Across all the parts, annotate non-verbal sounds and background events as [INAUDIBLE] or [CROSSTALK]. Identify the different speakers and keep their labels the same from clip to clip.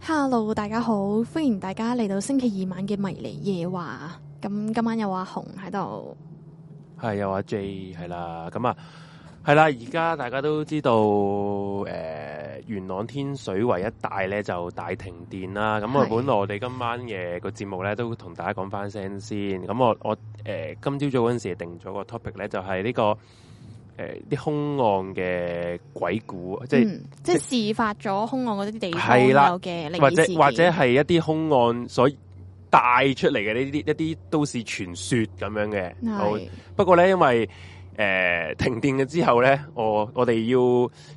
Speaker 1: Hello，大家好，歡迎大家嚟到星期二晚嘅迷離夜話。咁今晚有阿紅喺度，
Speaker 2: 係又阿 J 係啦，咁啊係啦，而家大家都知道，诶、元朗天水圍一帶咧就大停電啦。咁我啊
Speaker 1: 係
Speaker 2: 本來我哋今晚嘅個節目咧都同大家講翻聲先。咁我我诶、今朝早嗰陣時定咗個 topic 咧，就係呢、個诶啲、凶案嘅鬼故，即係。
Speaker 1: 嗯即係事發咗兇案嗰啲地方
Speaker 2: 係啦
Speaker 1: 有嘅
Speaker 2: 或
Speaker 1: 靈異
Speaker 2: 者
Speaker 1: 嗯事件，
Speaker 2: 或者係一啲凶案所帶出嚟嘅呢啲一啲都市傳說咁樣嘅。好
Speaker 1: 係
Speaker 2: 不過咧，因為诶、呃停電嘅之後咧，我我哋要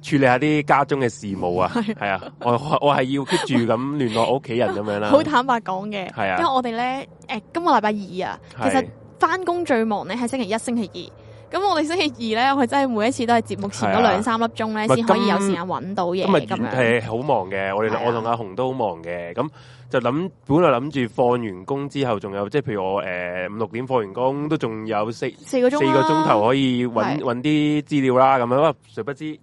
Speaker 2: 處理下啲家中嘅事務啊，係啊，我我我係要 keep 住咁聯絡我屋企人咁樣啦，
Speaker 1: 好坦白講嘅，
Speaker 2: 係啊
Speaker 1: 因為我哋咧誒今個禮拜二啊，其實
Speaker 2: 係
Speaker 1: 翻工最忙咧係星期一、星期二。咁我哋星期二咧，我真係每一次都係節目前
Speaker 2: 係
Speaker 1: 嗰
Speaker 2: 啊
Speaker 1: 兩三粒鐘
Speaker 2: 咪
Speaker 1: 咧，先可以
Speaker 2: 今
Speaker 1: 有時間揾到嘢
Speaker 2: 今日
Speaker 1: 咁樣。
Speaker 2: 啊係好忙嘅，我哋
Speaker 1: 係啊
Speaker 2: 我同阿紅都好忙嘅，咁就諗本來諗住放完工之後，仲有即係譬如我诶五六點放完工，都仲有四四
Speaker 1: 四個鐘
Speaker 2: 個
Speaker 1: 啦
Speaker 2: 鐘頭可以
Speaker 1: 係
Speaker 2: 搵搵啲資料啦，咁樣啊，誰不知，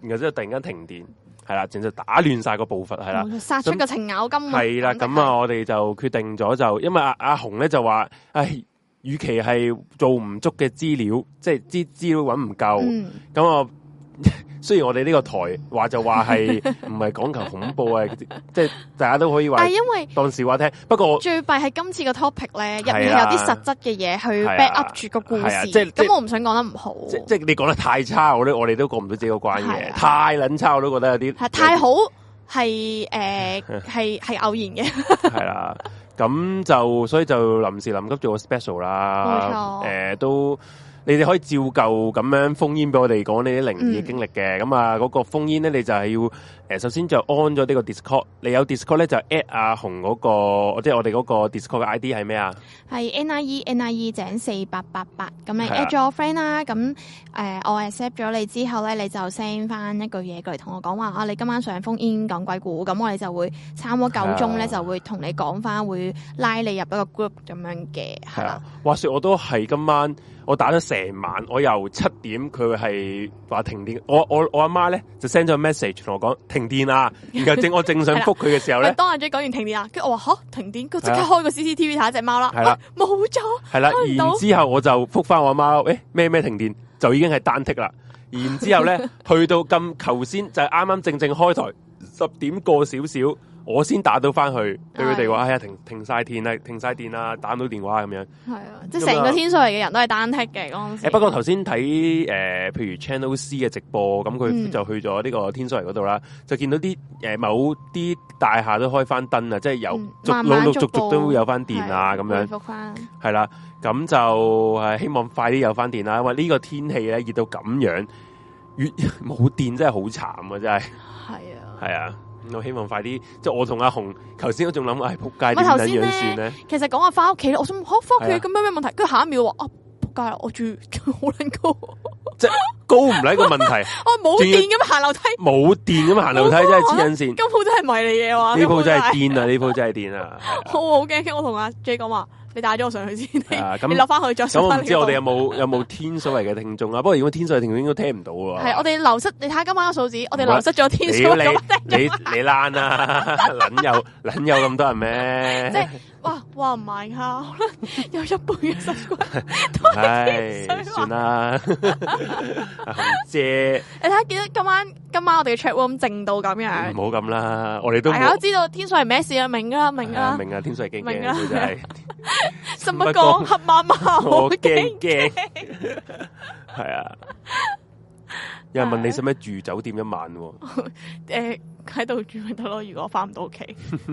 Speaker 2: 然後之後突然間停電，係啦，整就打亂晒個步伐，係啦。
Speaker 1: 冇錯殺出個程
Speaker 2: [LAUGHS]
Speaker 1: 咬金啊。
Speaker 2: 系啦，
Speaker 1: 簡直
Speaker 2: 咁啊，我哋就決定咗就，因為阿阿紅咧就話，唉，與其係做唔足嘅資料，即係資資料揾唔夠，
Speaker 1: 係，
Speaker 2: 咁、
Speaker 1: 嗯
Speaker 2: 我 [LAUGHS] 雖然我哋呢個台話就話係
Speaker 1: [LAUGHS]
Speaker 2: 唔係講求恐怖啊，即係大家都可以話
Speaker 1: 但係因為
Speaker 2: 當笑話聽。不過
Speaker 1: 最弊係今次個 topic 咧，入面係
Speaker 2: 係啊
Speaker 1: 有啲實質嘅嘢去
Speaker 2: 係啊
Speaker 1: back up 住個故事，
Speaker 2: 係啊即係即
Speaker 1: 咁
Speaker 2: 係
Speaker 1: 我唔想講得唔好，
Speaker 2: 即即係你講得太差，我都我哋都過唔到自己個關
Speaker 1: 係
Speaker 2: 嘅，
Speaker 1: 啊
Speaker 2: 太撚差我都覺得有啲
Speaker 1: 係太好
Speaker 2: [LAUGHS]
Speaker 1: 係誒係係偶 [LAUGHS] 然嘅，
Speaker 2: 系啦，咁就所以就臨時臨急做個 special 啦
Speaker 1: 冇錯，
Speaker 2: 诶、都你哋可以照舊咁樣封煙俾我哋講呢啲靈異嘅經歷嘅，咁啊嗰個封煙咧，你就係要诶、誒首先就 on 咗呢個 Discord，你有 Discord 咧就 at 阿紅嗰、個，即係我哋嗰個 Discord 嘅 ID 係咩啊？
Speaker 1: 係 NIE NIE E 井四八八八，咁你
Speaker 2: 係啊
Speaker 1: at 咗我 friend 啦，咁誒我 accept 咗你之後咧，你就 send 翻一句嘢過嚟同我講話啊，你今晚上封 in 講鬼故，咁我哋就會差唔多夠鐘咧
Speaker 2: 係啊
Speaker 1: 就會同你講翻，會拉你入一個 group 咁樣嘅，
Speaker 2: 係
Speaker 1: 係
Speaker 2: 啊
Speaker 1: 啦，，
Speaker 2: 話说我都係今晚我打咗成晚，我由七點佢係話停電，我我我阿媽咧就 send 咗個 message 同我講停電啊，然後正我正想覆佢嘅時候
Speaker 1: 喂
Speaker 2: 咧。
Speaker 1: 當阿 J 講完停電啊，跟住我話吓停電，佢即
Speaker 2: 係
Speaker 1: 刻
Speaker 2: 啊
Speaker 1: 開個 CCTV 睇下只貓啦，
Speaker 2: 係啦
Speaker 1: 喂冇咗。
Speaker 2: 系
Speaker 1: [LAUGHS]
Speaker 2: 啦
Speaker 1: 開唔，到
Speaker 2: 然之后我就复翻我阿媽，诶咩咩停電就已經係單剔啦。然之后
Speaker 1: [LAUGHS]
Speaker 2: 咧，去到咁頭先就係啱啱正正開台十點過少少，我先打到翻去，對佢哋話：哎呀，停停晒電啦，停晒電啦，打唔到電話咁樣。
Speaker 1: 系啊，即系成個天水圍嘅人都係單剔嘅嗰阵
Speaker 2: 啊诶，不過頭先睇诶，譬如 Channel C 嘅直播，咁
Speaker 1: 嗯
Speaker 2: 佢就去咗呢個天水圍嗰度啦，就見到啲诶某啲大廈都開翻燈啊，即係由
Speaker 1: 嗯
Speaker 2: 逐
Speaker 1: 慢慢
Speaker 2: 陸陸
Speaker 1: 逐
Speaker 2: 續
Speaker 1: 步
Speaker 2: 續都有翻電啊咁樣。
Speaker 1: 复翻
Speaker 2: 系啦，咁就係希望快啲有翻電啦，因為呢個天氣咧熱到咁樣，越 [LAUGHS] 冇電真係好慘啊！真係，
Speaker 1: 係啊。
Speaker 2: 係啊，我希望快啲，即係我同阿紅頭先我仲諗，唉，仆街
Speaker 1: 咪
Speaker 2: 點
Speaker 1: 啊頭
Speaker 2: 撚
Speaker 1: 先咧
Speaker 2: 樣算咧？
Speaker 1: 其實講下翻屋企咧，我想吓翻
Speaker 2: 係
Speaker 1: 屋
Speaker 2: 啊
Speaker 1: 企咁有咩問題？跟住下一秒話啊仆街啦，我住好撚高，我
Speaker 2: 高唔係一個問
Speaker 1: [LAUGHS]
Speaker 2: 題，
Speaker 1: 冇
Speaker 2: 仲要
Speaker 1: 電咁行樓梯，
Speaker 2: 冇電咁行樓梯真係黐緊線，
Speaker 1: 今鋪真係迷你嘢話。
Speaker 2: 呢鋪真係
Speaker 1: 係，
Speaker 2: 癲啊！呢鋪真係癲
Speaker 1: [LAUGHS]
Speaker 2: 啊！係啊
Speaker 1: 我好驚，我同阿 J 講話，你帶咗我上去先，
Speaker 2: 係啊咁
Speaker 1: 你落翻去再
Speaker 2: 咁
Speaker 1: 上
Speaker 2: 我
Speaker 1: 翻
Speaker 2: 唔
Speaker 1: 嚟
Speaker 2: 知我哋有
Speaker 1: 嗰度
Speaker 2: 冇有冇天水圍嘅聽眾啊？不過如果天水圍聽眾應該聽唔到喎。
Speaker 1: 係我哋流失，你睇下今晚嘅數字，我哋
Speaker 2: 唔係
Speaker 1: 流失咗天水
Speaker 2: 啊屌
Speaker 1: 圍
Speaker 2: 你
Speaker 1: 咁多
Speaker 2: 你你躝啦， [LAUGHS] 撚有撚有咁多人咩？
Speaker 1: 即係哇哇唔係啊， [LAUGHS] 可能有一半嘅十個
Speaker 2: [LAUGHS] 唉，算啦， [LAUGHS] 阿紅姐，
Speaker 1: 你睇下，記得今晚今晚我哋嘅 chat room 靜到咁樣，
Speaker 2: 唔好咁啦，我哋都
Speaker 1: 大家
Speaker 2: 嗯
Speaker 1: 都
Speaker 2: 冇
Speaker 1: 知道天水係咩事啊？明㗎啦，明㗎
Speaker 2: 係啊
Speaker 1: 啦，
Speaker 2: 明啊，天水驚
Speaker 1: 明
Speaker 2: 驚
Speaker 1: 啊
Speaker 2: 佢真係，
Speaker 1: 什麼講黑麻麻，好
Speaker 2: [LAUGHS] 我
Speaker 1: 驚
Speaker 2: 驚驚， [LAUGHS] 係啊，有人問你使唔使住酒店一晚喎？
Speaker 1: 誒喺度住咪得咯。如果翻唔到屋
Speaker 2: [LAUGHS]
Speaker 1: 企，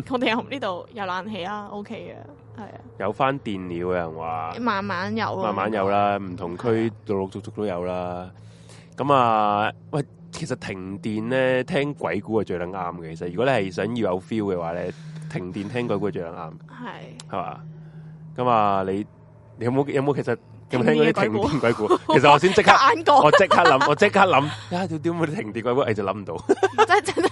Speaker 1: 我哋又呢度有冷氣啊，OK 嘅，係啊，
Speaker 2: 有翻電了有人話，
Speaker 1: 慢慢有咯，
Speaker 2: 啊慢慢有啦，唔同區陸陸續續都有啦。咁啊，喂，其實停電咧，聽鬼故係最撚啱嘅。其實如果你係想要有 feel 嘅話咧，停電聽鬼故係最撚啱。
Speaker 1: 係，
Speaker 2: 系嘛？咁啊，你你有冇有冇其實有冇
Speaker 1: 停
Speaker 2: 聽過
Speaker 1: 電嘅
Speaker 2: 啲
Speaker 1: 鬼
Speaker 2: 停
Speaker 1: 故啊
Speaker 2: 電鬼
Speaker 1: [LAUGHS]
Speaker 2: 故？其實我先即刻，
Speaker 1: 係眼角
Speaker 2: 我即刻諗，我即刻諗，啊，點點會停電鬼故？誒就諗
Speaker 1: [LAUGHS]
Speaker 2: 唔到，
Speaker 1: 真係真係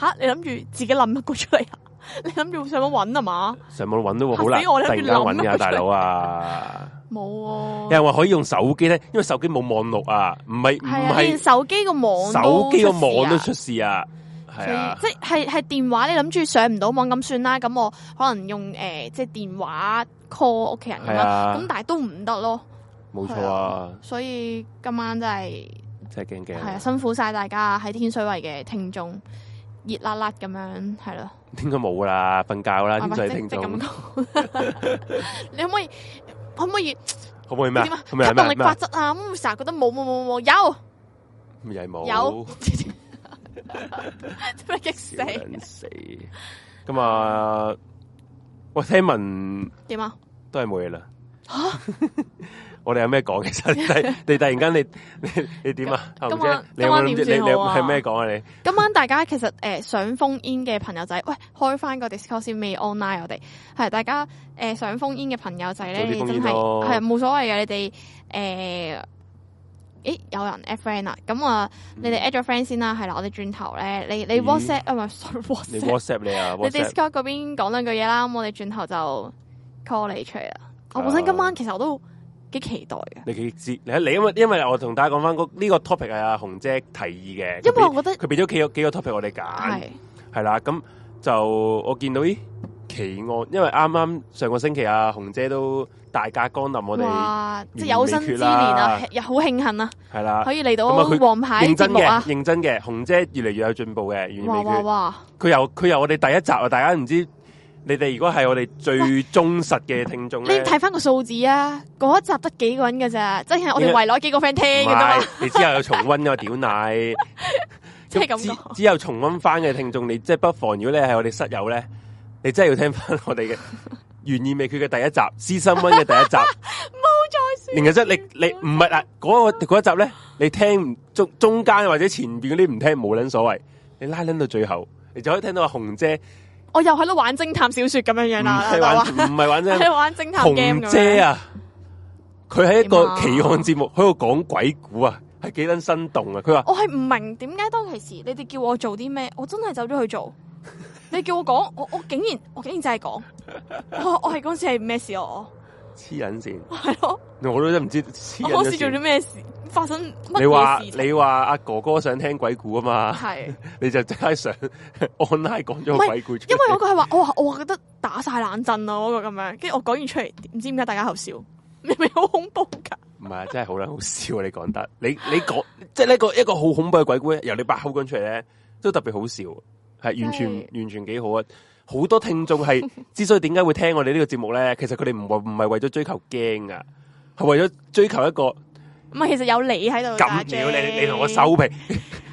Speaker 1: 嚇！你諗住自己諗一個出嚟啊？ [LAUGHS] 你諗住上網揾啊嘛？
Speaker 2: 上網揾都好難，
Speaker 1: 嚇死我
Speaker 2: 突
Speaker 1: 你
Speaker 2: 然間揾
Speaker 1: 諗
Speaker 2: 㗎，
Speaker 1: 啊
Speaker 2: 大佬啊！
Speaker 1: 冇
Speaker 2: 有
Speaker 1: 喎，
Speaker 2: 人話可以用手機咧，因為手機冇網絡啊，唔係唔
Speaker 1: 係啊，連
Speaker 2: 係
Speaker 1: 手機個網都
Speaker 2: 手機個
Speaker 1: 出事啊
Speaker 2: 網都出事啊，系
Speaker 1: 所以
Speaker 2: 啊，
Speaker 1: 即係係電話，你諗住上唔到網咁算啦，咁我可能用诶、呃即係電話 call 屋企人
Speaker 2: 系
Speaker 1: 咁啦，
Speaker 2: 啊
Speaker 1: 咁，但係都唔得咯，
Speaker 2: 冇錯啊，
Speaker 1: 所以今晚真係
Speaker 2: 真係驚
Speaker 1: 係
Speaker 2: 驚。
Speaker 1: 啊，辛苦晒大家喺天水圍嘅聽眾，熱辣辣咁樣係咯，
Speaker 2: 應該冇㗎啦，瞓覺啦，
Speaker 1: 係
Speaker 2: 啊天
Speaker 1: 咪
Speaker 2: 水
Speaker 1: 即
Speaker 2: 聽
Speaker 1: 即
Speaker 2: 眾
Speaker 1: 咁，講， [LAUGHS] 你可唔可以可唔可以
Speaker 2: 可唔可以咩啊
Speaker 1: 點啊？
Speaker 2: 可唔可以咩
Speaker 1: 啟
Speaker 2: 啊
Speaker 1: 動力
Speaker 2: 咩啊
Speaker 1: 法則啊？咁成日覺得冇冇冇冇有
Speaker 2: 又係冇，
Speaker 1: 有， [LAUGHS] 真係激死
Speaker 2: 笑人死。咁啊，我聽聞
Speaker 1: 點啊？
Speaker 2: 都係冇嘢啦。 [LAUGHS] 我哋有咩講？其
Speaker 1: [LAUGHS]
Speaker 2: 實你你突然間你你你點啊？
Speaker 1: 今
Speaker 2: 唔
Speaker 1: 今晚
Speaker 2: 知你有冇諗住你
Speaker 1: 今晚點
Speaker 2: 你
Speaker 1: 算好啊
Speaker 2: 係咩講啊？你
Speaker 1: 今晚大家其實誒、呃想封煙嘅朋友仔，喂開翻個 Discord 先，未 online 我哋係大家誒、呃想封煙嘅朋友仔咧，
Speaker 2: 早啲
Speaker 1: 你
Speaker 2: 封
Speaker 1: 真
Speaker 2: 煙
Speaker 1: 係
Speaker 2: 咯
Speaker 1: 係冇所謂嘅，你哋誒。咦，有人 add friend 啦，咁啊，
Speaker 2: 嗯
Speaker 1: 你哋 add 咗 friend 先啦，係啦，我哋轉頭咧，你你
Speaker 2: 咦
Speaker 1: WhatsApp 啊，唔係 sorry
Speaker 2: 嗯你
Speaker 1: WhatsApp，
Speaker 2: WhatsApp 你啊
Speaker 1: 你
Speaker 2: ，WhatsApp
Speaker 1: Discord 嗰邊講兩句嘢啦，咁我哋轉頭就 call 你出嚟啦。我本
Speaker 2: 啊
Speaker 1: 身今晚其實我都幾期待嘅，
Speaker 2: 你幾知？你你因為因為我同大家講翻呢個 topic 係阿紅姐提議嘅，
Speaker 1: 因為
Speaker 2: 佢
Speaker 1: 我覺
Speaker 2: 俾
Speaker 1: 得
Speaker 2: 佢俾咗幾個幾個 topic 我哋揀。
Speaker 1: 係
Speaker 2: 系啦，咁就我見到咦奇案，因為啱啱上個星期阿紅姐都大駕光臨我哋，
Speaker 1: 哇，即係
Speaker 2: 完
Speaker 1: 有
Speaker 2: 美
Speaker 1: 生
Speaker 2: 決
Speaker 1: 之年
Speaker 2: 啦
Speaker 1: 啊，又好慶幸啊！
Speaker 2: 係啦，
Speaker 1: 可以嚟到
Speaker 2: 咁啊佢
Speaker 1: 王牌
Speaker 2: 認
Speaker 1: 節
Speaker 2: 真
Speaker 1: 目
Speaker 2: 嘅，
Speaker 1: 啊！
Speaker 2: 認真嘅，紅姐越嚟越有進步嘅，完
Speaker 1: 哇
Speaker 2: 美
Speaker 1: 哇
Speaker 2: 決。
Speaker 1: 哇！
Speaker 2: 佢由佢由我哋第一集啊，大家唔知你哋如果係我哋最忠實嘅聽眾
Speaker 1: 你
Speaker 2: 咧，
Speaker 1: 睇翻個數字啊，嗰一集得幾個人嘅咋？即係我哋圍內幾個 friend 聽
Speaker 2: 唔
Speaker 1: 嘅啫嘛
Speaker 2: 係。你之後有重温噶屌奶，
Speaker 1: [LAUGHS] 即係咁講
Speaker 2: 之之後重温翻嘅聽眾，你即係不妨，如果你係我哋室友咧，你真係要聽翻我
Speaker 1: [LAUGHS]
Speaker 2: 哋嘅懸意未決嘅第一集，私心温嘅第一集。
Speaker 1: 冇
Speaker 2: 然後即係你你唔係嗱嗰個嗰一集咧，你聽唔中中間或者前邊嗰啲唔聽冇撚所謂，你拉撚到最後，你就可以聽到阿紅姐
Speaker 1: 我又喺度玩偵探小說咁樣
Speaker 2: 唔
Speaker 1: 樣啦，
Speaker 2: 係
Speaker 1: 大佬
Speaker 2: 玩
Speaker 1: 啊
Speaker 2: 唔係玩
Speaker 1: 喺 [LAUGHS]
Speaker 2: 啫，
Speaker 1: 度玩偵探 game
Speaker 2: 紅
Speaker 1: 咁
Speaker 2: 姐
Speaker 1: 樣。
Speaker 2: 啊，佢喺一個
Speaker 1: 點啊
Speaker 2: 奇案節目喺度講鬼故啊，係幾撚生動啊！佢話
Speaker 1: 我係唔明點解當其時你哋叫我做啲咩，我真係走咗去做。 [LAUGHS] 你叫我講，我我竟然我竟然真係講，我我係嗰時係咩事啊？我 [LAUGHS]
Speaker 2: 黐撚線，
Speaker 1: 係咯，
Speaker 2: 我都真唔知黐
Speaker 1: 我
Speaker 2: 撚
Speaker 1: 嗰
Speaker 2: 咗
Speaker 1: 時做啲
Speaker 2: 線。
Speaker 1: 咩事，發生乜
Speaker 2: 你話
Speaker 1: 嘢事情？
Speaker 2: 你話阿哥哥想聽鬼故啊嘛，
Speaker 1: [LAUGHS] 係。
Speaker 2: 你就即刻上 [LAUGHS] online 講咗個
Speaker 1: 唔係
Speaker 2: 鬼故出嚟，
Speaker 1: 因為嗰個係話，我話我覺得打晒冷震啊，嗰、個咁樣，跟住我講完出嚟，唔知點解大家後笑， [LAUGHS] 明明好恐怖㗎，
Speaker 2: 唔係，真係好撚好笑啊！你講得，你你講，即係呢個一個好恐怖嘅鬼故，由你把口講出嚟咧，都特別好笑，係完全完全幾好啊！好多聽眾
Speaker 1: [LAUGHS]
Speaker 2: 係之所以點解會聽我哋呢個節目咧，其實佢哋唔為唔係為咗追求驚啊，係為咗追求一個
Speaker 1: 唔係其實有你喺度打
Speaker 2: 咁
Speaker 1: 啫
Speaker 2: 屌你你同我，收皮，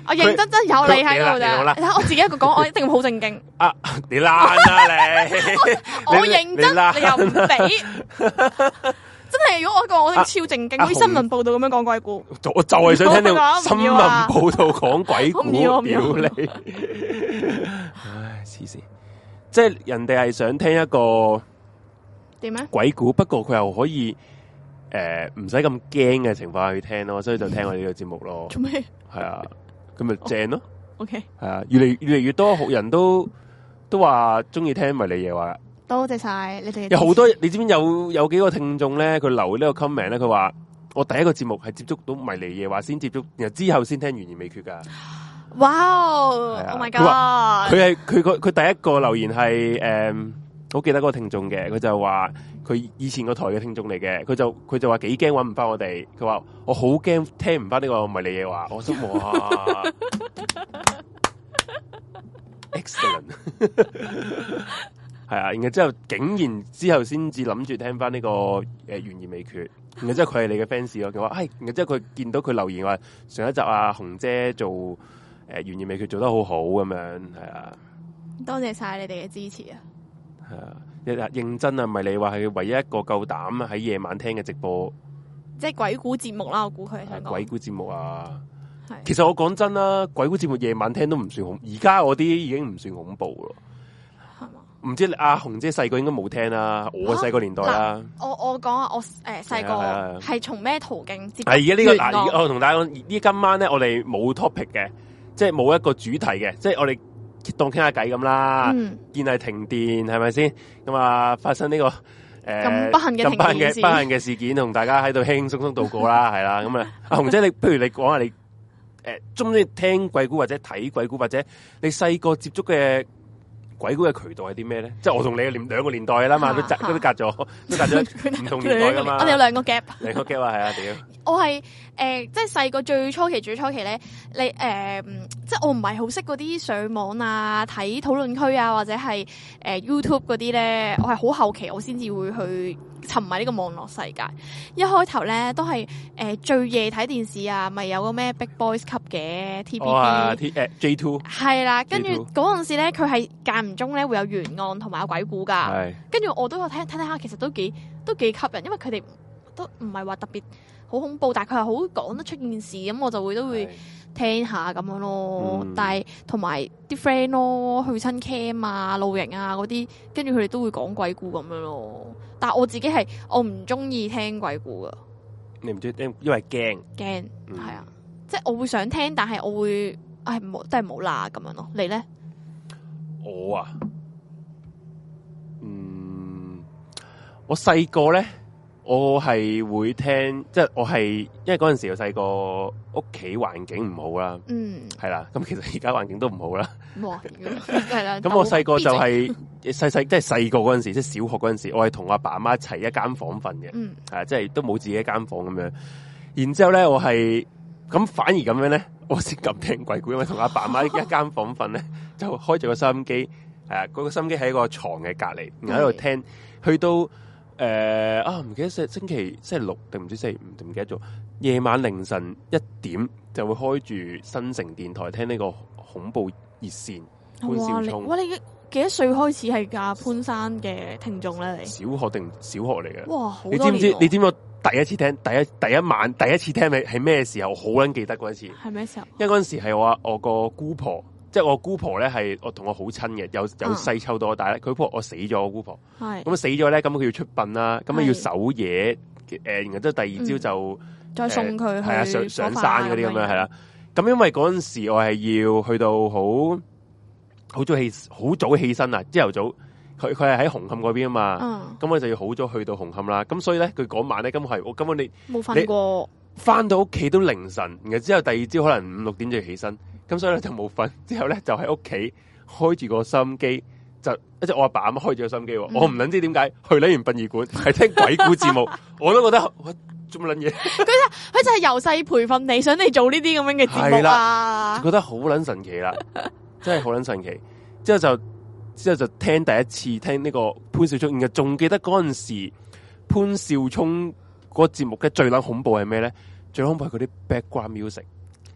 Speaker 1: 我認真真有你喺度
Speaker 2: 佢你啦你好啦
Speaker 1: 咋，你睇我自己一個講，我一定好
Speaker 2: [LAUGHS]
Speaker 1: 正經，
Speaker 2: 你爛啦你，[LAUGHS]
Speaker 1: [LAUGHS] 我認
Speaker 2: 你啦
Speaker 1: 真，你又唔俾，
Speaker 2: [LAUGHS]
Speaker 1: 真係如果我一個我一定超正經，
Speaker 2: 啊
Speaker 1: 好似新聞報道咁樣講鬼故，
Speaker 2: 我就係想聽
Speaker 1: 我
Speaker 2: 到
Speaker 1: 唔要
Speaker 2: 新
Speaker 1: 我唔要啊
Speaker 2: 聞報道講鬼
Speaker 1: 我唔要我
Speaker 2: 故，
Speaker 1: 唔要
Speaker 2: 屌你！唉，黐線，即係人哋係想聽一個。
Speaker 1: 點咧？
Speaker 2: 鬼故，不過佢又可以诶唔使咁驚嘅情況下去聽咯，所以就聽我哋呢個節目咯，
Speaker 1: 做咩
Speaker 2: 係啊，咁咪正咯，
Speaker 1: ？OK，
Speaker 2: 係啊，越嚟越嚟越多學人都都話中意聽迷你夜話，
Speaker 1: 多謝晒你哋，
Speaker 2: 有好多你知唔知有有幾個聽眾咧，佢留呢個 comment 咧，佢話我第一個節目係接觸到迷你夜話先接觸，然後之後先聽懸而未決㗎。
Speaker 1: 哇
Speaker 2: 啊
Speaker 1: ，Oh my
Speaker 2: 佢
Speaker 1: God，
Speaker 2: 佢係佢個佢第一個留言係诶，嗯好、記得嗰個聽眾嘅，佢就話佢以前個台嘅聽眾嚟嘅，佢就佢就話幾驚揾唔翻我哋，佢話我好驚聽唔翻呢個迷你嘢話， [LAUGHS] 我心哇 excellent，係啊，然後之後竟然之後先至諗住聽翻呢、個诶懸而未決，然後之後佢係你嘅 fans 咯，佢話唉，然後之後佢見到佢留言話上一集啊紅姐做。诶懸而未決做得好好咁樣，係啊，
Speaker 1: 多謝晒你哋嘅支持啊！
Speaker 2: 係啊，一認真啊，唔係你話係唯一一個夠膽喺夜晚聽嘅直播
Speaker 1: 即係鬼故節目啦，我估佢係
Speaker 2: 啊
Speaker 1: 想講
Speaker 2: 鬼故節目啊。
Speaker 1: 係
Speaker 2: 其實我講真啦，鬼故節目夜晚聽都唔算恐，而家我啲已經唔算恐怖咯。
Speaker 1: 係嘛？
Speaker 2: 唔知阿紅姐細個應該冇聽啦，我細個年代啦。
Speaker 1: 我我講啊，我誒細
Speaker 2: 係啊係哎啊
Speaker 1: 個係從咩途徑接觸
Speaker 2: 係而家呢個嗱，
Speaker 1: 玄
Speaker 2: 而
Speaker 1: 學
Speaker 2: 家我同大家講，呢今晚咧我哋冇 topic 嘅，即係冇一個主題嘅，即係我哋當傾下偈咁啦。
Speaker 1: [LAUGHS] 嗯，
Speaker 2: 見係停電係咪先？咁啊，發生呢、個诶
Speaker 1: 咁不幸
Speaker 2: 咁
Speaker 1: 嘅
Speaker 2: 不幸
Speaker 1: 停電
Speaker 2: 嘅
Speaker 1: 事 [LAUGHS]
Speaker 2: 不幸嘅事件，同大家喺度輕輕鬆鬆度過啦，係啦。咁啊，阿紅姐，你不如你講下你诶中唔中意聽鬼故或者睇鬼故，或者你細個接觸嘅鬼故嘅渠道係啲咩咧？即係我同你嘅年兩個年代㗎啦嘛，都隔
Speaker 1: 嚇嚇
Speaker 2: 都隔咗都
Speaker 1: [LAUGHS]
Speaker 2: 隔咗唔同年代噶嘛
Speaker 1: 我。哋有兩個 gap。
Speaker 2: 兩個 gap 啊，係啊，屌
Speaker 1: 我係诶、呃即係細個最初期、最初期咧，你诶、嗯即係我唔係好識嗰啲上網啊、睇討論區啊，或者係诶、呃 YouTube 嗰啲咧，我係好後期我先至會去沉迷呢個網絡世界。一開頭咧都係诶、呃最夜睇電視啊，咪有個咩 Big Boys 級嘅
Speaker 2: 我啊
Speaker 1: TVB。
Speaker 2: T 誒 J two
Speaker 1: 係啦，跟住
Speaker 2: 呢
Speaker 1: 嗰陣時咧，佢係間唔中咧會有懸案同埋有鬼故㗎。
Speaker 2: 係
Speaker 1: 跟住我都有睇睇睇下，其實都幾都幾吸引，因為佢哋都唔係話特別好恐怖，但係佢係好講得出件事，咁我就會都會
Speaker 2: 係
Speaker 1: 聽下咁樣咯。
Speaker 2: 嗯
Speaker 1: 但係同埋啲 friend 咯，去親 cam 啊、露營啊嗰啲，跟住佢哋都會講鬼故咁樣咯。但係我自己係我唔中意聽鬼故噶，
Speaker 2: 你唔知，因因為驚
Speaker 1: 驚係、
Speaker 2: 嗯
Speaker 1: 啊，即係我會想聽，但係我會唉唔好真係冇啦咁樣咯。你咧
Speaker 2: 我啊，嗯，我細個咧，我係會聽，即係我係因為嗰陣時我細個屋企環境唔好啦，
Speaker 1: 嗯
Speaker 2: 係啦，咁其實 [LAUGHS] 而家環境都唔好啦。
Speaker 1: 哇係啦，
Speaker 2: [LAUGHS] 咁我細個就係 [LAUGHS] 細細，即係細個嗰陣時，即係小學嗰陣時，我係同阿爸媽一齊一間房瞓嘅，
Speaker 1: 嗯
Speaker 2: 係啊，即係都冇自己一間房咁樣。然之後咧，我係咁反而咁樣咧， [LAUGHS] 我先敢聽鬼故，因為同阿爸媽一間房瞓咧， [LAUGHS] 就開咗個收音機，係啊，嗰、個收音機喺個床嘅隔離，然後喺度
Speaker 1: 嗯
Speaker 2: 聽，去到誒、呃啊，唔記得星星期星期六定唔知星期五定唔記得咗，夜晚凌晨一點就會開住新城電台聽呢個恐怖熱線。潘少
Speaker 1: 哇！你
Speaker 2: 聰
Speaker 1: 哇！你幾多歲開始係阿潘生嘅聽眾咧？你
Speaker 2: 小學定小學嚟嘅。
Speaker 1: 哇，好
Speaker 2: 你
Speaker 1: 多
Speaker 2: 知唔
Speaker 1: 年
Speaker 2: 知
Speaker 1: 喎？
Speaker 2: 你知唔知我第一次聽第一第一晚第一次聽係係咩時候？我好撚記得嗰一次，
Speaker 1: 係咩時候？
Speaker 2: 因為嗰陣時係我阿我個姑婆，即係我姑婆咧係我同我好親嘅，有有
Speaker 1: 嗯
Speaker 2: 細抽到我，但係咧佢姑婆我死咗，我姑婆
Speaker 1: 係
Speaker 2: 咁死咗咧，咁佢要出殯啦，咁啊
Speaker 1: 係
Speaker 2: 要守夜，誒、然後之後第二朝
Speaker 1: 嗯
Speaker 2: 就
Speaker 1: 再送佢
Speaker 2: 係啊
Speaker 1: 去
Speaker 2: 上上
Speaker 1: 火化
Speaker 2: 山嗰啲咁樣係啦。咁因為嗰陣時我係要去到好好早起好早起身啊，朝頭早佢佢係喺紅磡嗰邊啊嘛。
Speaker 1: 嗯，
Speaker 2: 咁我就要好早去到紅磡啦。咁所以咧，佢嗰晚咧，咁係我根本你
Speaker 1: 冇瞓過，
Speaker 2: 翻到屋企都凌晨，然後之後第二朝可能五六點就要起身，咁所以咧就冇瞓。 [LAUGHS] 之後咧就喺屋企開住個收音機，就一隻我阿爸阿媽開住個收音機喎。
Speaker 1: 嗯
Speaker 2: 我唔撚知點解去撚完殯儀館係聽鬼故節目，我都覺得喂做乜撚嘢，
Speaker 1: 佢就係由細培訓你，想你做呢啲咁樣嘅節
Speaker 2: 係
Speaker 1: 目啊！
Speaker 2: 覺得好撚神奇
Speaker 1: [LAUGHS]
Speaker 2: 啦，真係好撚神奇。之後就之後就聽第一次聽呢個潘少聰，然後仲記得嗰陣時潘少聰嗰個節目嘅最撚恐怖係咩咧？最恐怖係嗰啲 background music，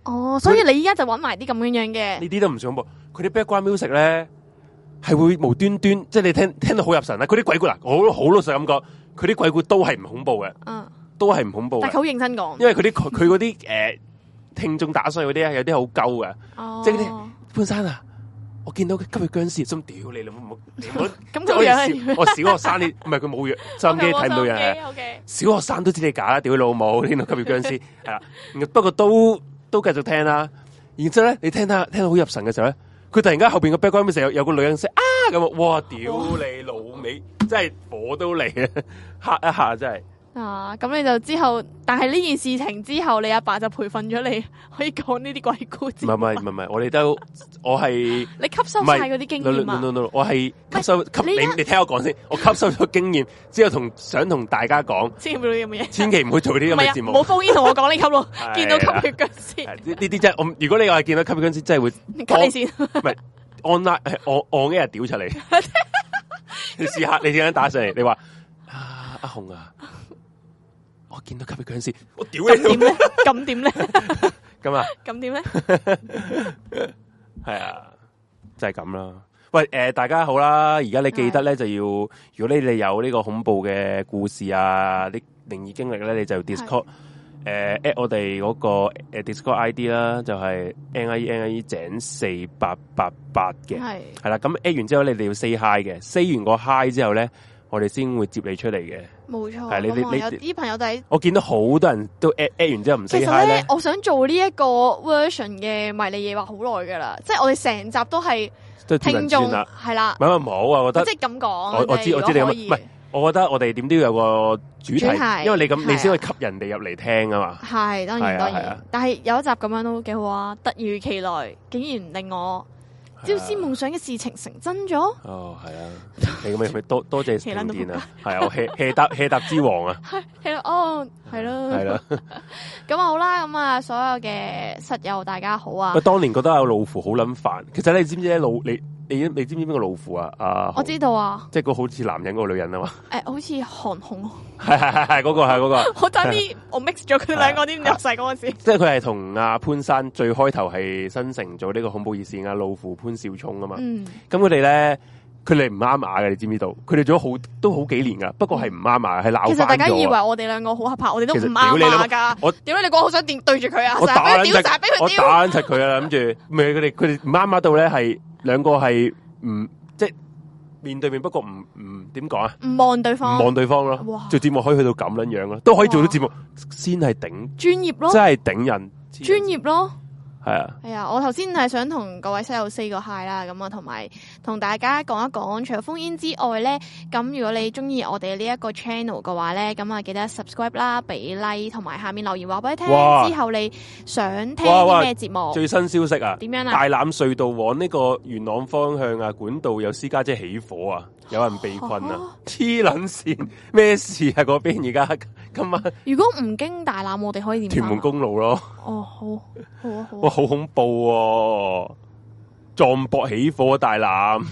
Speaker 1: 哦，所以你依家就揾埋啲咁樣樣嘅，
Speaker 2: 呢啲都唔算恐怖。佢啲 background music 咧係會無端端，即係你聽聽到好入神啦。啊佢啲鬼故嗱，我好好老實咁講，佢啲鬼故都係唔恐怖嘅，
Speaker 1: 嗯，
Speaker 2: 都係唔恐怖
Speaker 1: 但係佢
Speaker 2: 嘅，
Speaker 1: 好認真講，
Speaker 2: 啊因為佢啲佢佢嗰啲誒聽眾打上去嗰啲呢啊有啲好鳩嘅。
Speaker 1: 哦
Speaker 2: 即係嗰啲潘生啊，我見到佢今日僵屍，心屌你老母，你唔好
Speaker 1: 咁
Speaker 2: 即係
Speaker 1: 佢樣係
Speaker 2: 我哋小我小學生你唔係佢冇藥，收
Speaker 1: [LAUGHS]
Speaker 2: 音機睇唔
Speaker 1: 哦
Speaker 2: 到人係啊。
Speaker 1: O K，
Speaker 2: 小學生都知你假啦，屌你老母，聽到今日僵屍係啦。不過都都繼續聽啦。然之後咧，你聽下聽到好入神嘅時候咧，佢突然間後邊個 background music 有有個女人聲啊咁啊，哇！屌你老味，真係火都嚟啊！嚇一下真係。
Speaker 1: 啊，咁你就之後，但係呢件事情之後，你阿爸就培訓咗你可以講呢啲鬼故
Speaker 2: 唔
Speaker 1: 節
Speaker 2: 係
Speaker 1: 目，
Speaker 2: 唔係唔係唔係，我哋都我係。
Speaker 1: 你吸收晒嗰啲經
Speaker 2: no,
Speaker 1: 驗
Speaker 2: no,
Speaker 1: 啊
Speaker 2: no,！no, no. 我係吸收吸
Speaker 1: 你
Speaker 2: 你
Speaker 1: 一
Speaker 2: 你聽我講
Speaker 1: [LAUGHS]
Speaker 2: 先，我吸收咗經驗之後同想同大家講，
Speaker 1: 千祈唔好咁嘅嘢。
Speaker 2: 千祈唔好做呢啲
Speaker 1: 唔
Speaker 2: 咁
Speaker 1: 係
Speaker 2: 嘅
Speaker 1: 啊，
Speaker 2: 節目。，
Speaker 1: 冇封煙同我講呢級咯見
Speaker 2: [LAUGHS]
Speaker 1: 到
Speaker 2: 係啦啊
Speaker 1: 吸血僵屍
Speaker 2: 係啊呢呢啲真係我唔，如果你話見到吸血僵屍，真係會
Speaker 1: cut 你先。
Speaker 2: online 係我我一日屌出嚟。
Speaker 1: [LAUGHS]
Speaker 2: 你試下，你點樣打上嚟？你話啊阿紅啊，我見到吸血僵屍，我屌
Speaker 1: 咁點
Speaker 2: 你
Speaker 1: 咧？
Speaker 2: [LAUGHS]
Speaker 1: 咁點咧？
Speaker 2: 咁啊！
Speaker 1: 咁點咧？
Speaker 2: 系啊，就系咁啦。喂，诶、大家好啦，而家你記得咧就要，如果你哋有呢個恐怖嘅故事啊，啲靈異經歷咧，你就 Discord 诶 at 我哋嗰、個诶 Discord ID 啦，就係 NIE NIE E 井四八八八嘅，
Speaker 1: 係
Speaker 2: 係啦。咁 at 完之後，你哋要 say hi 嘅，say 完個 hi 之後咧，我哋先會接你出嚟嘅。
Speaker 1: 冇錯。
Speaker 2: 係你
Speaker 1: 咁啊
Speaker 2: 你
Speaker 1: 有
Speaker 2: 你
Speaker 1: 啲朋友仔，
Speaker 2: 我見到好多人都 at at 完之後唔
Speaker 1: 其
Speaker 2: say
Speaker 1: 實
Speaker 2: hi 咧
Speaker 1: 咧，，我想做呢一個 version 嘅迷你夜話好耐㗎啦，即係我哋成集都係
Speaker 2: 都接
Speaker 1: 聽
Speaker 2: 人
Speaker 1: 眾
Speaker 2: 轉啦。
Speaker 1: 係啦
Speaker 2: 唔，係唔係唔好啊，我覺得
Speaker 1: 即係咁講。
Speaker 2: 我我知
Speaker 1: 即係
Speaker 2: 我知你
Speaker 1: 如
Speaker 2: 咁
Speaker 1: 果可
Speaker 2: 唔
Speaker 1: 以
Speaker 2: 係我覺得我哋點都要有個主題
Speaker 1: 主，題
Speaker 2: 因為你咁你先可以
Speaker 1: 係啊
Speaker 2: 吸人哋入嚟聽啊嘛。
Speaker 1: 係當
Speaker 2: 係
Speaker 1: 然
Speaker 2: 啊
Speaker 1: 當
Speaker 2: 係啊
Speaker 1: 然，但係有一集咁樣都幾好啊！突如其來，竟然令我
Speaker 2: 啊
Speaker 1: 朝思夢想嘅事情成真咗，
Speaker 2: 哦，係啊，你咁咪咪
Speaker 1: [LAUGHS]
Speaker 2: 多多謝
Speaker 1: 奇撚
Speaker 2: 停
Speaker 1: 到
Speaker 2: 電啊，係啊，我 h e 搭 h 搭之王
Speaker 1: [LAUGHS]
Speaker 2: 啊，
Speaker 1: 係啦，哦，係咯，
Speaker 2: 係
Speaker 1: [LAUGHS]
Speaker 2: 啦，
Speaker 1: 咁啊好啦，咁啊所有嘅室友大家好啊
Speaker 2: 我！當年覺得有老虎好撚煩，其實你知唔知咧老你你你知唔知邊個老虎啊？啊，
Speaker 1: 我知道啊，
Speaker 2: 即係個好似男人嗰個女人啊嘛， [LAUGHS]
Speaker 1: 誒、好似韓紅，
Speaker 2: 係係係係嗰個係嗰個，
Speaker 1: [LAUGHS] 我差
Speaker 2: 啊
Speaker 1: 啲我 mix 咗佢兩個啲，我細嗰陣時
Speaker 2: 即係佢係同阿潘山最開頭係新城做呢個恐怖熱線啊，老虎潘少聰啊嘛，
Speaker 1: 嗯，
Speaker 2: 咁佢哋咧。佢哋唔啱牙嘅，你知唔知道？佢哋做咗好都好幾年噶，不過係唔啱牙，係鬧
Speaker 1: 其實大
Speaker 2: 翻
Speaker 1: 家以
Speaker 2: 咗
Speaker 1: 為
Speaker 2: 啊。
Speaker 1: 我哋兩個好合拍，我哋都唔
Speaker 2: 其實屌你
Speaker 1: 啱
Speaker 2: 老母
Speaker 1: 啊噶。
Speaker 2: 我
Speaker 1: 屌你講，好想電對住佢啊！
Speaker 2: 我
Speaker 1: 成日
Speaker 2: 打
Speaker 1: 俾
Speaker 2: 撚柒我
Speaker 1: 佢屌，成日俾佢屌。
Speaker 2: 打撚柒佢啊！諗住，唔係佢哋佢哋唔啱啱到咧，係兩個係唔即係面對面，不過唔唔點講啊？
Speaker 1: 唔望對
Speaker 2: 唔
Speaker 1: 方，
Speaker 2: 望對方咯
Speaker 1: 哇，
Speaker 2: 做節目可以去到咁樣樣咯，都可以做到節目，先係頂，
Speaker 1: 專業咯，
Speaker 2: 真係頂人，
Speaker 1: 專業咯。
Speaker 2: 係啊，
Speaker 1: 係啊，我頭先係想同各位室友 say 個 hi 啦，咁啊，同埋同大家講一講，除咗烽煙之外咧，咁如果你中意我哋呢一個 channel 嘅話咧，咁啊記得 subscribe 啦，俾 like 同埋下面留言話俾你聽，
Speaker 2: 哇
Speaker 1: 之後你想聽
Speaker 2: 哇
Speaker 1: 啲
Speaker 2: 哇
Speaker 1: 咩節目，
Speaker 2: 最新消息啊！
Speaker 1: 點樣啊？
Speaker 2: 大欖隧道往呢個元朗方向啊，管道有私家車起火啊，有人被困
Speaker 1: 哦
Speaker 2: 啊！黐撚線，咩事啊？嗰邊而家 [LAUGHS] 今晚
Speaker 1: 如果唔經大欖，我哋可以點返
Speaker 2: 屯
Speaker 1: 啊？
Speaker 2: 門公路咯。
Speaker 1: 哦，好，好啊，好
Speaker 2: 哇，
Speaker 1: 啊，
Speaker 2: 好恐怖喎、撞博起火啊大欖，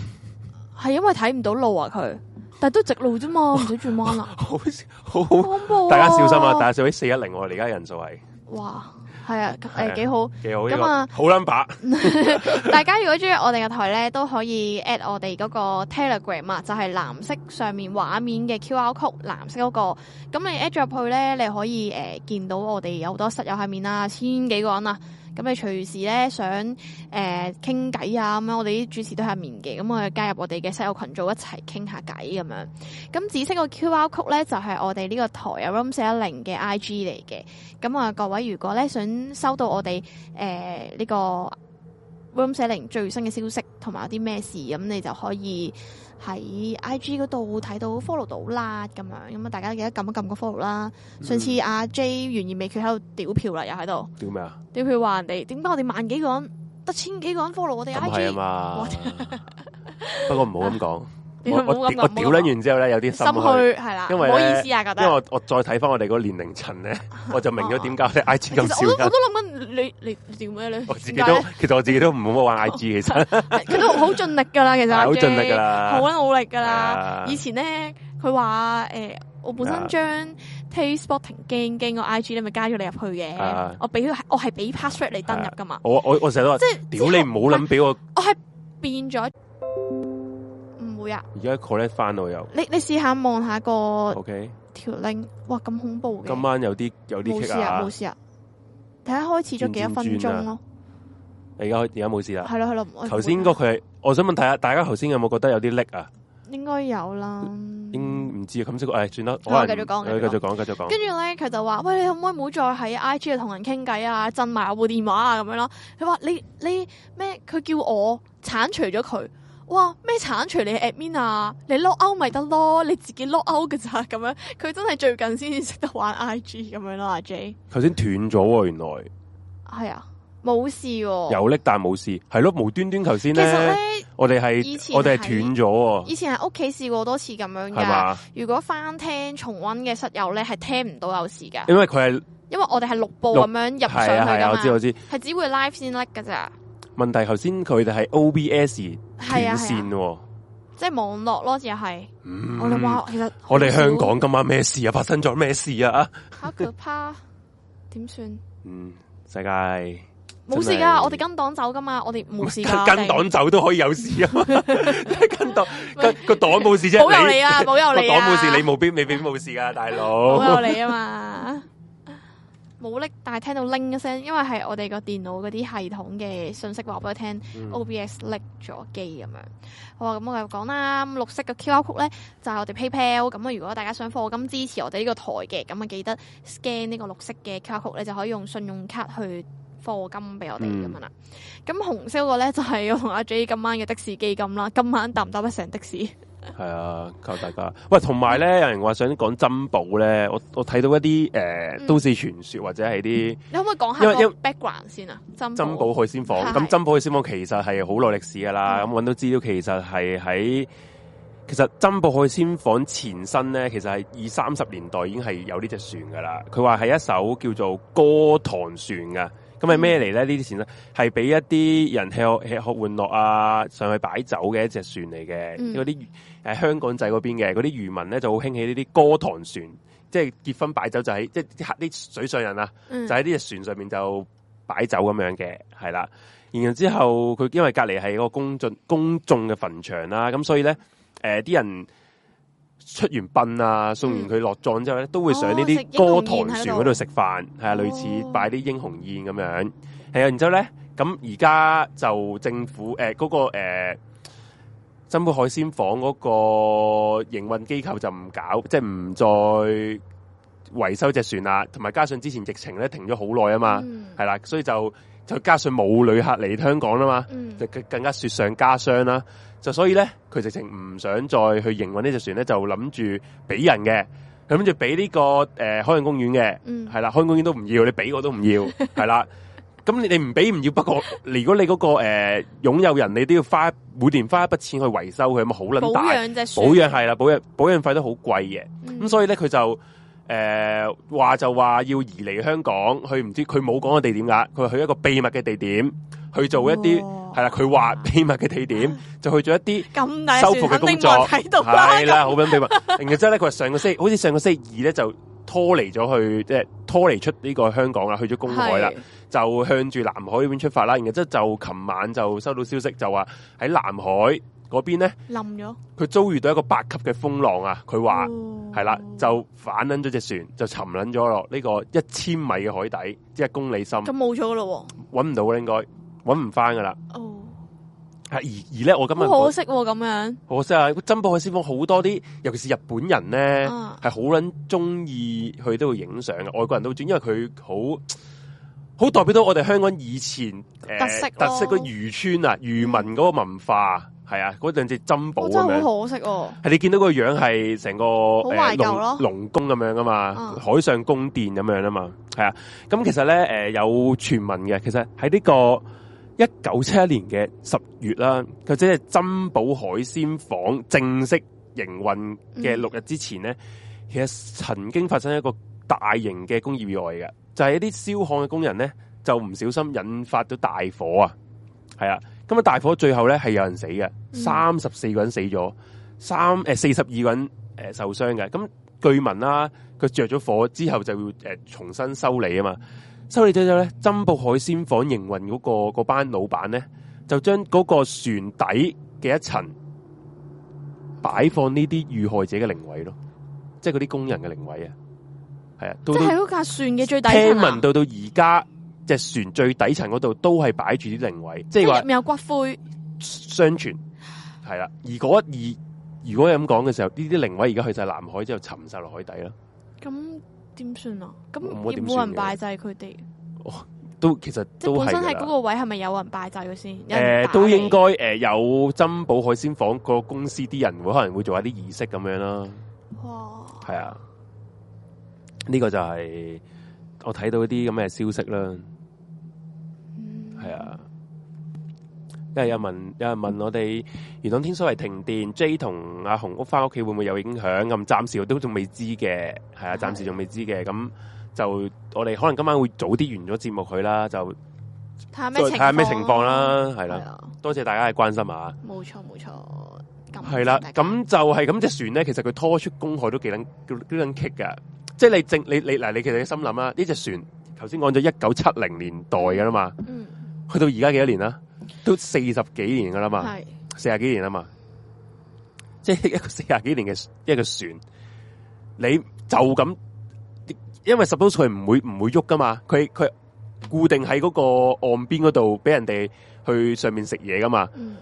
Speaker 1: 係因為睇唔到路啊佢，但係都直路啫嘛，唔使轉彎啦，
Speaker 2: 好好好，
Speaker 1: 恐怖啊！
Speaker 2: [LAUGHS] 大家小心啊！大家小心四一零，我哋而家人數係
Speaker 1: 哇，係啊，
Speaker 2: 係啊
Speaker 1: 誒幾好。
Speaker 2: 幾好，
Speaker 1: 咁
Speaker 2: 呢個
Speaker 1: 啊
Speaker 2: 好 number，
Speaker 1: 大家如果中意我哋嘅台咧，都可以 at 我哋嗰個 Telegram 啊，就係藍色上面畫面嘅 QR code，藍色嗰、個。咁你 at 咗入去咧，你可以誒、呃、見到我哋有好多室友喺面啦，千幾個人啊。咁你隨時咧想誒傾偈啊咁樣，我哋啲主持都喺入面嘅，咁我哋加入我哋嘅室友群組一齊傾下偈咁樣。咁紫色個 QR code 咧就係、我哋呢個台啊 Room 四一零嘅 IG 嚟嘅。咁啊，各位如果咧想收到我哋誒呢個 Room 四零最新嘅消息，同埋有啲咩事，咁你就可以喺 IG 嗰度睇到 follow 到啦，咁樣咁啊，大家記得撳一撳個 follow 啦。上次阿 J 懸而未決喺度屌票啦，又喺度
Speaker 2: 屌咩啊？
Speaker 1: 屌票話人哋點解我哋萬幾個人得千幾個人 follow 我哋
Speaker 2: 咁係啊
Speaker 1: IG，
Speaker 2: 嘛，
Speaker 1: [LAUGHS]
Speaker 2: 不過唔好咁講，
Speaker 1: 你
Speaker 2: 我
Speaker 1: 唔好
Speaker 2: 我
Speaker 1: 咁
Speaker 2: 屌我屌撚完之後咧有啲
Speaker 1: 心
Speaker 2: 心虛。
Speaker 1: 虛係啦，
Speaker 2: 因
Speaker 1: 唔
Speaker 2: 為
Speaker 1: 好意
Speaker 2: 咧
Speaker 1: 思啊，覺
Speaker 2: 因為
Speaker 1: 得。
Speaker 2: 我我再睇翻我哋嗰個年齡層
Speaker 1: [LAUGHS]
Speaker 2: 咧，我就明咗點解我哋 I G
Speaker 1: 哦其
Speaker 2: 咁
Speaker 1: 實我都
Speaker 2: 少
Speaker 1: 我
Speaker 2: 人
Speaker 1: 都。諗緊你你你屌咩你？
Speaker 2: [LAUGHS] 我自己
Speaker 1: 點解
Speaker 2: 都
Speaker 1: 咧
Speaker 2: 其實我自己都唔好乜玩 I G，其實
Speaker 1: [LAUGHS] 佢都好盡力㗎啦，哦其實
Speaker 2: 係
Speaker 1: 阿
Speaker 2: 好
Speaker 1: J
Speaker 2: 盡力㗎啦，
Speaker 1: 好撚努力㗎啦。
Speaker 2: 啊
Speaker 1: 以前咧，佢話誒，我本
Speaker 2: 啊
Speaker 1: 身將 Taste Spotting 經經個 IG 咧，咪加咗你入去
Speaker 2: 啊
Speaker 1: 嘅。我俾佢，我係俾 password 你登入噶嘛。
Speaker 2: 我我我成日都話，
Speaker 1: 即係
Speaker 2: 屌你唔好諗俾我
Speaker 1: 我係變咗，唔會啊！
Speaker 2: 而家 collect 翻我又
Speaker 1: 你你試下望下個
Speaker 2: OK。
Speaker 1: 條 link，哇咁恐怖嘅。
Speaker 2: 今晚有啲有啲
Speaker 1: 冇事
Speaker 2: kick 啊
Speaker 1: 冇！事啊！睇下開始咗幾多分鐘咯，
Speaker 2: 而家而家冇事啦。
Speaker 1: 係咯係咯。
Speaker 2: 啊頭先嗰個佢係，我想問睇下大家頭先有冇覺得有啲叻啊？
Speaker 1: 應該有啦。
Speaker 2: 應唔知啊咁即係，唉，算啦，
Speaker 1: 嗯好
Speaker 2: 我
Speaker 1: 繼續講
Speaker 2: 繼
Speaker 1: 繼
Speaker 2: 續
Speaker 1: 續
Speaker 2: 講，繼續
Speaker 1: 跟
Speaker 2: 講。
Speaker 1: 住咧，佢就話：喂，你可唔可以唔好再喺 I G 度同人傾偈啊，震埋我部電話啊咁樣啦。佢話：你你咩？佢叫我剷除咗佢。哇！咩剷除你 admin 啊？你 log out 咪得咯，你自己 log out 嘅咋咁樣。佢真係最近先至識得玩 I G 咁樣咯，阿 J。
Speaker 2: 頭先斷咗喎，原來
Speaker 1: 係啊，冇事喎、
Speaker 2: 有叻但冇事，係咯，無端端頭先
Speaker 1: 哦其實
Speaker 2: 咧，
Speaker 1: 咧，
Speaker 2: 我哋
Speaker 1: 以
Speaker 2: 係
Speaker 1: 前
Speaker 2: 我哋係
Speaker 1: 係
Speaker 2: 斷咗
Speaker 1: 以前喺屋企試過好多次咁樣
Speaker 2: 喎，係
Speaker 1: 㗎。
Speaker 2: 嘛？
Speaker 1: 如果翻聽重温嘅室友咧，係聽唔到有事㗎，
Speaker 2: 因為佢係
Speaker 1: 因為我哋係錄播
Speaker 2: 錄
Speaker 1: 咁樣入上
Speaker 2: 係啊係啊，我
Speaker 1: 去
Speaker 2: 知
Speaker 1: 㗎
Speaker 2: 我
Speaker 1: 嘛，
Speaker 2: 知。
Speaker 1: 係只會 live 先甩㗎咋。
Speaker 2: 問題頭先佢哋係 OBS
Speaker 1: 係啊
Speaker 2: 斷
Speaker 1: 係啊
Speaker 2: 線，喎。
Speaker 1: 即係網絡咯，又係、
Speaker 2: 嗯
Speaker 1: 我哋話其實
Speaker 2: 我哋香港今晚咩事啊？發生咗咩事啊？
Speaker 1: 好可怕，點算？
Speaker 2: 嗯，世界。
Speaker 1: 冇
Speaker 2: [LAUGHS]
Speaker 1: 事
Speaker 2: 真係
Speaker 1: 噶，我哋跟黨走噶嘛，我哋冇事
Speaker 2: [LAUGHS]
Speaker 1: 噶。
Speaker 2: 跟
Speaker 1: 我
Speaker 2: 黨走都可以有事啊！
Speaker 1: [LAUGHS]
Speaker 2: 跟黨
Speaker 1: 喂
Speaker 2: 跟個黨冇事啫，
Speaker 1: 哋保佑你啊，保佑
Speaker 2: 個
Speaker 1: 你
Speaker 2: 黨
Speaker 1: 啊，
Speaker 2: 冇事，你冇必未必冇事噶，大
Speaker 1: 保
Speaker 2: 佬。
Speaker 1: 佑你啊嘛。冇拎，但係聽到拎一聲，因為係我哋個電腦嗰啲系統嘅信息話俾我聽。OBS
Speaker 2: 嗯
Speaker 1: 拎咗機咁樣。好啊，咁我又講啦，咁綠色嘅 QR code 咧就係、我哋 PayPal。咁啊，如果大家想課金支持我哋呢個台嘅，咁啊記得 scan 呢個綠色嘅 QR code 咧，就可以用信用卡去課金俾我哋
Speaker 2: 嗯
Speaker 1: 咁樣啦。咁、紅色嗰個咧就係、我同阿 J 今晚嘅的士基金啦。今晚搭唔搭得成的士？ [LAUGHS]
Speaker 2: 系啊，靠大家。喂，同埋咧，有人話想講珍寶咧，我我睇到一啲诶、呃
Speaker 1: 嗯
Speaker 2: 都市傳說或者係啲
Speaker 1: 你可唔可以講
Speaker 2: 因為
Speaker 1: 下個
Speaker 2: 因
Speaker 1: background 先啊？珍
Speaker 2: 珍寶海鮮舫。
Speaker 1: 係
Speaker 2: 咁
Speaker 1: 係
Speaker 2: 珍寶海鮮舫其實係好耐歷史噶啦，咁
Speaker 1: 嗯
Speaker 2: 搵到資料其實係喺其實珍寶海鮮舫前身咧，其實係二三十年代已經係有呢只船噶啦。佢話係一艘叫做歌堂船噶。咁係咩嚟
Speaker 1: 嗯
Speaker 2: 咧？呢啲前身係俾一啲人吃喝吃喝玩樂啊，上去擺酒嘅一隻船嚟嘅。
Speaker 1: 嗯
Speaker 2: 嗰啲誒香港仔嗰邊嘅嗰啲漁民咧就好興起呢啲歌堂船，即係結婚擺酒就喺即係啲客啲水上人啊，
Speaker 1: 嗯
Speaker 2: 就喺呢只船上面就擺酒咁樣嘅，係啦。然後之後佢因為隔離係個公眾公眾嘅墳場啦，咁所以咧誒啲人出完殯啊，送完佢落葬之後咧，都會上呢
Speaker 1: 哦食
Speaker 2: 啲
Speaker 1: 英雄
Speaker 2: 歌
Speaker 1: 宴
Speaker 2: 堂船嗰度食飯，係啊，類似
Speaker 1: 哦
Speaker 2: 擺啲英雄宴咁樣。係啊，然之後咧，咁而家就政府誒嗰、個、呃珍寶海鮮舫嗰個營運機構就唔搞，即係唔再維修只船啦，同埋加上之前疫情咧停咗好耐啊嘛，
Speaker 1: 嗯
Speaker 2: 係啦、所以就就加上冇旅客嚟香港啦嘛，
Speaker 1: 嗯
Speaker 2: 就更更加雪上加霜啦。就所以咧，佢直情唔想再去營運呢只船咧，就諗住俾人嘅，諗住俾呢個誒、呃海洋公園嘅，
Speaker 1: 嗯
Speaker 2: 係啦，海洋公園都唔要，你俾我都唔要，係啦。咁你你唔俾唔要，不過如果你嗰、個誒擁、有人，你都要花每年花一筆錢去維修佢，咁啊好
Speaker 1: 保
Speaker 2: 撚大
Speaker 1: 養隻
Speaker 2: 保
Speaker 1: 船，嗯
Speaker 2: 養係啦，保養保養費都好貴嘅。咁
Speaker 1: 咁
Speaker 2: 所以咧，佢就诶话、就話要移離香港，佢唔知佢冇講個地點㗎，佢話去一個秘密嘅地點去做一啲
Speaker 1: 哇
Speaker 2: 係啦，佢話秘密嘅地
Speaker 1: [LAUGHS]
Speaker 2: 點就去做一啲。
Speaker 1: 咁大隻
Speaker 2: 修
Speaker 1: 船
Speaker 2: 復嘅工
Speaker 1: 肯定冇
Speaker 2: 作，
Speaker 1: 人睇到啦，
Speaker 2: 係啦，好緊秘密。然後之後咧，佢話上個星期，好似上個星期二咧就拖離咗去，即係拖離出呢個香港啦，去咗公海啦，
Speaker 1: 係
Speaker 2: 就向住南海嗰邊出發啦。然後之後就琴晚就收到消息，就話喺南海嗰邊咧，
Speaker 1: 冧咗，
Speaker 2: 佢遭遇到一個八級嘅風浪啊！佢話。
Speaker 1: 哦
Speaker 2: 系啦，就反捻咗只船，就沉捻咗落呢個一千米嘅海底，即係一公里深，
Speaker 1: 咁冇咗噶咯
Speaker 2: 搵唔到啦，應該搵唔翻噶啦。
Speaker 1: 喎，哦，
Speaker 2: 係而而咧，我今日
Speaker 1: 好可惜喎咁樣，
Speaker 2: 我可惜啊，珍寶海鮮舫好多啲，尤其是日本人咧，
Speaker 1: 啊
Speaker 2: 係好捻中意去呢度影相嘅，外國人都中意，因為佢好好代表到我哋香港以前誒
Speaker 1: 特色咯
Speaker 2: 特色嘅漁村啊，漁民嗰個文化係啊，嗰兩隻珍寶
Speaker 1: 我
Speaker 2: 咁
Speaker 1: 真係
Speaker 2: 樣。
Speaker 1: 好可惜喎，
Speaker 2: 系你見到個樣係成個呃
Speaker 1: 好
Speaker 2: 誒
Speaker 1: 懷舊
Speaker 2: 龍
Speaker 1: 咯
Speaker 2: 龍宮咁樣噶嘛，
Speaker 1: 嗯
Speaker 2: 海上宮殿咁樣啊嘛，係啊。咁其實咧誒、有傳聞嘅，其實喺呢個一九七一年嘅十月啦，佢即係珍寶海鮮舫正式營運嘅
Speaker 1: 嗯
Speaker 2: 六日之前咧，其實曾經發生一個大型嘅工業意外嘅，就係、一啲燒焊嘅工人咧就唔小心引發咗大火啊，係啊。咁啊大火最後咧係有人死嘅，三十四個人死咗。三誒四十二個人誒、呃受傷嘅。咁據聞啦、佢着咗火之後就要誒、呃重新修理啊嘛。修理咗之後咧，珍寶海鮮舫營運嗰、個嗰班老闆咧，就將嗰個船底嘅一層擺放呢啲遇害者嘅靈位咯，即係嗰啲工人嘅靈位啊。係啊，到
Speaker 1: 即
Speaker 2: 到
Speaker 1: 係嗰架船嘅最底層
Speaker 2: 聽
Speaker 1: 啊
Speaker 2: 聞，到到而家隻船最底層嗰度都係擺住啲靈位，即
Speaker 1: 即
Speaker 2: 係話
Speaker 1: 係入。面有骨灰，
Speaker 2: 相傳係啦。如果而如果係咁講嘅時候，呢啲靈位而家去晒南海之後沉晒落海底啦，
Speaker 1: 咁點算啊？咁
Speaker 2: 冇乜
Speaker 1: 要
Speaker 2: 點
Speaker 1: 冇
Speaker 2: 算
Speaker 1: 人
Speaker 2: 嘅
Speaker 1: 拜祭佢哋，
Speaker 2: 都其實
Speaker 1: 即
Speaker 2: 都
Speaker 1: 係本
Speaker 2: 係
Speaker 1: 身
Speaker 2: 㗎
Speaker 1: 喺
Speaker 2: 啦
Speaker 1: 嗰個位係咪有人拜祭佢先？有人
Speaker 2: 誒
Speaker 1: 打
Speaker 2: 都
Speaker 1: 你
Speaker 2: 應該誒、有珍寶海鮮舫個公司啲人會可能會做一啲儀式咁樣啦，
Speaker 1: 哇，
Speaker 2: 係啊，呢、個就係、我睇到啲咁嘅消息啦，
Speaker 1: 嗯
Speaker 2: 係啊。因為有人問，有人問我哋元朗天水圍停電，J 同阿紅屋翻屋企會唔會有影響？咁暫時我都仲未知嘅，係啊，
Speaker 1: 係
Speaker 2: 暫時仲未知嘅。咁就我哋可能今晚會早啲完咗節目佢啦，就
Speaker 1: 睇下咩
Speaker 2: 再睇下咩情況
Speaker 1: 咯，
Speaker 2: 啦，係
Speaker 1: 係
Speaker 2: 啦。
Speaker 1: 啊，
Speaker 2: 多謝大家嘅關心啊！
Speaker 1: 冇錯冇錯，咁
Speaker 2: 係啦，
Speaker 1: 大家
Speaker 2: 咁就係咁隻船咧，其實佢拖出公海都幾撚幾撚棘噶，即係你正你你嗱，你其實你心諗啊啦，呢隻船頭先講咗一九七零年代噶啦嘛，
Speaker 1: 嗯
Speaker 2: 去到而家幾多年啦？都四十幾年噶啦嘛。
Speaker 1: 係
Speaker 2: 四廿幾年啊嘛，即係一個 [LAUGHS] 四廿幾年嘅一個船，你就咁，因為 suppose 佢唔會唔會喐噶嘛，佢佢固定喺嗰個岸邊嗰度俾人哋去上面食嘢噶嘛，
Speaker 1: 嗯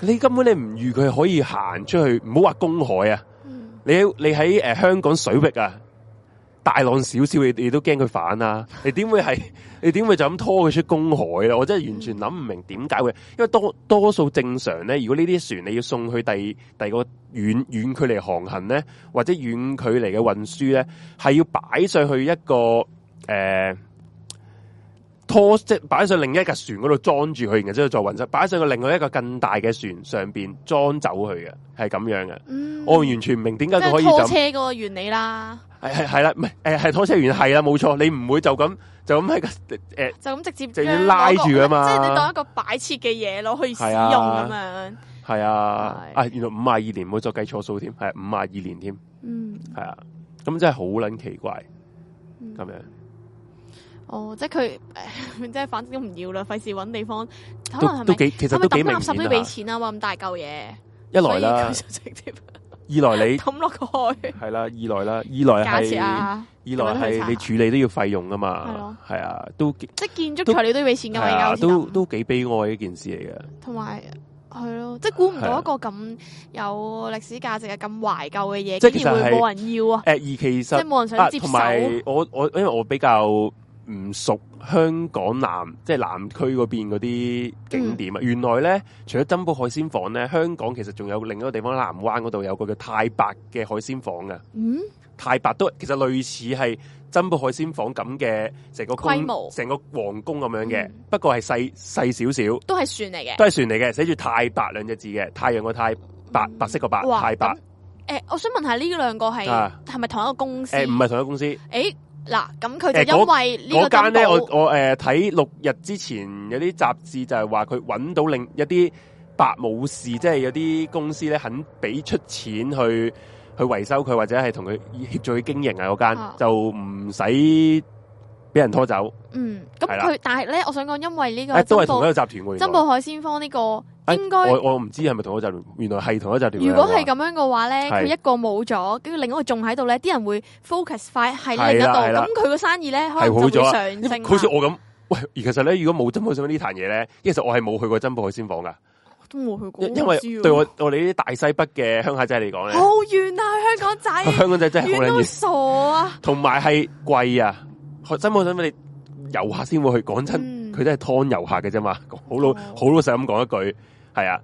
Speaker 2: 你根本你唔預佢可以行出去，唔好話公海啊，
Speaker 1: 嗯
Speaker 2: 你你喺诶、呃香港水域啊，大浪少少，你你都驚佢反啊？你點會係？ [LAUGHS] 你點會就咁拖佢出公海啊咧？我真係完全諗唔明點解會，因為多多數正常咧，如果呢啲船你要送去第第二個遠遠距離航行咧，或者遠距離嘅運輸咧，係要擺上去一個誒、呃拖，即係擺上另一架船嗰度裝住佢，然之後再運走，擺上去另外一個更大嘅船上邊裝走佢嘅，係咁樣嘅。
Speaker 1: 嗯，
Speaker 2: 我完全唔明點解
Speaker 1: 即
Speaker 2: 佢可
Speaker 1: 係
Speaker 2: 以
Speaker 1: 拖
Speaker 2: 咁
Speaker 1: 車。嗰個原理啦，
Speaker 2: 係係係啦，唔係诶系
Speaker 1: [LAUGHS]
Speaker 2: 拖車員係啦，冇錯，你唔會就咁就咁喺個诶
Speaker 1: 就咁直接
Speaker 2: 就要
Speaker 1: 將
Speaker 2: 拉
Speaker 1: 嗰個
Speaker 2: 住㗎嘛
Speaker 1: 即係你當一個擺設嘅嘢攞去使用
Speaker 2: 係啊
Speaker 1: 咁樣。
Speaker 2: 係啊
Speaker 1: 係
Speaker 2: 啊原來五廿二年，唔好再計錯數添，係五廿二年添，
Speaker 1: 嗯，
Speaker 2: 係啊，咁真係好撚奇怪
Speaker 1: 嗯
Speaker 2: 咁樣，
Speaker 1: 哦，即係佢， [LAUGHS] 即係反正都唔要啦，費事揾地方，可能
Speaker 2: 都都
Speaker 1: 係咪
Speaker 2: 幾其實
Speaker 1: 係
Speaker 2: 都
Speaker 1: 咪
Speaker 2: 幾
Speaker 1: 抌
Speaker 2: 明
Speaker 1: 垃圾都要
Speaker 2: 顯
Speaker 1: 俾
Speaker 2: 啊！
Speaker 1: 錢啊？哇，咁大嚿嘢，
Speaker 2: 一來啦
Speaker 1: 所以，佢就直接
Speaker 2: 二
Speaker 1: [LAUGHS]
Speaker 2: 來你
Speaker 1: 抌落個海。
Speaker 2: 係啦，二來啦，二來
Speaker 1: 假
Speaker 2: 係
Speaker 1: 設啊，
Speaker 2: 二來係你處理都要費用噶
Speaker 1: 係
Speaker 2: 嘛
Speaker 1: 咯，
Speaker 2: 係啊，都幾
Speaker 1: 即係建築材料都要俾錢㗎嘛，
Speaker 2: 係
Speaker 1: 而家
Speaker 2: 啊
Speaker 1: 好似
Speaker 2: 都
Speaker 1: 抌
Speaker 2: 都幾悲哀嘅一件事嚟嘅。
Speaker 1: 同埋係咯，即係估唔到一個咁有歷史價值嘅咁懷舊嘅嘢，
Speaker 2: 即係
Speaker 1: 竟然
Speaker 2: 其實
Speaker 1: 會
Speaker 2: 係
Speaker 1: 冇人要啊！
Speaker 2: 诶，而其
Speaker 1: 即
Speaker 2: 實
Speaker 1: 係冇人
Speaker 2: 啊
Speaker 1: 想接
Speaker 2: 同
Speaker 1: 手。
Speaker 2: 埋我我因為我比較唔熟香港南即係南區嗰邊嗰啲
Speaker 1: 嗯
Speaker 2: 景點啊，原來咧除咗珍寶海鮮房咧，香港其實仲有另一個地方南灣嗰度有個叫太白嘅海鮮房嘅，
Speaker 1: 嗯，
Speaker 2: 太白都其實類似係珍寶海鮮房咁嘅成個宮
Speaker 1: 規模
Speaker 2: 成個皇宮咁樣嘅，
Speaker 1: 嗯
Speaker 2: 不過係細細少少，
Speaker 1: 都係船嚟嘅。
Speaker 2: 都係船嚟嘅，寫住太白兩隻字嘅，太陽個太白白色個白
Speaker 1: 哇
Speaker 2: 太白
Speaker 1: 咁，誒，我想問下呢兩個係
Speaker 2: 啊
Speaker 1: 係咪同一個公司？
Speaker 2: 誒唔係同一公司。
Speaker 1: 誒嗱，咁佢
Speaker 2: 誒
Speaker 1: 就
Speaker 2: 嗰
Speaker 1: 因為呢個
Speaker 2: 嗰間咧，
Speaker 1: 珍
Speaker 2: 我
Speaker 1: 寶
Speaker 2: 我誒睇六日之前有啲雜誌就係話佢揾到另一啲白武士，即係有啲公司咧肯俾出錢去去維修佢，或者係同佢協助佢經營啊嗰間
Speaker 1: 啊，
Speaker 2: 就唔使俾人拖走。
Speaker 1: 嗯，咁
Speaker 2: 係啦
Speaker 1: 佢但係咧，我想講，因
Speaker 2: 誒
Speaker 1: 為呢個
Speaker 2: 都係
Speaker 1: 珍
Speaker 2: 同
Speaker 1: 寶
Speaker 2: 一個集團喎。原來
Speaker 1: 珍寶海鮮坊呢個
Speaker 2: 誒
Speaker 1: 應該，
Speaker 2: 我我唔知係咪同一個集團，原來係同一個集團嚟㗎。
Speaker 1: 如果係咁樣嘅話咧，
Speaker 2: 係
Speaker 1: 佢一個冇咗，跟住另一個仲喺度咧，啲人會 focus 快喺另一度，
Speaker 2: 係啦係啦
Speaker 1: 咁佢個生意咧可
Speaker 2: 係
Speaker 1: 能
Speaker 2: 好
Speaker 1: 就
Speaker 2: 咗
Speaker 1: 會
Speaker 2: 啊
Speaker 1: 上升啦。
Speaker 2: 好似我咁。喂，而其實咧，如果冇珍寶海鮮呢壇嘢咧，其實我係冇去過珍寶海鮮房噶，
Speaker 1: 都冇去過，
Speaker 2: 因因為對我我哋呢啲大西北嘅鄉下仔嚟講咧
Speaker 1: 啊好，遠啊，香港仔，
Speaker 2: 香港仔 [LAUGHS] 真係好
Speaker 1: 遠
Speaker 2: 撚
Speaker 1: 到
Speaker 2: 熱，
Speaker 1: 傻啊！
Speaker 2: 同埋係貴啊！學真冇想俾你遊客先會去，講真，
Speaker 1: 嗯
Speaker 2: 佢都係劏遊客嘅啫嘛。好老
Speaker 1: 哦
Speaker 2: 好老實咁講一句，係啊。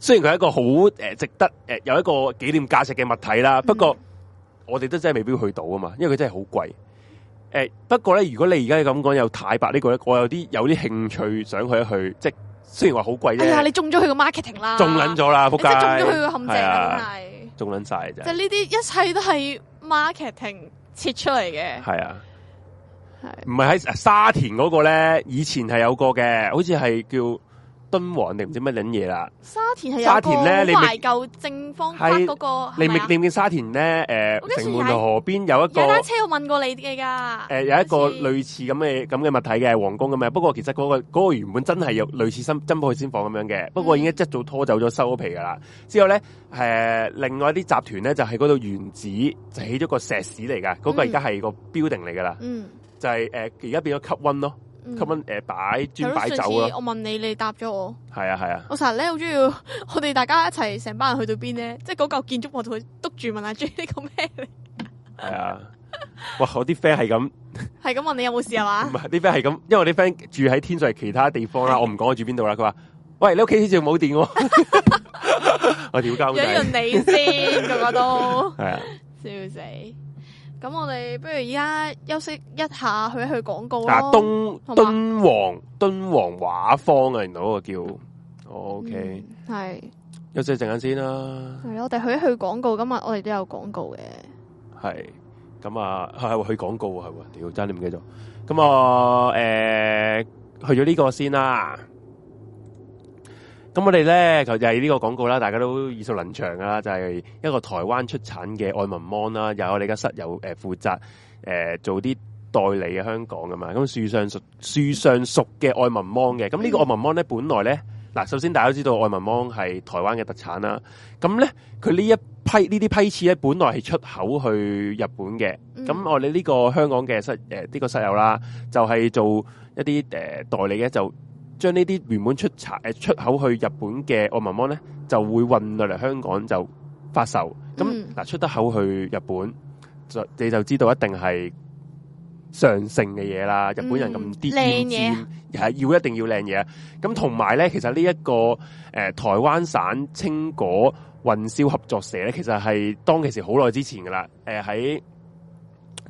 Speaker 2: 雖然佢係一個好誒值得誒有一個紀念價值嘅物體
Speaker 1: 嗯
Speaker 2: 啦，不過我哋都真係未必去到啊嘛，因為佢真係好貴。誒不過咧，如果你而家咁講有太白呢個咧，我有啲有啲興趣想去一去，即係雖然話好貴
Speaker 1: 哎呀，
Speaker 2: 啫，
Speaker 1: 你中咗佢個 marketing 啦，
Speaker 2: 中撚，咗啦，
Speaker 1: 你
Speaker 2: 仆
Speaker 1: 真係中咗佢
Speaker 2: 街，
Speaker 1: 個陷阱
Speaker 2: 係
Speaker 1: 啦，
Speaker 2: 啊
Speaker 1: 真係。
Speaker 2: 中撚晒
Speaker 1: 即係
Speaker 2: 啫，
Speaker 1: 呢啲一切都係 marketing 切出嚟嘅，
Speaker 2: 係啊。
Speaker 1: 係
Speaker 2: 唔係喺啊沙田嗰個咧，以前係有個嘅，好似係叫敦煌定唔知乜撚嘢啦。
Speaker 1: 沙田係
Speaker 2: 沙
Speaker 1: 有個
Speaker 2: 田呢你咪
Speaker 1: 懷舊正方框
Speaker 2: 係
Speaker 1: 嗰個，
Speaker 2: 你
Speaker 1: 係咪
Speaker 2: 咪
Speaker 1: 啊
Speaker 2: 你唔見沙田咧？誒、
Speaker 1: 我跟住
Speaker 2: 城門河邊有一個
Speaker 1: 有單
Speaker 2: 誒、
Speaker 1: 車我問過你哋㗎，
Speaker 2: 有一個
Speaker 1: 好似
Speaker 2: 類似咁嘅咁嘅物體嘅皇宮咁嘅，不過其實嗰、個嗰、個原本真係有類似珍珍寶海鮮房咁樣嘅，不過
Speaker 1: 嗯
Speaker 2: 已經一早拖走咗收咗皮噶啦。之後咧誒、另外啲集團咧就喺嗰度原址就起咗個石屎嚟㗎，嗰、個而家係個 building 嚟㗎啦，
Speaker 1: 嗯，
Speaker 2: 就係誒而家變咗吸温咯，
Speaker 1: 嗯
Speaker 2: 吸温誒擺
Speaker 1: 係
Speaker 2: 磚
Speaker 1: 咯
Speaker 2: 擺酒啊
Speaker 1: 上次
Speaker 2: 咯，
Speaker 1: 我問你，你答咗我。
Speaker 2: 係啊係啊。
Speaker 1: 我成日咧好中意， [LAUGHS] 我哋大家一齊成班人去到邊咧，即係嗰嚿建築物就會督住問阿 J 呢個咩 [LAUGHS] 嚟，
Speaker 2: 系啊，哇！我啲 friend 係咁，唔
Speaker 1: 係咁問你有冇事啊係嘛？
Speaker 2: 係啲 friend 係咁，因為我啲 friend 住喺天水圍其他地方啦，我唔講我住邊度啦。佢話：喂，你屋企好似冇電喎。 [LAUGHS] 我屌
Speaker 1: 養
Speaker 2: 鳩
Speaker 1: 完
Speaker 2: 仔，
Speaker 1: 你先，個
Speaker 2: [LAUGHS]
Speaker 1: 個都。
Speaker 2: 係啊，
Speaker 1: 笑死！咁我哋不如而家休息一下，去一去廣告
Speaker 2: 嗱，
Speaker 1: 咯。
Speaker 2: 敦
Speaker 1: 啊好嘛
Speaker 2: 敦煌敦煌畫坊啊，原來嗰個叫。O
Speaker 1: 嗯
Speaker 2: K，
Speaker 1: 係
Speaker 2: 休息陣間先啦，
Speaker 1: 係咯，我哋去一去廣告。今日我哋都有廣告嘅，
Speaker 2: 係咁啊，係喎去廣告啊，係喎，屌真你唔記得咗。咁啊，诶、去咗呢個先啦。咁我哋咧就就係呢個廣告啦，大家都耳熟能詳㗎啦，就係、一個台灣出產嘅愛文芒啦，有我哋嘅室友誒負責誒、呃做啲代理嘅香港㗎嘛，咁樹上熟樹上熟嘅愛文芒嘅，咁呢個愛文芒咧本來咧嗱，首先大家都知道愛文芒係台灣嘅特產啦，咁咧佢呢一批呢啲批次咧本來係出口去日本嘅，
Speaker 1: 嗯
Speaker 2: 咁、我哋呢個香港嘅室誒呃呢、個室友啦，就係、做一啲誒、呃代理嘅，就將呢啲原本出產誒出口去日本嘅愛文芒咧，就會運落嚟香港就發售。咁嗱、
Speaker 1: 嗯
Speaker 2: 出得口去日本，就你就知道一定係上乘嘅嘢啦。日本人咁
Speaker 1: 嗯
Speaker 2: 啲
Speaker 1: 靚嘢
Speaker 2: 尖係要一定要靚嘢。咁同埋咧，其實呢、一個呃台灣省青果運銷合作社咧，其實係當其時好耐之前噶啦。誒喺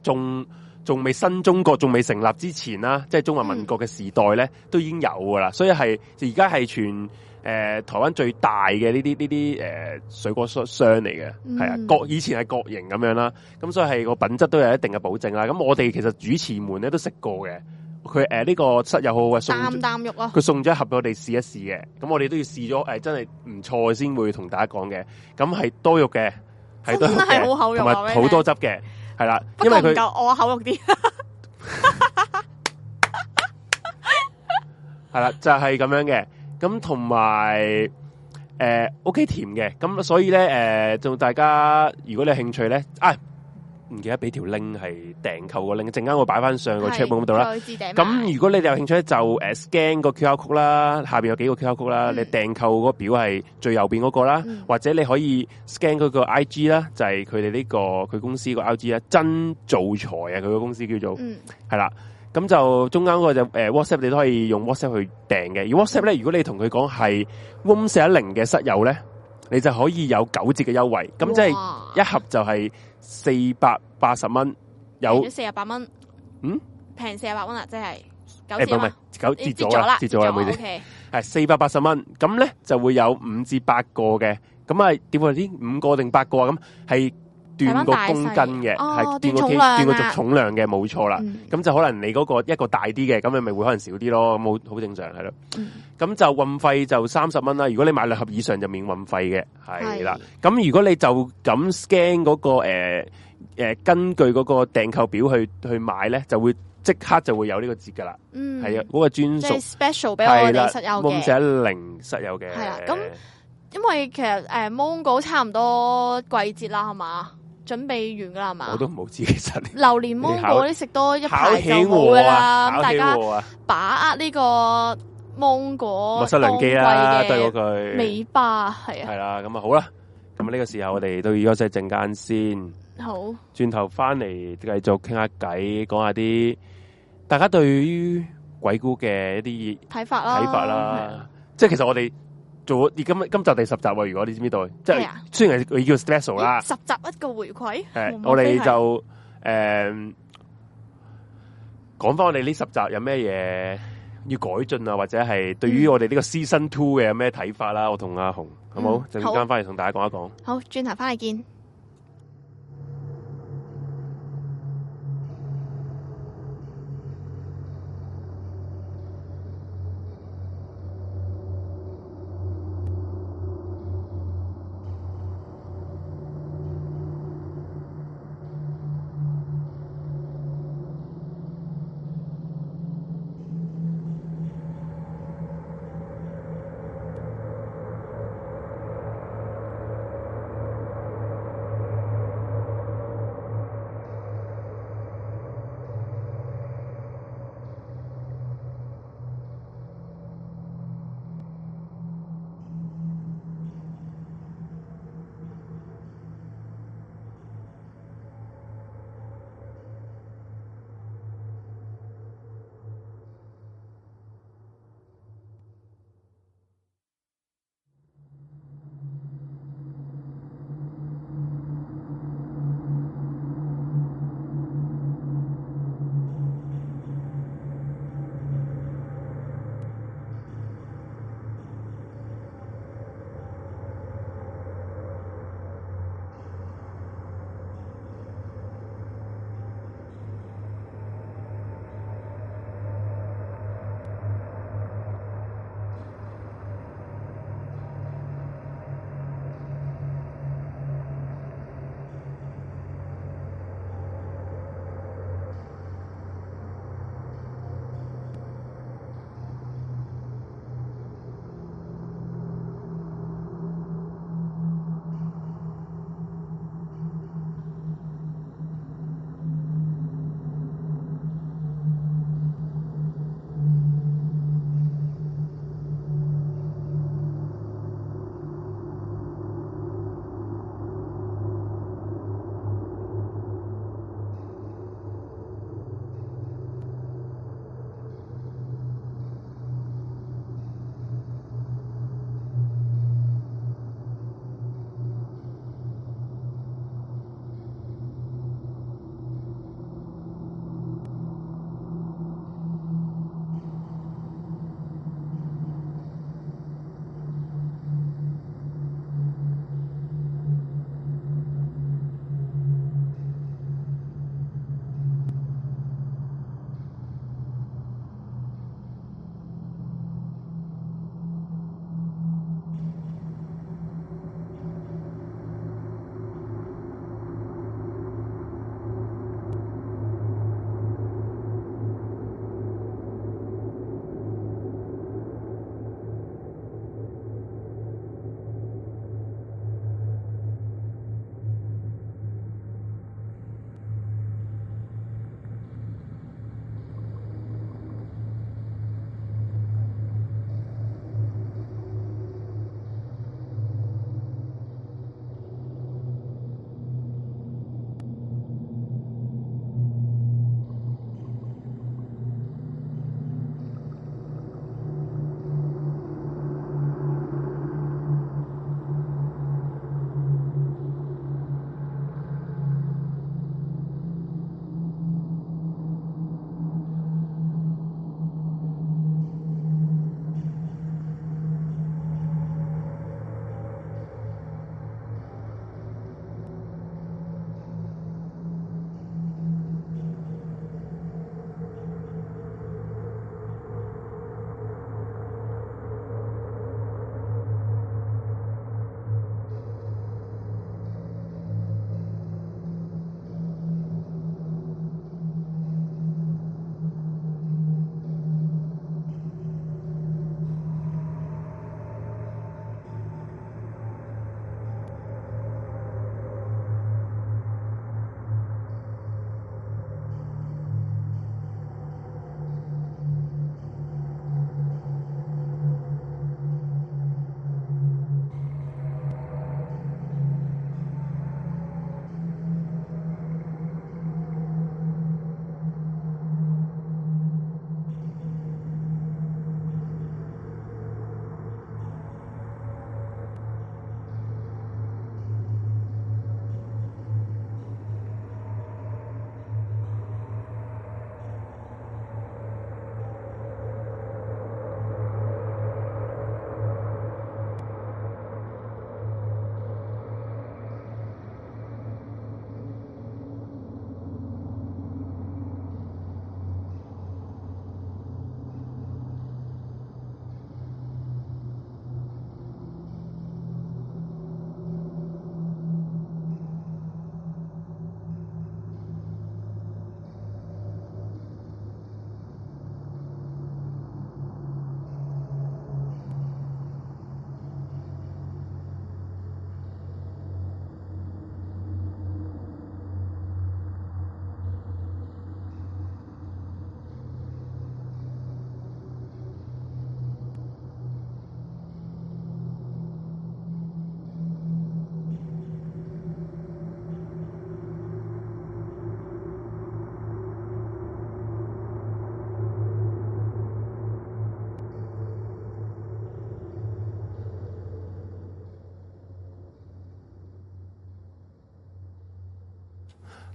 Speaker 2: 仲仲未新中國仲未成立之前啦，即係中華民國嘅時代咧，都已經有噶啦。所以係而家係全。誒、台灣最大嘅呢啲呢啲誒水果商商嚟嘅，係、啊
Speaker 1: 嗯，
Speaker 2: 各以前係各型咁樣啦，咁所以係個品質都有一定嘅保證啦。咁我哋其實主持們咧都食過嘅，佢誒呢個室友好好嘅送
Speaker 1: 擔擔肉咯，
Speaker 2: 佢送咗一盒俾我哋試一試嘅，咁我哋都要試咗，誒、真係唔錯先會同大家講嘅。咁係多肉嘅，係多肉
Speaker 1: 真係好厚
Speaker 2: 嘅，
Speaker 1: 肉
Speaker 2: 同
Speaker 1: 啊
Speaker 2: 埋
Speaker 1: 我覺得
Speaker 2: 好多汁嘅，係啦，
Speaker 1: 不
Speaker 2: 因為
Speaker 1: 過唔
Speaker 2: 佢
Speaker 1: 夠我口肉啲，
Speaker 2: 係啦，就係、咁樣嘅。咁同埋誒 OK 甜嘅，咁所以咧誒，呃仲、大家如果你有興趣咧，啊唔記得俾條 link 係訂購個 link，陣間我擺翻上個 chat room 度啦。
Speaker 1: 係，再置頂埋
Speaker 2: 咁如果你哋有興趣咧，就誒 scan 個 QR code 啦，下邊有幾個 QR code 啦，
Speaker 1: 嗯
Speaker 2: 你訂購嗰個表係最右邊嗰個啦，
Speaker 1: 嗯
Speaker 2: 或者你可以 scan 佢個 IG 啦，就係佢哋呢個佢公司個 IG 啦，真造材啊，佢個公司叫做
Speaker 1: 嗯
Speaker 2: 係啦。咁就中間嗰個就誒、呃 WhatsApp 你都可以用 WhatsApp 去訂嘅。而 WhatsApp 咧，如果你同佢講係 room 四一零嘅室友咧，你就可以有九折嘅優惠。咁即係
Speaker 1: 哇
Speaker 2: 一盒就係四百八十蚊，有
Speaker 1: 平咗四十八蚊，
Speaker 2: 嗯，
Speaker 1: 平四十八蚊啊，即係九
Speaker 2: 誒唔係
Speaker 1: 折啊
Speaker 2: 唔係
Speaker 1: 嘛，
Speaker 2: 九
Speaker 1: 你
Speaker 2: 折咗啦，折咗啦，唔好意思
Speaker 1: O。K，
Speaker 2: 系四百八十蚊，咁咧就會有五至八個嘅，咁啊點啊？呢五個定八個啊？咁係斷個公斤嘅，
Speaker 1: 睇返大細
Speaker 2: 係
Speaker 1: 哦
Speaker 2: 斷個
Speaker 1: 斷重量啊
Speaker 2: 斷個重量嘅，冇錯啦。
Speaker 1: 嗯
Speaker 2: 咁就可能你嗰個一個大啲嘅，咁你咪會可能少啲咯，咁好好正常係咯。
Speaker 1: 嗯
Speaker 2: 咁就運費就三十蚊啦，如果你買兩盒以上就免運費嘅，係啦
Speaker 1: 係。
Speaker 2: 咁如果你就咁 scan 嗰、個誒、呃根據嗰個訂購表去去買咧，就會即刻就會有呢個折噶啦，
Speaker 1: 嗯，
Speaker 2: 係啊、嗰個專
Speaker 1: 即
Speaker 2: 屬
Speaker 1: 係 special 俾我
Speaker 2: 係啦，
Speaker 1: 哋室友
Speaker 2: 蒙
Speaker 1: 嘅。
Speaker 2: 者零室友嘅，
Speaker 1: 係啦咁因为其实诶 Mongo 差唔多季节啦，系嘛，准备完噶啦，系嘛
Speaker 2: 我。都唔好知其實。
Speaker 1: 榴莲
Speaker 2: 你考
Speaker 1: Mongo 啲食多啊一
Speaker 2: 考
Speaker 1: 排就
Speaker 2: 起
Speaker 1: 冇
Speaker 2: 我
Speaker 1: 噶
Speaker 2: 啊！
Speaker 1: 啦，
Speaker 2: 考
Speaker 1: 咁大
Speaker 2: 起
Speaker 1: 家
Speaker 2: 我啊！
Speaker 1: 把握呢個芒果
Speaker 2: 麥失良機啦，對啊嗰
Speaker 1: 嗰
Speaker 2: 句
Speaker 1: 尾巴係啊，
Speaker 2: 係啦，咁啊好啦，咁呢個時候我哋都要休息陣間先，
Speaker 1: 好
Speaker 2: 轉頭翻嚟繼續傾下偈，講下啲大家對於鬼故嘅一啲
Speaker 1: 睇法啦，
Speaker 2: 睇法
Speaker 1: 係啊，
Speaker 2: 啦。即係其實我哋做咗今今集第十集啊，如果你知唔知道？即
Speaker 1: 咩
Speaker 2: 係
Speaker 1: 啊
Speaker 2: 雖然係佢叫 special 啦
Speaker 1: 咦，十集一個回饋，
Speaker 2: 诶、
Speaker 1: 冇乜
Speaker 2: 我哋
Speaker 1: 飛行
Speaker 2: 就诶讲翻我哋呢十集有咩嘢要改進啊，或者係對
Speaker 1: 嗯
Speaker 2: 於我哋呢個 Season Two 嘅有咩睇法啦、我同阿紅好冇
Speaker 1: 嗯？
Speaker 2: 陣
Speaker 1: 好
Speaker 2: 間翻嚟同大家講一講。
Speaker 1: 好轉頭翻嚟見。
Speaker 2: Hãy subscribe cho kênh Ghiền Mì Gõ Để không bỏ lỡ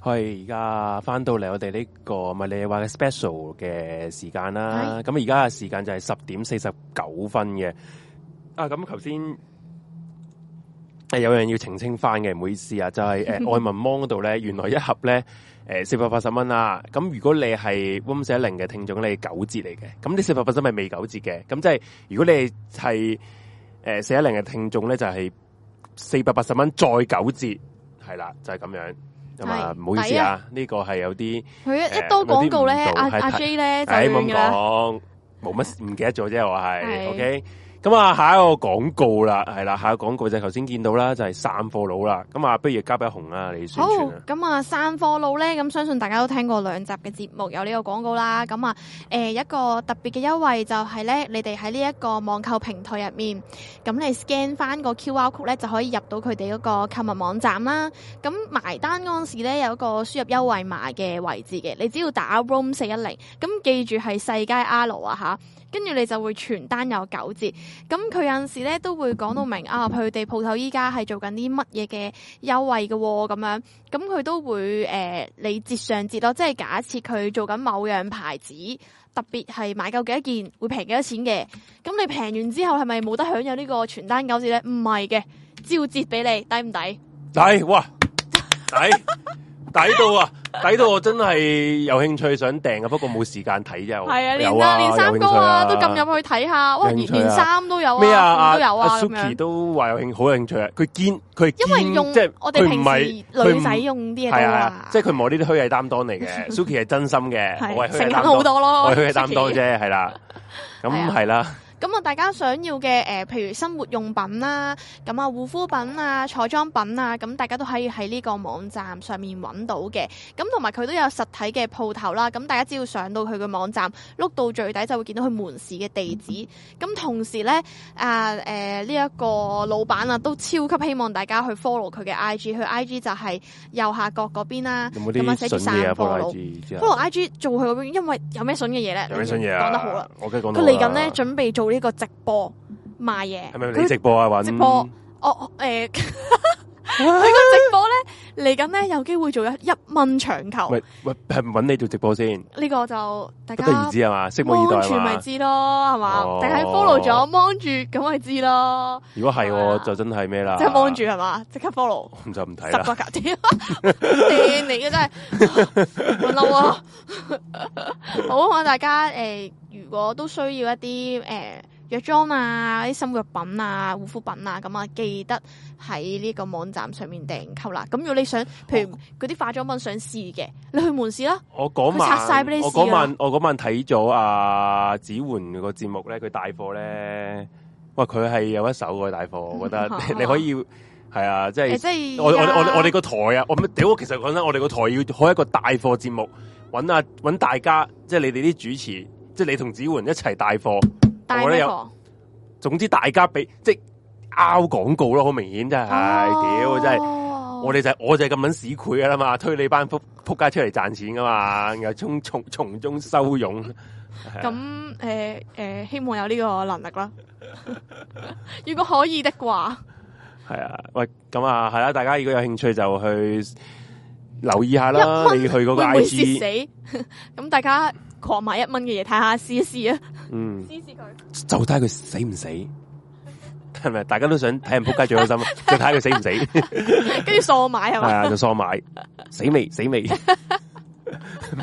Speaker 2: 係而家翻到嚟我哋呢、個咪你話嘅 special 嘅時間啦，咁而家嘅時間就係十點四十九分嘅。啊，咁頭先誒有樣要澄清翻嘅，唔好意思啊，就係、誒愛文芒嗰度咧，原來一盒咧誒四百八十蚊啦。咁如果你係 Room 四一零嘅聽眾，你係九折嚟嘅，咁呢四百八十係未九折嘅，咁即係如果你係誒四一零嘅聽眾咧，就係四百八十蚊再九折，係啦，就係、咁樣。咁啊，
Speaker 1: 係
Speaker 2: 唔好意思
Speaker 1: 抵
Speaker 2: 啊
Speaker 1: 啊，
Speaker 2: 呢個係有啲，
Speaker 1: 佢一
Speaker 2: 誒
Speaker 1: 一多廣告咧，
Speaker 2: 有啲唔
Speaker 1: 阿
Speaker 2: 同係
Speaker 1: 阿
Speaker 2: 睇
Speaker 1: J 咧就
Speaker 2: 唉，冇
Speaker 1: 亂
Speaker 2: 咁
Speaker 1: 噶啦，
Speaker 2: 講，冇乜唔記得咗啫，我係
Speaker 1: 係
Speaker 2: OK。咁啊，下一個廣告啦，係啦，下一個廣告就係頭先見到啦，就係散貨佬啦。咁啊，不如交俾阿紅啊，你宣
Speaker 1: 好
Speaker 2: 傳啊。
Speaker 1: 咁啊，散貨路咧，咁相信大家都聽過兩集嘅節目有呢個廣告啦。咁啊，誒、一個特別嘅優惠就係咧，你哋喺呢一個網購平台入面，咁你 scan 翻個 QR code 咧，就可以入到佢哋嗰個購物網站啦。咁埋單嗰陣時咧，有一個輸入優惠碼嘅位置嘅，你只要打 room 四一零，咁記住係世界 R 啊吓，跟住你就會全單有九折。咁佢有陣時咧都會講到明啊，佢哋鋪頭依家係做緊啲乜嘢嘅優惠嘅喎，咁樣。咁佢都會誒、呃你折上折咯，即係假設佢做緊某樣牌子，特別係買夠幾多件會平幾多錢嘅。咁你平完之後係咪冇得享有呢個全單九折咧？唔係嘅，照折俾你，抵唔抵？
Speaker 2: 抵哎哇，抵抵到啊，抵到我真係有興趣想訂啊，不過冇時間睇啫。我
Speaker 1: 係啊，連
Speaker 2: 有啊，
Speaker 1: 連三哥啊
Speaker 2: 有興
Speaker 1: 都
Speaker 2: 趣
Speaker 1: 撳入去睇下，哇，
Speaker 2: 有
Speaker 1: 連
Speaker 2: 興趣啊
Speaker 1: 連衫都有啊，
Speaker 2: 咩啊？
Speaker 1: 褲都有
Speaker 2: 阿
Speaker 1: 啊
Speaker 2: 阿
Speaker 1: 咁
Speaker 2: Suki
Speaker 1: 樣。
Speaker 2: 都話有興好有興趣啊！佢堅佢堅
Speaker 1: 因為用
Speaker 2: 即係
Speaker 1: 我哋
Speaker 2: 佢
Speaker 1: 平
Speaker 2: 唔係
Speaker 1: 時
Speaker 2: 佢
Speaker 1: 女
Speaker 2: 唔
Speaker 1: 仔用啲嘢
Speaker 2: 係
Speaker 1: 多
Speaker 2: 啊
Speaker 1: 啊，，
Speaker 2: 即係佢唔係我呢啲虛偽擔當嚟
Speaker 1: [LAUGHS]
Speaker 2: 嘅，Suki 係真心嘅，我係
Speaker 1: 係
Speaker 2: 虛偽
Speaker 1: 誠懇
Speaker 2: 擔當
Speaker 1: 好多咯。
Speaker 2: 我係虛偽擔
Speaker 1: Suki
Speaker 2: 當啫，係啦，
Speaker 1: 係
Speaker 2: 咁
Speaker 1: 啊
Speaker 2: 係啦，
Speaker 1: 咁啊，大家想要嘅誒、呃譬如生活用品啦，咁啊護膚品啊、彩妝品啊，咁大家都可以喺呢個網站上面揾到嘅。咁同埋佢都有實體嘅鋪頭啦，咁大家只要上到佢嘅網站，碌到最底就會見到佢門市嘅地址。咁同時呢，啊誒呢一個老闆啊，都超級希望大家去 follow 佢嘅 IG，佢 IG 就係右下角嗰邊啦。
Speaker 2: 有冇
Speaker 1: 咁啊
Speaker 2: 啲
Speaker 1: 寫住
Speaker 2: 筍嘢啊
Speaker 1: 散貨
Speaker 2: ？follow
Speaker 1: 佬
Speaker 2: IG 之後
Speaker 1: follow IG 做佢嗰邊，因為有咩筍嘅嘢呢？
Speaker 2: 有咩筍嘢啊？
Speaker 1: 講得好啦。，
Speaker 2: 我梗係講
Speaker 1: 佢
Speaker 2: 得
Speaker 1: 嚟
Speaker 2: 好
Speaker 1: 緊
Speaker 2: 啦
Speaker 1: 咧，準備做呢個直播賣嘢。
Speaker 2: 係咪
Speaker 1: 佢
Speaker 2: 你直播啊？揾
Speaker 1: 直播哦誒， [LAUGHS] 佢、個直播咧嚟緊咧有機會做一一蚊長球，呢、
Speaker 2: 喂喂，係揾你做直播先，
Speaker 1: 個就大
Speaker 2: 不得而
Speaker 1: 家
Speaker 2: 知係嘛？拭目以
Speaker 1: 望
Speaker 2: 待
Speaker 1: 住
Speaker 2: 係
Speaker 1: 咪
Speaker 2: 嘛？
Speaker 1: 知咯，係嘛？
Speaker 2: 哦
Speaker 1: 大家 follow 咗望住咁咪知咯，
Speaker 2: 如果係
Speaker 1: 係
Speaker 2: 喎，
Speaker 1: 嘛
Speaker 2: 就真係咩啦？
Speaker 1: 即係望住係嘛？即刻 follow
Speaker 2: 咁 [LAUGHS] 就唔睇
Speaker 1: 十
Speaker 2: 啦。
Speaker 1: 個球， [LAUGHS] 屌掟你嘅真係，好嬲啊！好啊，大家誒、如果都需要一啲誒、藥妝啊、啲生活品啊、護膚品啊，咁啊，記得喺呢個網站上面訂購啦。咁如果你想，譬如嗰啲化妝品想試嘅，你去門市啦。
Speaker 2: 我嗰
Speaker 1: 佢拆晒俾
Speaker 2: 晚，
Speaker 1: 你試
Speaker 2: 我
Speaker 1: 啊
Speaker 2: 嗰晚，我嗰晚睇咗阿子桓個節目咧，佢帶貨咧，哇！佢係有一手嘅帶貨，我
Speaker 1: [LAUGHS]
Speaker 2: 覺得
Speaker 1: 嗯
Speaker 2: 你可以係啊，即係
Speaker 1: 誒，即係
Speaker 2: 我我
Speaker 1: 而家
Speaker 2: 我我哋個台啊，我咪屌！其實講真，我哋個台要開一個大貨節目，揾啊揾大家，即係你哋啲主持，即係你同子桓一齊帶貨。
Speaker 1: 大
Speaker 2: 我咧
Speaker 1: 咩
Speaker 2: 有
Speaker 1: 貨
Speaker 2: 總之大家俾即係拗廣告咯，好明顯真係，
Speaker 1: 哦
Speaker 2: 屌真係！我
Speaker 1: 我
Speaker 2: 哋就係我就係咁撚屎攰噶啦嘛，推你班仆仆街出嚟賺錢噶嘛，然後從從從中收傭。啊
Speaker 1: 咁誒誒，希望有呢個能力啦。 [LAUGHS] 如果可以的話。
Speaker 2: 係啊，喂，咁啊，係啦，大家如果有興趣就去留意下啦
Speaker 1: 一，蚊
Speaker 2: 你去嗰個
Speaker 1: 會唔
Speaker 2: I
Speaker 1: 會蝕
Speaker 2: G，
Speaker 1: [LAUGHS] 死？咁大家狂買一蚊嘅嘢睇下，試一試啊，
Speaker 2: 嗯，
Speaker 1: 試 [LAUGHS] 試佢。
Speaker 2: 就睇下佢死唔死，係咪？大家都想睇人仆街最開心，啊就睇下佢死唔死。
Speaker 1: 跟住傻買係
Speaker 2: 系
Speaker 1: 嘛？
Speaker 2: 啊，就喪買，死 [LAUGHS] 未？死未？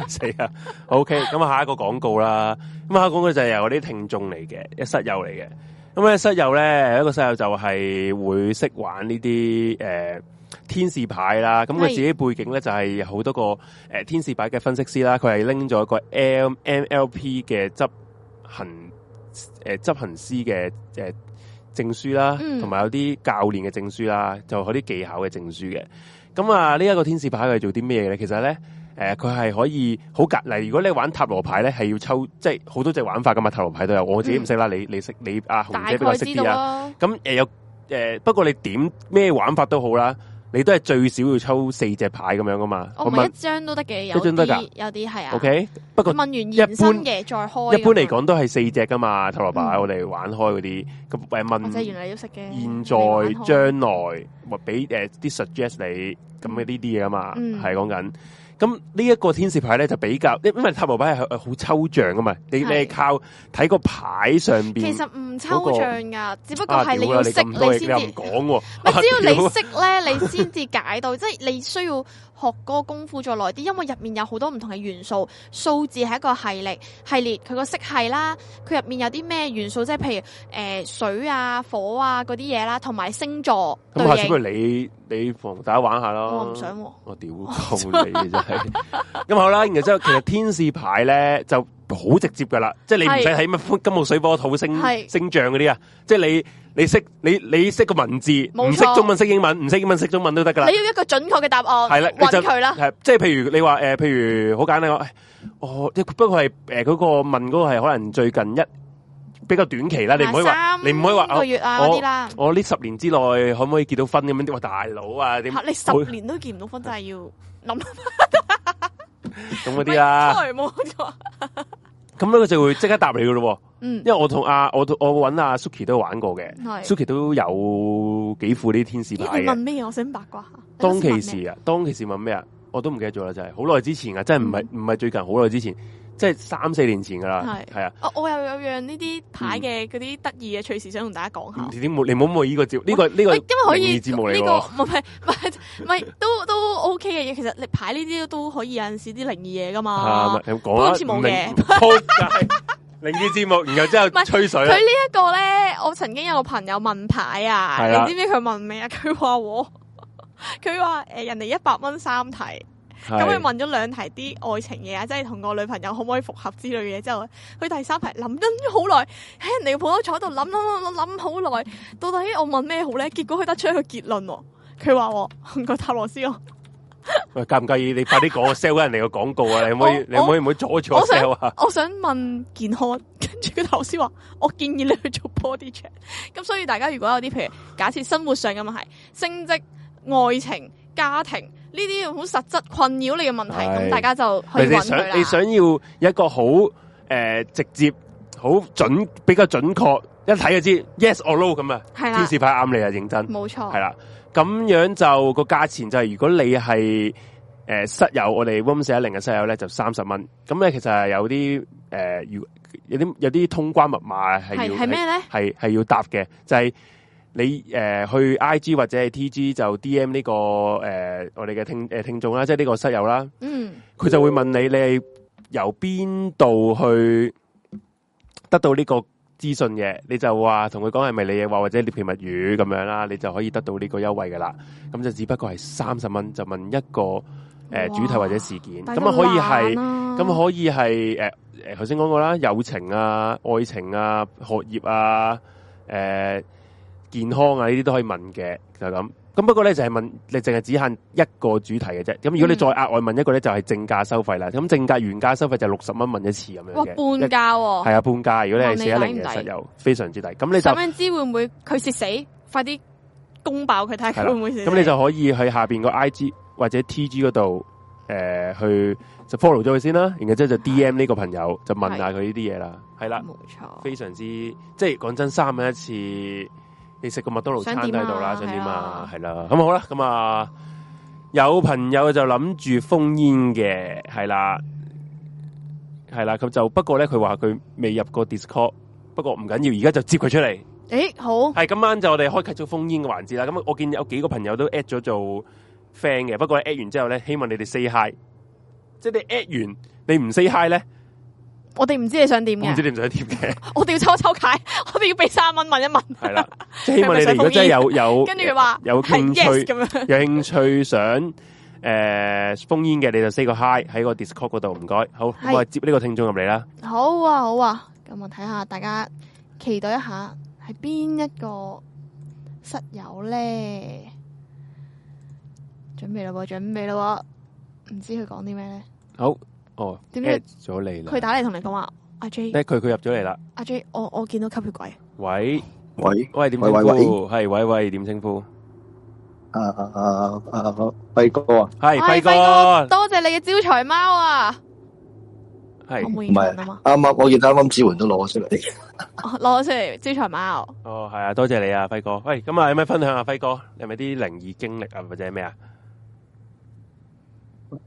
Speaker 2: 死啊！OK，咁啊，下一個廣告啦。咁啊，下一個廣告就係由我啲聽眾嚟嘅，一室友嚟嘅。咁咧，室友咧，有一個室友就係會識玩呢啲誒天使牌啦。咁佢
Speaker 1: 係
Speaker 2: 自己背景咧就係有好多個誒、呃天使牌嘅分析師啦。佢係拎咗一個 M M L P 嘅執行誒執呃行師嘅誒證書啦，
Speaker 1: 嗯
Speaker 2: 同埋、有啲教練嘅證書啦，就有啲技巧嘅證書嘅。咁啊，呢、一個天使牌佢係做啲咩嘅咧？其實咧，誒、呃佢係可以好隔例。如果你玩塔羅牌咧，係要抽，即係好多隻玩法噶嘛。塔羅牌都有，我自己唔識啦。你你識你阿紅
Speaker 1: 嗯大
Speaker 2: 姐比較
Speaker 1: 概
Speaker 2: 識
Speaker 1: 知
Speaker 2: 啲啊呃
Speaker 1: 道啊
Speaker 2: 啦。
Speaker 1: 啦。
Speaker 2: 咁誒、有誒、不過你點咩玩法都好啦，你都係最少要抽四隻牌咁樣噶嘛。
Speaker 1: 我
Speaker 2: 我
Speaker 1: 唔哦係一
Speaker 2: 問
Speaker 1: 張都得嘅，有
Speaker 2: 一張得㗎
Speaker 1: 啲有啲係啊。
Speaker 2: ，OK，不過
Speaker 1: 問完延伸嘅再開。
Speaker 2: 一般嚟，講都係四隻噶嘛，塔羅牌
Speaker 1: 嗯
Speaker 2: 我哋玩開嗰啲，咁誒
Speaker 1: 或者原
Speaker 2: 問
Speaker 1: 來要識嘅。
Speaker 2: 現
Speaker 1: 未
Speaker 2: 在、
Speaker 1: 玩開
Speaker 2: 將來或俾誒啲 suggest 你咁嘅呢啲嘢啊嘛，
Speaker 1: 嗯
Speaker 2: 係講緊。咁呢一個天使牌咧就比較，因因為塔羅牌係係好抽象啊噶嘛，你你係
Speaker 1: 係
Speaker 2: 靠睇個牌上邊。
Speaker 1: 其實唔抽象噶，只不過
Speaker 2: 啊
Speaker 1: 係
Speaker 2: 屌
Speaker 1: 要
Speaker 2: 啊
Speaker 1: 識
Speaker 2: 咁多嘢
Speaker 1: 先
Speaker 2: 你又
Speaker 1: 至
Speaker 2: 唔。講喎，
Speaker 1: 唔係只要 [LAUGHS] 你
Speaker 2: 啊
Speaker 1: 識咧，你先至解到，即係你需要學嗰個功夫再耐啲，因為入面有好多唔同嘅元素，數字係一個系列系列，佢個色系啦，佢入面有啲咩元素，即係譬如诶、呃水啊、火啊嗰啲嘢啦，同埋星座
Speaker 2: 屌
Speaker 1: 對
Speaker 2: 咁下次不
Speaker 1: 應。
Speaker 2: 如你你同大家玩下咯。
Speaker 1: 我唔想喎，
Speaker 2: 我屌鳩你啊真係。 [LAUGHS] 咁好啦，然之後其實天使牌咧就好直接噶啦，即係你唔使睇乜金木水火土星
Speaker 1: 係
Speaker 2: 星象嗰啲啊，即係你你識你你識個文字，
Speaker 1: 冇錯
Speaker 2: 唔識中文識英文，唔識英文識中文都得噶啦
Speaker 1: 你。要一個準確嘅答案，
Speaker 2: 係啦，你
Speaker 1: 揾
Speaker 2: 就
Speaker 1: 佢啦，
Speaker 2: 係即係譬如你話誒，譬如好簡單講，我即係不過係誒嗰個問嗰個係可能最近一比較短期啦，你唔可以話
Speaker 1: 三
Speaker 2: 你唔可以話
Speaker 1: 個月啊嗰啲啦。
Speaker 2: 我呢十年之內可唔可以結到婚咁樣？哇，大佬啊，點
Speaker 1: 嚇你 [LAUGHS]
Speaker 2: 好
Speaker 1: 十年都見唔到婚，真係要諗
Speaker 2: 咁嗰啲啊啦？
Speaker 1: sorry，冇錯。
Speaker 2: 咁咧佢就會即刻答你噶咯
Speaker 1: 嗯
Speaker 2: 喎，，因為我同阿我我揾阿 Suki 都有玩過嘅
Speaker 1: 係
Speaker 2: ，Suki 都有幾副呢啲天使
Speaker 1: 咦
Speaker 2: 牌
Speaker 1: 你問
Speaker 2: 嘅。
Speaker 1: 咩？我想八卦下。你
Speaker 2: 當其
Speaker 1: 頭先問咩
Speaker 2: 時啊，當其時問咩啊？我都唔記得咗啦，就係好耐之前啊，真係唔係唔係最近，好耐之前，即係三四年前噶啦，
Speaker 1: 嗯係
Speaker 2: 係啊。
Speaker 1: 哦，我又有樣呢啲牌
Speaker 2: 嗯
Speaker 1: 嘅嗰啲得意嘅趣事想同大家講下。
Speaker 2: 唔知點冇你冇冇呢個節目呢個嗯呢個
Speaker 1: 啊喂，因為可以
Speaker 2: 靈異節目嚟
Speaker 1: 呢
Speaker 2: 喎，
Speaker 1: 個唔係唔係唔係都都 OK 嘅嘢。其實你牌呢啲都可以有陣時啲靈異嘢噶
Speaker 2: 啊
Speaker 1: 嘛
Speaker 2: 咪。你講啊，
Speaker 1: 好似冇
Speaker 2: 唔
Speaker 1: 嘅
Speaker 2: 靈仆街靈異節目，然後之
Speaker 1: [LAUGHS] 唔係
Speaker 2: 後吹水啊
Speaker 1: 佢
Speaker 2: 啦
Speaker 1: 呢，一個咧，我曾經有個朋友問牌啊，
Speaker 2: 係啦
Speaker 1: 你知唔知佢問咩啊？佢話我， [LAUGHS] 佢話誒人哋一百蚊三題。咁佢
Speaker 2: 係
Speaker 1: 問咗兩題啲愛情嘢啊，即係同個女朋友可唔可以復合之類嘅嘢之後，佢第三題諗咗好耐，喺人哋個鋪頭坐喺度諗諗諗諗諗好耐，到底我問咩好咧？結果佢得出一個結論喎，佢話我唔該塔羅斯我，
Speaker 2: 喂介唔介意？你快啲講 sell 緊人哋個廣告啊！你可唔可以
Speaker 1: 我
Speaker 2: 你可唔可以唔好阻住我
Speaker 1: 我想
Speaker 2: sell 啊？
Speaker 1: 我想問健康，跟住佢頭先話我建議你去做 body check，咁所以大家如果有啲譬如假設生活上嘅問題、升職、愛情、家庭呢啲好實質困擾你嘅問題，
Speaker 2: 係
Speaker 1: 咁大家就去
Speaker 2: 你你
Speaker 1: 揾佢
Speaker 2: 想你
Speaker 1: 啦。
Speaker 2: 想要有一個好誒直接、好準、比較準確，一睇就知 yes or no 咁啊！
Speaker 1: 係
Speaker 2: 天
Speaker 1: 啦，
Speaker 2: 使牌啱你啊，認真。
Speaker 1: 冇錯
Speaker 2: 系。啦，咁樣就個價錢就係如果你係诶、呃室友，我哋 room 四一零嘅室友咧就三十蚊。咁咧其實係有啲诶，如、有啲有啲通關密碼係
Speaker 1: 係
Speaker 2: 要
Speaker 1: 係咩咧？
Speaker 2: 係係要答嘅，就係你诶、呃去 I G 或者係 T G 就 D M 呢、個个呃我哋嘅聽诶、聽眾啦，即係呢個室友啦，
Speaker 1: 嗯，
Speaker 2: 佢就會問你你係由邊度去得到呢個資訊嘅，你就話同佢講係咪你嘅話或者獵奇物語咁樣啦，你就可以得到呢個優惠噶啦。咁就只不過係三十蚊，就問一個诶、呃
Speaker 1: 哇
Speaker 2: 主題或者事件，
Speaker 1: 大
Speaker 2: 咁
Speaker 1: 家
Speaker 2: 啊可以
Speaker 1: 懶
Speaker 2: 係，
Speaker 1: 啦
Speaker 2: 咁可以係诶诶頭先講過啦，友情啊、愛情啊、學業啊、诶、健康啊呢啲都可以問嘅，就係咁、咁不過咧就係問你淨係只限一個主題嘅啫。咁如果你
Speaker 1: 嗯
Speaker 2: 再額外問一個咧，就係正價收費啦。咁正價原價收費就六十蚊問一次咁樣
Speaker 1: 哇
Speaker 2: 嘅，
Speaker 1: 半價喎、
Speaker 2: 係啊半價。如果你係
Speaker 1: 問
Speaker 2: 四
Speaker 1: 你
Speaker 2: 一零
Speaker 1: 抵
Speaker 2: 嘅
Speaker 1: 唔抵
Speaker 2: 室友，非常之抵。咁你就
Speaker 1: 想唔想知會唔會佢蝕死？快啲公爆佢睇
Speaker 2: 係
Speaker 1: 下
Speaker 2: 啦
Speaker 1: 佢會唔會蝕死？
Speaker 2: 咁你就可以去下邊個 I G 或者 T G 嗰度誒去就 follow 咗佢先啦。然後之後就 D M 呢個朋友就問下佢呢啲嘢啦。係啦，
Speaker 1: 冇錯。
Speaker 2: 非常之即係講真，三蚊一次，你食個麥當勞餐都喺度啦，想
Speaker 1: 想點
Speaker 2: 點
Speaker 1: 啊
Speaker 2: 啊？係啦，咁好啦，咁啊，有朋友就諗住封煙嘅，係啦，係啦，咁就不過咧，佢話佢未入過 Discord，不過唔緊要，而家就接佢出嚟。
Speaker 1: 誒、好，
Speaker 2: 係今晚就我哋開啟咗封煙嘅環節啦。咁我見有幾個朋友都 at 咗做 friend 嘅，不過 at 完之後咧，希望你哋 say hi，即係你 at 完你唔 say hi 咧，
Speaker 1: 我哋唔知你想點啊
Speaker 2: 我唔知
Speaker 1: 嘅，
Speaker 2: 你唔想點嘅。
Speaker 1: 我哋要抽抽解，我哋要俾三蚊問一問，
Speaker 2: 系啦， [LAUGHS] 即系希望你哋如果真系有有，
Speaker 1: 跟住佢話
Speaker 2: 有
Speaker 1: 係
Speaker 2: 興
Speaker 1: yes
Speaker 2: 趣
Speaker 1: 咁樣。
Speaker 2: 有興趣想诶封煙嘅，你就 say 個 hi 喺個 Discord 嗰度，唔該。好，
Speaker 1: 係
Speaker 2: 我哋接呢個聽眾入嚟啦。
Speaker 1: 好啊，好啊，咁我睇下大家期待一下係邊一個室友咧？準備啦喎，準備啦喎，唔知佢講啲咩咧？
Speaker 2: 好，哦
Speaker 1: 點解
Speaker 2: ，at 咗你啦
Speaker 1: 佢，打嚟同你講話，阿 J，
Speaker 2: 咧佢佢入咗嚟啦。
Speaker 1: 阿 J，我我見到吸血鬼。
Speaker 2: 喂
Speaker 3: 喂，
Speaker 2: 喂，點稱
Speaker 3: 喂喂
Speaker 2: 呼？係喂喂，點稱呼？
Speaker 3: 啊啊啊啊辉哥啊，
Speaker 2: 系辉
Speaker 1: 哎
Speaker 2: 哥，
Speaker 1: 多謝你嘅招財貓啊！我
Speaker 2: 系
Speaker 1: 冇認同啊嘛，
Speaker 3: 啱啱我見啱啱志媛都攞咗出
Speaker 1: [LAUGHS]
Speaker 3: 嚟，
Speaker 1: 哦攞咗出嚟招財貓。
Speaker 2: 哦，系啊，多谢你啊，辉哥。喂，咁啊，有咩分享啊，辉哥？你係咪啲灵异经历啊，或者咩啊？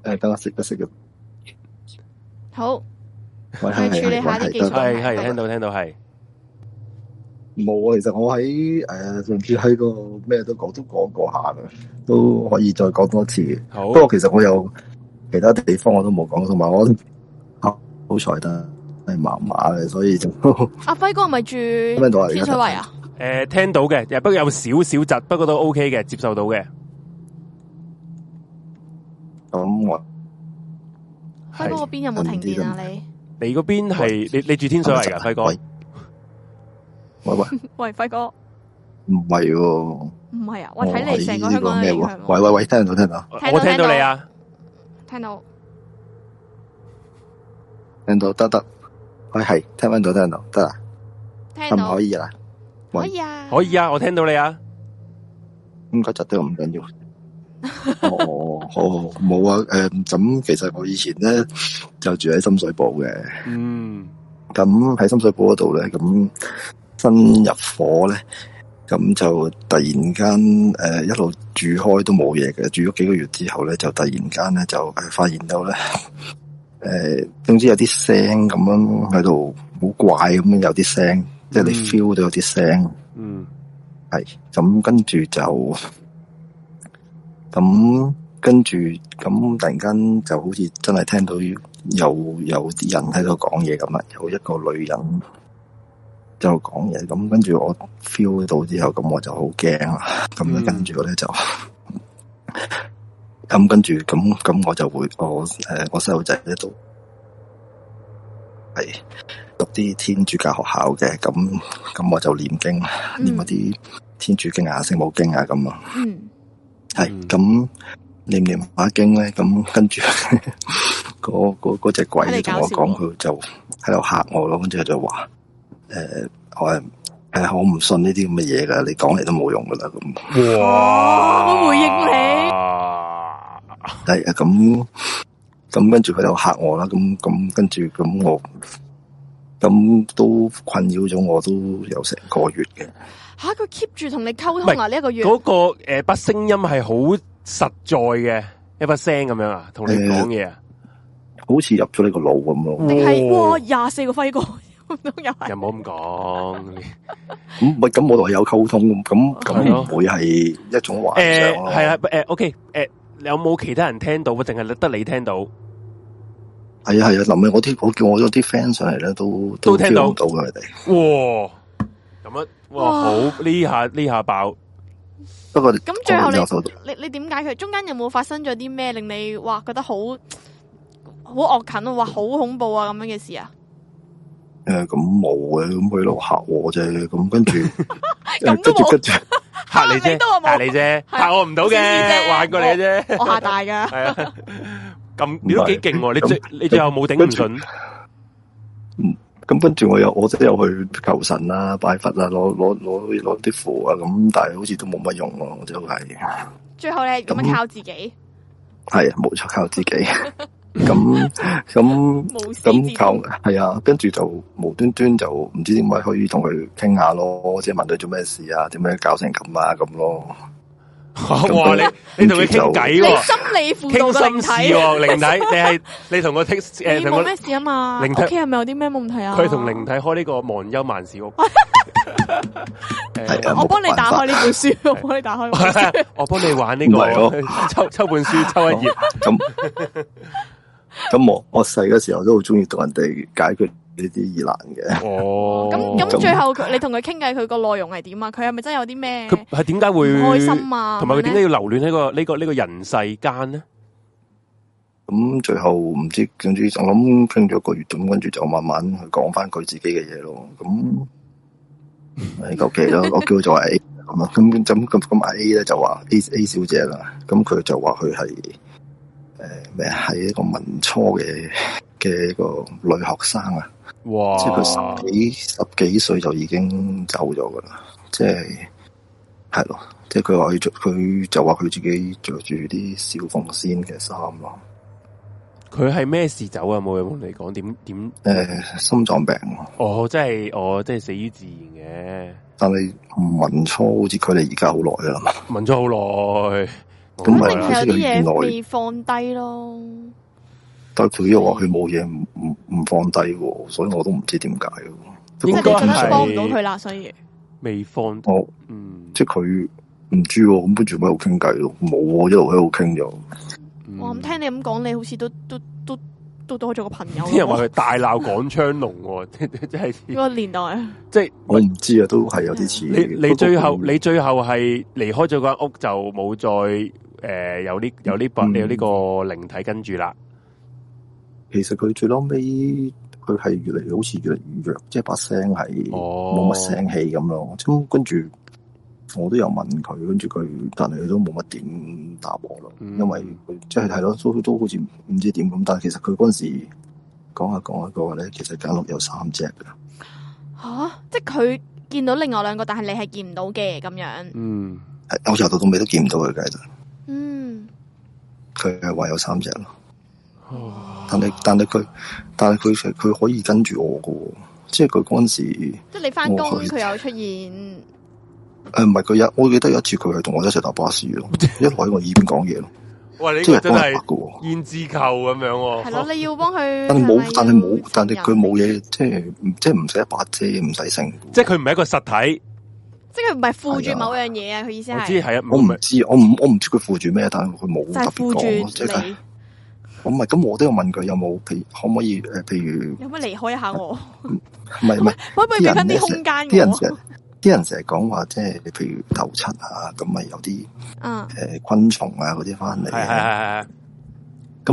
Speaker 3: 诶，等我食一食嘅，
Speaker 1: 好，
Speaker 3: 喂，係
Speaker 1: 去處理
Speaker 3: 係
Speaker 1: 下啲
Speaker 3: 係
Speaker 1: 技
Speaker 3: 得
Speaker 1: 術
Speaker 2: 系
Speaker 1: 問題
Speaker 2: 系，听到听到系，
Speaker 3: 冇啊，其實我喺誒甚至喺個咩都講都講過下嘅，都可以再講多次嘅。
Speaker 2: 好
Speaker 3: 不過其實我有其他地方我都冇講，同埋我好好彩得係麻麻嘅，所以就 [LAUGHS] 聽
Speaker 1: 阿輝哥係咪住
Speaker 3: 唔聽到啊？而
Speaker 1: 天
Speaker 3: 家
Speaker 1: 水圍啊？
Speaker 2: 诶、听呃到嘅，不过有少少窒，不过都 OK 嘅，接受到嘅。
Speaker 3: 咁我
Speaker 1: 輝哥嗰邊有冇停電啊？你
Speaker 2: 你嗰边系你你住天水圍噶，辉哥
Speaker 3: 喂喂喂，
Speaker 1: 喂，輝哥
Speaker 3: 唔係喎，
Speaker 1: 唔係啊？
Speaker 3: 我
Speaker 1: 喂，睇你
Speaker 3: 喺
Speaker 1: 成個
Speaker 3: 呢
Speaker 1: 香
Speaker 3: 個
Speaker 1: 港
Speaker 3: 咩
Speaker 1: 嘅影
Speaker 3: 喎
Speaker 1: 響？
Speaker 3: 喂
Speaker 1: 喎，
Speaker 3: 喂喂，聽唔到聽唔到，
Speaker 1: 聽到
Speaker 2: 我聽到你啊，
Speaker 1: 聽到
Speaker 3: 聽到得得，喂係聽唔到聽唔到得啦，
Speaker 1: 聽
Speaker 3: 係唔
Speaker 1: 到
Speaker 3: 可，以啦？喂
Speaker 1: 可以啊，
Speaker 2: 可以啊，我聽到你啊，
Speaker 3: 應該窒得唔緊要。哦，好好好冇啊，诶、咁其實我以前咧就住喺深水埗嘅，
Speaker 2: 嗯，
Speaker 3: 咁喺深水埗嗰度咧，咁新入伙咧，咁就突然間誒、呃一路住開都冇嘢嘅，住咗幾個月之後咧，就突然間咧就誒發現到 [LAUGHS] 咧，誒、呃、總之有啲聲咁樣喺度好怪咁樣有啲聲，即係你
Speaker 2: 嗯
Speaker 3: feel 到有啲聲。
Speaker 2: 嗯，
Speaker 3: 系咁跟住就咁跟住咁突然間就好似真係聽到有有啲人喺度講嘢咁啦，啊有一個女人就講嘢，咁跟住我 feel 到之後，咁我就好驚啦，咁
Speaker 2: 嗯
Speaker 3: 跟住我咧就。 [LAUGHS] 咁跟住，咁咁我就會我诶、我細路仔喺度係讀啲天主教學校嘅，咁咁我就念經。念嗰
Speaker 1: 嗯
Speaker 3: 啲天主經啊、聖母經啊咁啊，
Speaker 1: 嗯，
Speaker 3: 係
Speaker 2: 嗯
Speaker 3: 咁念念下經咧，咁跟住 [LAUGHS] 嗰嗰嗰只鬼同我講，佢就喺度嚇我咯，跟住佢就話誒、我係誒我唔信呢啲咁嘅嘢噶，你講嚟都冇用噶啦咁。
Speaker 2: 哇，
Speaker 1: 我回應你
Speaker 3: 係啊，咁咁跟住佢就嚇我啦，咁咁跟住咁我咁都困擾咗我都有成個月嘅。
Speaker 1: 吓佢 keep 住同你溝通啊呢一個月，
Speaker 2: 嗰、個个诶把聲音係好實在嘅，一把聲咁樣啊，同你講嘢啊，
Speaker 3: 好似入咗你個腦咁咯，
Speaker 1: 定係
Speaker 2: 哇
Speaker 1: 哇廿四個輝哥，啊唔通又係
Speaker 2: 又唔 [LAUGHS] 好咁講。
Speaker 3: 咁喂，咁我同佢有溝通，咁
Speaker 2: 係
Speaker 3: 咁
Speaker 2: 咯
Speaker 3: 唔會係一種幻
Speaker 2: 嗯诶，
Speaker 3: 想咯。
Speaker 2: 係啊，诶，OK，诶，有冇其他人聽到？定係得你聽到？
Speaker 3: 系啊系啊，臨尾我啲我叫我咗啲 friend 上嚟咧，都
Speaker 2: 都聽
Speaker 3: 聽
Speaker 2: 到
Speaker 3: 唔到嘅佢哋。
Speaker 2: 哇，咁啊，哇，
Speaker 1: 哇
Speaker 2: 好呢下呢下爆，
Speaker 3: 不過
Speaker 1: 咁最後你
Speaker 3: 我有收到
Speaker 1: 你你點解佢中間有冇發生咗啲咩令你哇覺得好好惡近啊，哇好恐怖啊咁樣嘅事啊？
Speaker 3: 诶呃咁冇嘅，咁佢度嚇我啫，咁跟
Speaker 1: [LAUGHS]
Speaker 3: 住誒
Speaker 1: 都
Speaker 3: 跟住
Speaker 1: 冇
Speaker 3: 跟住
Speaker 2: 嚇你
Speaker 1: 嚇你
Speaker 2: 啫
Speaker 1: 都話，冇
Speaker 2: 嚇你啫，
Speaker 1: 係
Speaker 2: 嚇我唔到
Speaker 1: 試
Speaker 2: 嘅，
Speaker 1: 試啫
Speaker 2: 玩過你嘅啫。
Speaker 1: 我嚇大㗎。
Speaker 2: 系啊，咁你都幾勁喎！你
Speaker 3: 咁
Speaker 2: 最你最後冇頂唔順，
Speaker 3: 咁跟住我又我都有去求神啦、拜佛啦、攞攞攞攞啲符啊，咁但係好似都冇乜用咯，我就係係啊
Speaker 1: 最後你係咁樣靠自己，
Speaker 3: 冇錯，靠自
Speaker 1: [LAUGHS]
Speaker 3: 己。咁咁
Speaker 1: 無師自
Speaker 3: 咁靠
Speaker 1: 通。
Speaker 3: 係啊，跟住就無端端就唔知點解可以同佢傾下咯，即係問佢做咩事啊，點樣搞成咁啊咁咯。
Speaker 2: 哇！你你同佢傾偈
Speaker 1: 你
Speaker 2: 喎，
Speaker 1: 心理輔
Speaker 2: 傾
Speaker 1: 導嘅靈
Speaker 2: 心事啊
Speaker 1: 體，
Speaker 2: 喎，靈
Speaker 1: [LAUGHS]
Speaker 2: 體你係你同我 text 诶，
Speaker 1: 你
Speaker 2: 同
Speaker 1: 冇
Speaker 2: 我
Speaker 1: 咩事啊嘛？
Speaker 2: 靈體
Speaker 1: 屋企係咪有啲咩問題啊？
Speaker 2: 佢同靈體開呢個忘憂萬
Speaker 1: [LAUGHS]
Speaker 2: 事屋，
Speaker 3: 係
Speaker 2: 誒
Speaker 3: 啊
Speaker 1: 我幫你打開呢本書，
Speaker 2: [LAUGHS]
Speaker 1: 我
Speaker 2: 法
Speaker 1: 幫你打開呢本書。
Speaker 2: 我幫你玩呢
Speaker 3: 唔係
Speaker 2: 個
Speaker 3: 咯
Speaker 2: [LAUGHS] 抽抽
Speaker 1: [LAUGHS]
Speaker 2: 本書抽一頁，
Speaker 3: 咁咁我我細嘅時候都好中意同人哋解決呢啲疑難嘅。
Speaker 2: 哦，
Speaker 1: 咁咁
Speaker 3: 咁
Speaker 1: 最後佢你同佢傾偈，佢個內容係點啊？佢係咪真係有啲咩
Speaker 2: 佢係點解
Speaker 1: 唔
Speaker 2: 會
Speaker 1: 開心啊？
Speaker 2: 同埋佢點解
Speaker 1: 要
Speaker 2: 要留戀呢個呢個呢個人世間呢？
Speaker 3: 咁最後唔知，總之我諗傾咗個月，咁跟住就慢慢去講翻佢自己嘅嘢咯。咁係求其啦，我叫佢做 A 咁啊。咁咁咁咁阿 A 咧就話 A A 小姐啦，咁佢就話佢係誒咩喺一個文初嘅嘅一個女學生啊。
Speaker 2: 哇！哦
Speaker 3: 即係佢十幾十幾歲就已經走咗噶啦，即係係咯，即係佢話佢着，佢就話佢自己着住啲小鳳仙嘅衫咯，
Speaker 2: 佢系咩事走啊？冇嘢同你讲，点点？
Speaker 3: 诶、心臟病喎，
Speaker 2: 哦，即系我即系死于自然
Speaker 3: 但係文初好似距離而家好耐啦嘛，
Speaker 2: 嘅，問咗好耐，哦
Speaker 3: 咁
Speaker 1: 一
Speaker 3: 咪
Speaker 1: 定係
Speaker 3: 係
Speaker 1: 有啲
Speaker 3: 原來
Speaker 1: 嘢未放低咯。
Speaker 3: 但係佢又話佢冇嘢唔唔唔放低喎，所以我都唔知點解喎。
Speaker 1: 即
Speaker 2: 應
Speaker 1: 係
Speaker 2: 該
Speaker 1: 你
Speaker 2: 係
Speaker 1: 覺得
Speaker 2: 係
Speaker 1: 幫唔到佢啦，所以
Speaker 2: 未放，
Speaker 3: 我
Speaker 2: 嗯，
Speaker 3: 即係佢唔知喎，咁跟住咪喺度傾偈咯，冇喎，一路喺度傾咗。
Speaker 2: 嗯
Speaker 1: 我咁聽你咁講，你好似都都都都都可以做個朋友。
Speaker 2: 啲人話佢大鬧廣昌隆喎， [LAUGHS] 即係
Speaker 1: 呢個年代，啊
Speaker 2: 即係
Speaker 3: 我唔知啊，都係有啲似。
Speaker 1: [LAUGHS]
Speaker 2: 你你最後
Speaker 3: 不過佢
Speaker 2: 你最後係離開咗間屋就冇再誒有呢有呢個
Speaker 3: 嗯
Speaker 2: 有呢個靈體跟住啦，
Speaker 3: 其實佢最嬲尾，佢係越嚟好似越嚟越弱，即係把聲係
Speaker 2: 哦，
Speaker 3: 冇乜聲氣咁咯。咁跟住我都有問佢，跟住佢但係佢都冇乜點答我咯，
Speaker 2: 嗯
Speaker 3: 因為佢即係係咯，都都好似唔知點咁。但係其實佢嗰陣時講下講下嘅話咧，其實間屋有三隻嘅。
Speaker 1: 吓、即係佢見到另外兩個，但係你係見唔到嘅咁樣。
Speaker 2: 嗯，
Speaker 3: 係我由頭到尾都見唔到佢嘅，其實
Speaker 1: 嗯，
Speaker 3: 佢係話有三隻咯。
Speaker 2: 哦
Speaker 3: 但係但係佢但係佢佢可以跟住我嘅喎，即係佢嗰陣時。
Speaker 1: 即係你翻工
Speaker 3: 我去
Speaker 1: 佢又出現。
Speaker 3: 呃诶，唔係佢有，我記得有一次佢係同我一齊搭巴士
Speaker 2: [LAUGHS]
Speaker 3: 咯，一路喺我耳邊講嘢咯，
Speaker 2: 哇！呢
Speaker 3: 即
Speaker 2: 個
Speaker 3: 係
Speaker 2: 真
Speaker 3: 幫人
Speaker 2: 係
Speaker 3: 拍嘅喎。
Speaker 2: 胭脂扣咁樣
Speaker 1: 係
Speaker 2: 喎，
Speaker 1: 咯，你要幫佢。
Speaker 3: 但係
Speaker 1: 係咪
Speaker 3: 冇
Speaker 1: 要，
Speaker 3: 但係冇，但係
Speaker 1: 尋
Speaker 3: 佢
Speaker 1: 人
Speaker 3: 冇嘢，即係唔即係唔使一把遮，唔使剩。
Speaker 2: 即係佢唔係一個實體，
Speaker 1: 即係佢唔係附住某樣嘢啊！佢意思
Speaker 2: 我知
Speaker 1: 係
Speaker 2: 係啊，
Speaker 3: 我
Speaker 2: 唔
Speaker 3: 唔
Speaker 2: 係
Speaker 3: 知，我唔我唔知佢附住咩，但係佢冇
Speaker 1: 就
Speaker 3: 特
Speaker 1: 係
Speaker 3: 別
Speaker 1: 附住
Speaker 3: 講，即係
Speaker 1: 你，
Speaker 3: 我唔係咁，我都有問佢有冇，譬如可唔可以诶，譬如
Speaker 1: 有冇離開一下我？
Speaker 3: 唔係唔
Speaker 1: [LAUGHS]
Speaker 3: 係，
Speaker 1: 可唔可
Speaker 3: 啲
Speaker 1: 以俾
Speaker 3: 人
Speaker 1: 翻啲
Speaker 3: 咧
Speaker 1: 空
Speaker 3: 啲
Speaker 1: 間
Speaker 3: 人
Speaker 1: 我？
Speaker 3: 成日啲人成日講話，即係譬如頭七啊，咁咪有啲
Speaker 1: 嗯，
Speaker 3: 诶昆蟲啊嗰啲翻嚟
Speaker 2: 係係係
Speaker 3: 啊。
Speaker 2: 係係，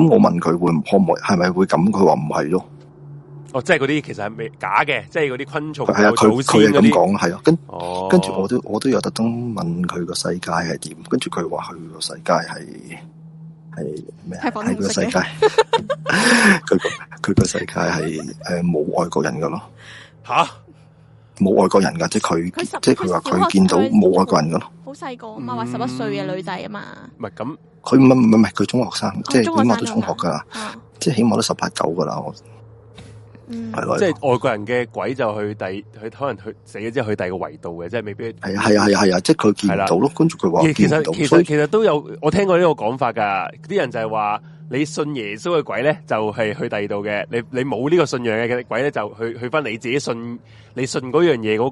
Speaker 3: 咁我問佢會唔可唔可以，係咪會咁？佢話唔係咯。
Speaker 2: 哦，即係嗰啲其實係未假嘅，即係嗰啲昆蟲
Speaker 3: 佢係啊，
Speaker 2: 祖
Speaker 3: 佢
Speaker 2: 先
Speaker 3: 佢係
Speaker 2: 嗰
Speaker 3: 咁
Speaker 2: 啲，
Speaker 3: 講，係啊，跟。
Speaker 2: 哦，
Speaker 3: 跟住我都我都有特登問佢個世界係點，跟住佢話佢個世界係係咩啊？
Speaker 1: 係粉紅色嘅
Speaker 3: 係個世界， [LAUGHS] 佢個佢個世界係誒冇外國人噶咯，
Speaker 2: 吓。
Speaker 3: 冇外國人噶，即係佢
Speaker 1: 佢十
Speaker 3: 即係佢話佢見到冇外國人噶咯，
Speaker 1: 好細個啊嘛，
Speaker 2: 嗯
Speaker 1: 話十一歲嘅女仔啊嘛。
Speaker 2: 唔係咁，
Speaker 3: 佢唔係唔係唔係佢中學生，即係起
Speaker 1: 哦中學生
Speaker 3: 碼都中學噶啦，
Speaker 1: 啊，
Speaker 3: 即係起碼都十八九噶啦，我
Speaker 1: 嗯，
Speaker 3: 係咯，
Speaker 2: 即
Speaker 3: 係
Speaker 2: 係外國人嘅鬼就去第，佢可能去死咗之後去第二個維度嘅，即係未必。
Speaker 3: 啊係啊係啊係啊，即係佢見唔到咯，跟住佢話
Speaker 2: 其
Speaker 3: 見
Speaker 2: 實
Speaker 3: 唔到，
Speaker 2: 其
Speaker 3: 所
Speaker 2: 實
Speaker 3: 以
Speaker 2: 其實都有，我聽過呢個講法㗎。啲人就係話，你信耶穌嘅鬼咧，就係去第二度嘅；你你冇呢個信仰嘅鬼咧，就去去翻你自己信你信嗰樣嘢嗰、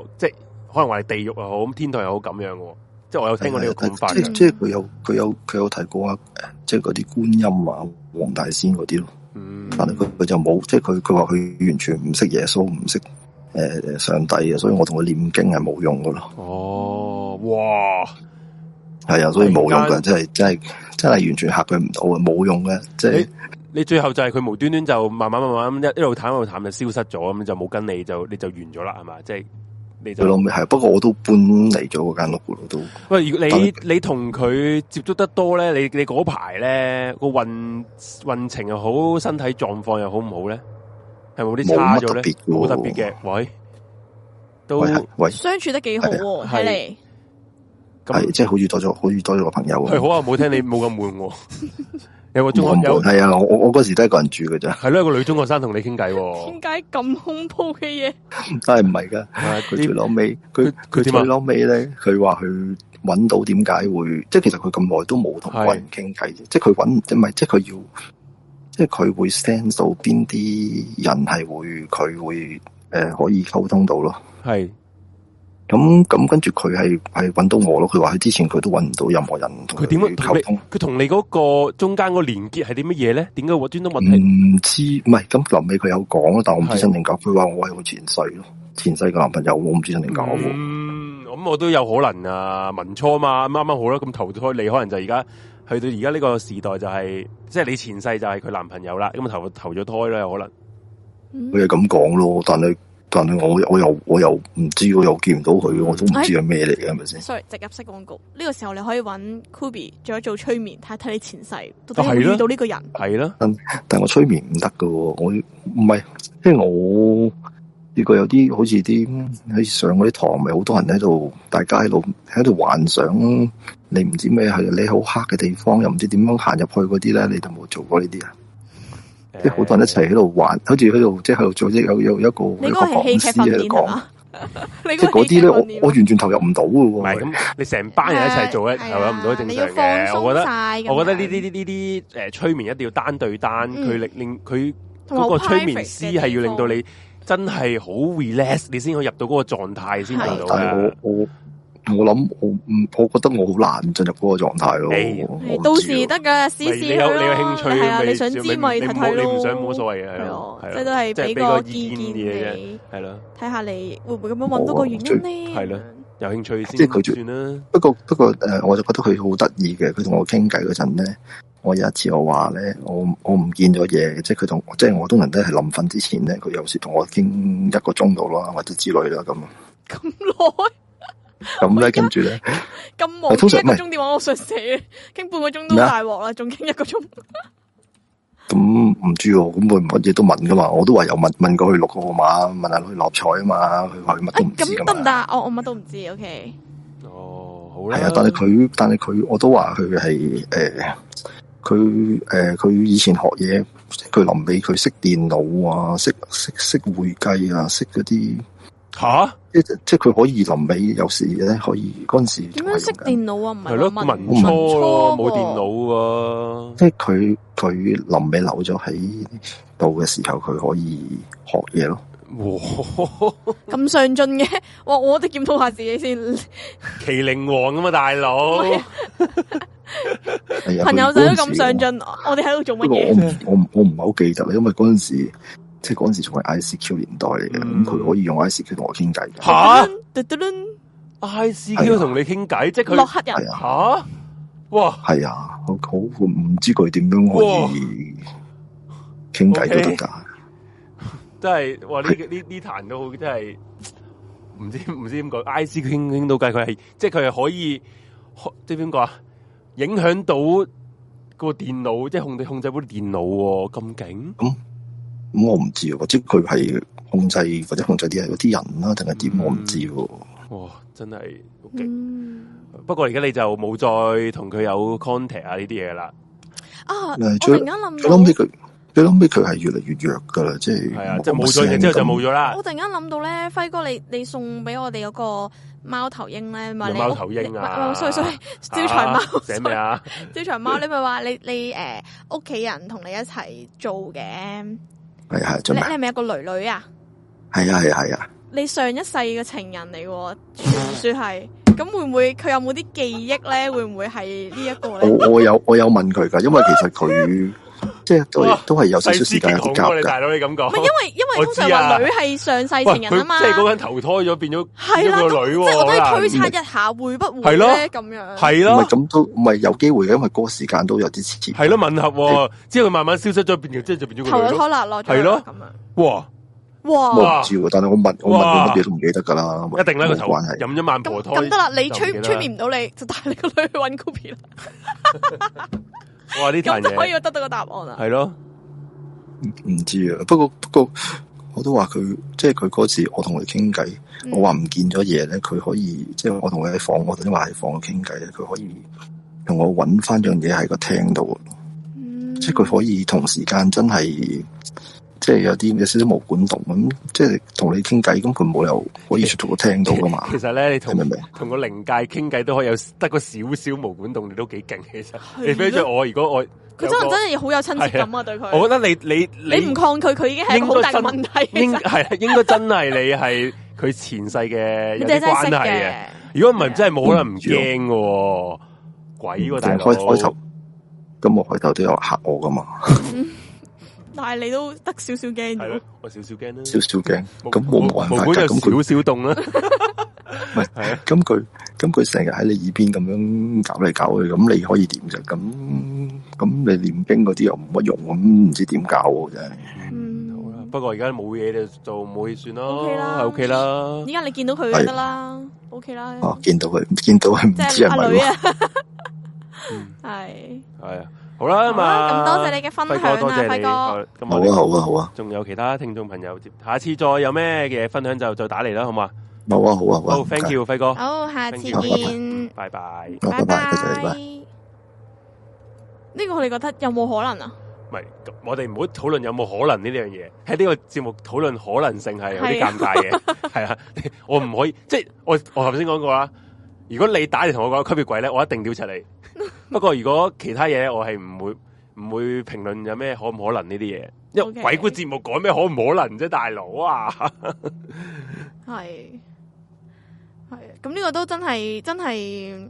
Speaker 2: 個，即係可能話係地獄又好，咁天堂又好咁樣嘅喎。即係我有聽過呢個講法
Speaker 3: 即係
Speaker 2: 嘅。
Speaker 3: 即係佢有佢有佢有提過啊，即係嗰啲觀音啊、黃大仙嗰啲咯。
Speaker 2: 嗯，
Speaker 3: 但係佢佢就冇，即係佢佢話佢完全唔識耶穌，唔識诶诶上帝嘅，所以我同佢念經係冇用噶咯，
Speaker 2: 哦，哇！
Speaker 3: 係啊，所以冇用
Speaker 2: 突
Speaker 3: 嘅，
Speaker 2: 然
Speaker 3: 真係真係真係完全嚇佢唔到嘅，冇用嘅，即係
Speaker 2: 你最後就係佢無端端就慢慢慢慢咁一一路淡一路淡就消失咗，咁就冇跟你就你就完咗啦，係嘛？即係你
Speaker 3: 佢老
Speaker 2: 就
Speaker 3: 尾係。不過我都搬嚟咗嗰間屋噶咯，都
Speaker 2: 喂，如果
Speaker 3: 但
Speaker 2: 你
Speaker 3: 係
Speaker 2: 你同佢接觸得多咧，你你嗰排咧個運運程又好，身體狀況又好唔好咧？係冇啲
Speaker 3: 冇
Speaker 2: 差
Speaker 3: 乜
Speaker 2: 咗
Speaker 3: 特
Speaker 2: 咧？
Speaker 3: 別嘅喎
Speaker 2: 冇特別嘅，喂，都
Speaker 3: 喂係喂
Speaker 1: 相處得幾好喎，
Speaker 3: 啊
Speaker 2: 係
Speaker 1: 睇嚟。
Speaker 3: 係
Speaker 2: 咁
Speaker 3: 即係好似多咗好似多咗個朋友啊
Speaker 2: 係，好啊！冇聽你冇咁悶喎，
Speaker 3: [LAUGHS]
Speaker 2: 有個中
Speaker 3: 冇咁
Speaker 2: 學有
Speaker 3: 悶係啊，我我我嗰時都係一個人住嘅咋， [LAUGHS]
Speaker 2: 係咯，有個女中學生同你傾偈喎，
Speaker 1: 點解咁
Speaker 2: 哦
Speaker 1: 恐怖嘅嘢？
Speaker 3: 但係唔 [LAUGHS] 係㗎。
Speaker 2: 係
Speaker 3: 佢最
Speaker 2: 啲
Speaker 3: 嬲尾，佢
Speaker 2: 佢點
Speaker 3: 佢最
Speaker 2: 啊
Speaker 3: 嬲尾咧，佢話佢揾到點解會，即係其實佢咁耐都冇同嗰人傾偈啫，即係佢揾唔係，即係佢要，即係佢會 sense 到邊啲人係會佢會誒、呃可以溝通到咯。
Speaker 2: 係
Speaker 3: 咁咁跟住佢係係揾到我咯，佢話佢之前佢都揾唔到任何人同
Speaker 2: 佢點樣同
Speaker 3: 溝通
Speaker 2: 你，佢同你嗰個中間嗰個連結係啲乜嘢咧？點解我專登問你？
Speaker 3: 唔知唔係咁臨尾佢有講，但我唔
Speaker 2: 係
Speaker 3: 知真定假。佢話我係佢前世咯，前世嘅男朋友，我唔知真定假喎。
Speaker 2: 嗯，咁我都有可能啊，文初嘛，啱啱好啦，咁投胎你可能就而家去到而家呢個時代就係、即係你前世就係佢男朋友啦，咁啊投投咗胎啦，有可能。
Speaker 1: 嗯
Speaker 3: 佢係咁講咯，但係但係我我又我又唔知，我又見唔到
Speaker 1: 嗯
Speaker 3: 佢，我都唔知係咩嚟嘅，係咪先？
Speaker 1: sorry，植入式廣告。呢個時候你可以揾 Kobe 做一做催眠，睇一睇你前世到底有
Speaker 2: 哦係咯
Speaker 1: 冇遇到呢個人。
Speaker 2: 係啦，
Speaker 3: 但我催眠唔得㗎喎，我唔係即係我呢個有啲好似啲喺上嗰啲堂，咪好多人喺度，大家喺度喺度幻想，你唔知咩係你好黑嘅地方，又唔知點樣行入去嗰啲咧，你哋冇做過呢啲啊？即係好多人一齊喺度玩，好似喺度即係喺度做，即係有有有一個
Speaker 1: 你
Speaker 3: 有一
Speaker 1: 嗰
Speaker 3: 個
Speaker 1: 個係
Speaker 3: 講
Speaker 1: 戲劇
Speaker 3: 師
Speaker 1: 訓
Speaker 3: 喺度
Speaker 1: 練係
Speaker 3: 講，
Speaker 1: 嘛？ [LAUGHS] 你
Speaker 3: 即係嗰啲咧，我我
Speaker 1: 我
Speaker 3: 完全投入唔到
Speaker 2: 唔
Speaker 3: 嘅
Speaker 2: 係
Speaker 3: 喎。
Speaker 2: 咁，你成班人一齊做咧，投入唔到正
Speaker 1: 啊你
Speaker 2: 常
Speaker 1: 要放
Speaker 2: 嘅。我覺
Speaker 1: 鬆
Speaker 2: 得，
Speaker 1: 晒咁樣
Speaker 2: 我覺得呢啲呢啲誒催眠一定要單對單，
Speaker 1: 嗯
Speaker 2: 佢令令佢
Speaker 1: 同埋
Speaker 2: 嗰
Speaker 1: 好
Speaker 2: 個催眠
Speaker 1: private
Speaker 2: 師
Speaker 1: 嘅
Speaker 2: 係
Speaker 1: 地
Speaker 2: 要令到
Speaker 1: 方
Speaker 2: 你真係好 relax，你先可以入到嗰個狀態先做
Speaker 1: 係
Speaker 2: 到
Speaker 3: 但係
Speaker 2: 嘅。
Speaker 3: 我我我諗我唔，我覺得我好難進入嗰個狀態咯
Speaker 2: 哎。
Speaker 3: 我
Speaker 1: 係
Speaker 3: 唔
Speaker 1: 到
Speaker 3: 知喎
Speaker 1: 時得噶，試
Speaker 2: 咪
Speaker 1: 試
Speaker 2: 你
Speaker 1: 佢
Speaker 2: 有
Speaker 1: 咯
Speaker 2: 你有興趣，
Speaker 1: 係啊，
Speaker 2: 咪
Speaker 1: 你想知
Speaker 2: 咪
Speaker 1: 咪
Speaker 2: 你
Speaker 1: 睇
Speaker 2: 唔好
Speaker 1: 睇
Speaker 2: 你
Speaker 1: 咯。
Speaker 2: 唔想冇所謂啊嘅，係
Speaker 1: 係
Speaker 2: 咯
Speaker 1: 咯，，
Speaker 2: 係
Speaker 1: 即
Speaker 2: 咯即
Speaker 1: 係都係俾
Speaker 2: 係
Speaker 1: 個
Speaker 2: 個
Speaker 1: 意見
Speaker 2: 嘅啫，
Speaker 1: 你，
Speaker 2: 係咯，
Speaker 1: 睇下你會唔會咁樣揾到個原因咧？
Speaker 2: 係咯有興趣先
Speaker 3: 即係佢最
Speaker 2: 算啦。
Speaker 3: 不過不過誒、呃我就覺得佢好得意嘅。佢同我傾偈嗰陣咧，我有一次我話咧，我我唔見咗嘢，即係佢同即係我通常都係臨瞓之前咧，佢有時同我傾一個鐘度啦，或者之類
Speaker 1: [LAUGHS]
Speaker 3: 啦咁。
Speaker 1: 咁耐
Speaker 3: 咁咧跟住咧，
Speaker 1: 咁忙，
Speaker 3: 喂通常
Speaker 1: 傾一
Speaker 3: 唔
Speaker 1: 個
Speaker 3: 係
Speaker 1: 鐘電話，我想死，傾半個鐘都
Speaker 3: 咩啊
Speaker 1: 大鑊啦，仲傾一個鐘。
Speaker 3: 咁唔知喎，咁佢乜嘢都問噶嘛，我都話有問問過佢六個號碼，問下佢六合彩啊嘛，佢話佢乜都唔
Speaker 1: 誒，
Speaker 3: 知噶
Speaker 1: 咁得唔得
Speaker 3: 嘛。
Speaker 1: 啊？我我乜都唔知，OK。
Speaker 2: 哦，好啦。
Speaker 3: 係啊，但係佢但係佢我都話佢係誒，佢誒佢以前學嘢，佢臨尾佢識電腦啊，識識識會計啊，識嗰啲。
Speaker 2: 吓
Speaker 3: 即即係佢可以臨尾有時咧，可以嗰陣時
Speaker 1: 點
Speaker 3: 仲係
Speaker 1: 樣識
Speaker 3: 用緊
Speaker 1: 電腦啊？唔
Speaker 2: 係
Speaker 1: 係
Speaker 2: 咯，
Speaker 1: 話
Speaker 2: 文
Speaker 3: 文
Speaker 2: 初
Speaker 3: 初
Speaker 2: 咯，冇
Speaker 1: 喎
Speaker 2: 電腦喎。
Speaker 3: 即係佢佢臨尾留咗喺度嘅時候，佢可以學嘢咯。
Speaker 2: 哇， [LAUGHS]
Speaker 1: 咁上進嘅，哇！我哋檢討下自己先。
Speaker 2: 麒麟王啊嘛，大佬。
Speaker 3: 係啊
Speaker 1: 朋友仔都咁上。
Speaker 3: 佢嗰陣時
Speaker 1: 進，我哋喺度做
Speaker 3: 不
Speaker 1: 乜
Speaker 3: 過我
Speaker 1: 嘢？
Speaker 3: 唔我唔我唔係好記得啦，因為嗰陣時即係嗰陣時仲係 ICQ 年代嚟嘅，
Speaker 2: 嗯
Speaker 3: 咁佢、可以用 ICQ 同我傾偈嘅。
Speaker 2: 吓
Speaker 1: 嘟嘟嘟
Speaker 2: ，ICQ 同你傾偈，即係
Speaker 1: 落
Speaker 2: 佢
Speaker 1: 黑人
Speaker 3: 係啊
Speaker 2: 吓，哇，
Speaker 3: 係啊，好好唔知佢點樣可以傾偈都得㗎。
Speaker 2: 真係哇！呢
Speaker 3: [LAUGHS]
Speaker 2: 呢呢壇都好，真係唔知唔知點講，ICQ 傾傾到偈，佢係即係佢係可以，即係點講啊？影響到個電腦，即係控制控制到電腦喎，咁勁。
Speaker 3: 咁我唔知喎，或者佢係控制或者控制啲係嗰啲人啦，定係
Speaker 2: 嗯
Speaker 3: 點我唔知喎。
Speaker 2: 哦哇，真係好勁。
Speaker 1: 嗯
Speaker 2: 不過而家你就冇再同佢有 contact 啊呢啲嘢啦，
Speaker 1: 啊！我突
Speaker 3: 誒
Speaker 1: 然
Speaker 3: 最
Speaker 1: 間諗
Speaker 3: 佢
Speaker 1: 到
Speaker 3: 諗。起佢，佢諗起佢係越嚟越弱噶啦，即係
Speaker 2: 係啊，即係冇咗嘢之後就冇咗啦
Speaker 1: 我。突然間諗到咧，輝哥你你送俾我哋嗰個貓頭鷹咧，咪你
Speaker 2: 有貓頭鷹啊 [LAUGHS]
Speaker 1: 衰衰招財貓， [LAUGHS]
Speaker 2: 啊寫咩
Speaker 3: [LAUGHS]
Speaker 2: 啊？
Speaker 1: 招財貓，你咪話你你誒屋企人同你一齊做嘅，你
Speaker 3: 係係做
Speaker 1: 你
Speaker 3: 咩？
Speaker 1: 係咪有個女女啊？
Speaker 3: 係啊係啊係啊！
Speaker 1: 你上一世嘅情人嚟喎，傳說係，咁會唔會佢有冇啲記憶咧？會唔會係呢一個咧？
Speaker 3: 我我有我有問佢噶，因為其實佢即係都
Speaker 2: 哇
Speaker 3: 都係有少
Speaker 2: 細
Speaker 3: 少
Speaker 2: 思
Speaker 3: 時
Speaker 2: 極
Speaker 3: 間有
Speaker 2: 恐
Speaker 3: 啲
Speaker 2: 喎，你
Speaker 3: 夾
Speaker 2: 大
Speaker 3: 噶。
Speaker 2: 佬你咁講
Speaker 1: 唔係，因為因為
Speaker 2: 哦我
Speaker 1: 通
Speaker 2: 知
Speaker 1: 常
Speaker 2: 啊
Speaker 1: 話女係上世情人啊嘛，
Speaker 2: 喂佢即係嗰個人投胎咗變咗
Speaker 1: 係啦，
Speaker 2: 變咗個
Speaker 1: 咁
Speaker 2: 女
Speaker 1: 即係我都係推
Speaker 2: 喎，
Speaker 1: 測一下會不
Speaker 2: 係
Speaker 1: 會
Speaker 2: 咯
Speaker 1: 咧咁
Speaker 2: 係
Speaker 3: 唔
Speaker 1: 樣。
Speaker 3: 係
Speaker 2: 咯
Speaker 3: 咁都唔係有機會嘅，因為嗰個時間都有啲似。
Speaker 2: 係咯吻合喎，之後佢慢慢消失咗，變咗即係就變咗
Speaker 1: 頭啊
Speaker 2: 個女
Speaker 1: 又拖
Speaker 2: 咯。
Speaker 1: 落落咗，
Speaker 2: 係咯
Speaker 1: 咁樣。
Speaker 2: 哇，
Speaker 3: 我
Speaker 1: 哇！
Speaker 3: 唔知喎，但係我問我問
Speaker 2: 哇
Speaker 3: 佢乜嘢都唔記得噶啦，啊
Speaker 2: 一定啦個
Speaker 3: 冇
Speaker 2: 頭
Speaker 3: 關係。
Speaker 2: 飲咗孟婆
Speaker 1: 咁
Speaker 2: 胎，
Speaker 1: 咁得啦，
Speaker 2: 就唔
Speaker 1: 你
Speaker 2: 記
Speaker 1: 催
Speaker 2: 得啦
Speaker 1: 催眠唔到你，就帶你個女去揾 Kobe 啦，
Speaker 2: 哇呢
Speaker 1: 咁
Speaker 2: 壇
Speaker 1: 就可以
Speaker 2: 嘢
Speaker 1: 得到個答案啊啦。
Speaker 2: 係咯，
Speaker 3: 唔知啊，不過不過我都話佢，即係佢嗰次我同佢傾偈，
Speaker 1: 嗯
Speaker 3: 我話唔見咗嘢咧，佢可以即係我同佢喺房，我頭先話喺房傾偈咧，佢可以同我揾翻樣嘢喺個廳度，即係佢可以同時間真係即係有啲有少少毛管動咁，即係同你傾偈，咁佢冇理由可以出到個廳度
Speaker 2: [LAUGHS]
Speaker 3: 噶嘛，
Speaker 2: 其實咧你同
Speaker 3: 你明唔明？
Speaker 2: 同個靈界傾偈都可以有得個少少毛管動，你都幾勁其實。
Speaker 1: 係
Speaker 2: 你俾咗我，如果我
Speaker 1: 佢真
Speaker 2: 有
Speaker 1: 係
Speaker 2: 個
Speaker 1: 真係好有親切感啊，對佢。
Speaker 2: 我覺得你你
Speaker 1: 你唔抗拒佢已經係一個好大嘅問題，其
Speaker 2: 應
Speaker 1: 實
Speaker 2: 係啊應該真係你係佢前世嘅
Speaker 1: 你
Speaker 2: 有
Speaker 1: 哋
Speaker 2: 啲
Speaker 1: 真係
Speaker 2: 關
Speaker 1: 識
Speaker 2: 係啊嘅。
Speaker 1: 嘅。啊
Speaker 2: 如果唔係真係冇可能唔驚嘅喎，鬼喎大
Speaker 3: 開
Speaker 2: 佬。
Speaker 3: 嗯開頭，咁我開頭都有嚇我噶嘛，
Speaker 1: 但係你都得少少驚
Speaker 2: 係咯
Speaker 1: 咗，，
Speaker 2: 我少少驚啦。
Speaker 3: 少少驚，咁我冇辦
Speaker 2: 毛
Speaker 3: 法
Speaker 2: 管
Speaker 3: 㗎，
Speaker 2: 有
Speaker 3: 咁佢
Speaker 2: 少少動啦。係啊，
Speaker 3: 咁佢咁佢成日喺你耳邊咁樣搞嚟搞去，咁你可以點啫？咁咁你念經嗰啲又冇乜用，咁唔知點搞喎真係。
Speaker 1: 嗯
Speaker 2: 好啦。 [LAUGHS] 不過而家冇嘢就做冇嘢算啦
Speaker 1: OK 啦
Speaker 2: 係，OK 啦
Speaker 1: 依。家你見到佢就得啦，OK 啦，
Speaker 3: 哦啊，見到佢，見到佢唔
Speaker 1: 即
Speaker 3: 知
Speaker 1: 係
Speaker 3: 係咪
Speaker 1: 阿女
Speaker 3: 喎？
Speaker 1: 啊， [LAUGHS] 系
Speaker 2: 系啊，好啦咁啊，
Speaker 1: 咁多谢你嘅分
Speaker 2: 輝哥
Speaker 1: 享
Speaker 2: 多謝
Speaker 1: 啊，辉
Speaker 2: 你
Speaker 1: 哥，，
Speaker 2: 咁我哋
Speaker 3: 好啊，好啊，好啊，
Speaker 2: 仲有其他聽眾朋友，下次再有咩嘅分享就再打嚟啦，好嘛？
Speaker 3: 好啊，好啊，好啊。
Speaker 2: 好，thank you，輝哥，
Speaker 1: 好，下次
Speaker 2: Thank you
Speaker 1: 见，
Speaker 2: 拜拜。
Speaker 3: 唔該，
Speaker 1: 拜
Speaker 3: 拜拜，多謝拜拜。
Speaker 1: 呢个我哋觉得有冇可能啊？
Speaker 2: 唔係，咁我哋唔好討論有冇可能呢樣嘢，喺呢個節目討論可能性係有啲
Speaker 1: 係啊
Speaker 2: 尷尬嘅，
Speaker 1: [LAUGHS]
Speaker 2: 係啊，我唔可以，即係我我頭先講過啦，如果你打嚟同我講區別鬼咧，我一定屌柒
Speaker 1: [LAUGHS]
Speaker 2: 你。不過如果其他嘢，我係唔會唔會評論有咩可唔可能呢啲嘢，因為
Speaker 1: OK
Speaker 2: 鬼故節目講咩可唔可能啫，大佬啊！
Speaker 1: 系系，咁呢个都真系真系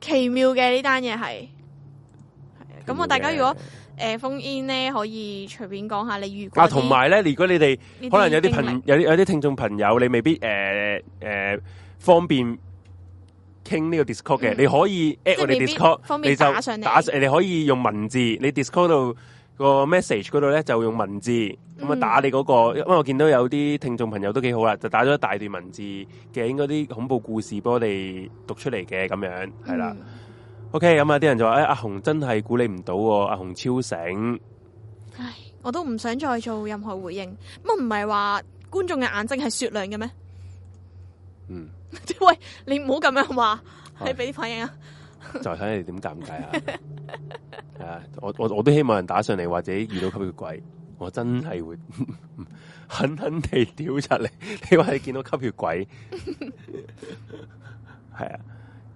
Speaker 1: 奇妙嘅呢单嘢系。係啊咁我大家如
Speaker 2: [LAUGHS]
Speaker 1: 果呃诶封煙咧，可以隨便講下你遇過
Speaker 2: 啊，
Speaker 1: 啲
Speaker 2: 同埋咧，如果你哋
Speaker 1: 呢
Speaker 2: 可能有啲
Speaker 1: 經歷
Speaker 2: 朋有啲有啲聽眾朋友，你未必诶诶、呃方便傾呢個 Discord 嘅，
Speaker 1: 嗯
Speaker 2: 你可以 at
Speaker 1: 係
Speaker 2: 我哋
Speaker 1: 未必
Speaker 2: Discord，
Speaker 1: 方便
Speaker 2: 你就
Speaker 1: 打上嚟
Speaker 2: 你可以用文字，你 Discord 度個 message 嗰度咧就用文字咁啊
Speaker 1: 嗯
Speaker 2: 打你嗰、個，因為我見到有啲聽眾朋友都幾好啦，就打咗一大段文字嘅應該啲恐怖故事俾我哋讀出嚟嘅咁樣，係啦。
Speaker 1: 嗯
Speaker 2: OK，咁啊啲人就話：，诶、阿紅真係估你唔到、喎，阿紅超醒，
Speaker 1: 唉，我都唔想再做任何回應。乜唔係話觀眾嘅眼睛係雪亮嘅咩？
Speaker 2: 嗯。
Speaker 1: [LAUGHS]
Speaker 2: 哦
Speaker 1: 喂，你唔好咁樣話，
Speaker 2: 係
Speaker 1: 你俾啲反應啊！
Speaker 2: 就睇你點尷尬啊！係啊，我我我都希望有人打上嚟，或者遇到吸血鬼，我真係會狠狠地屌柒你。你話你見到吸血鬼，係啊。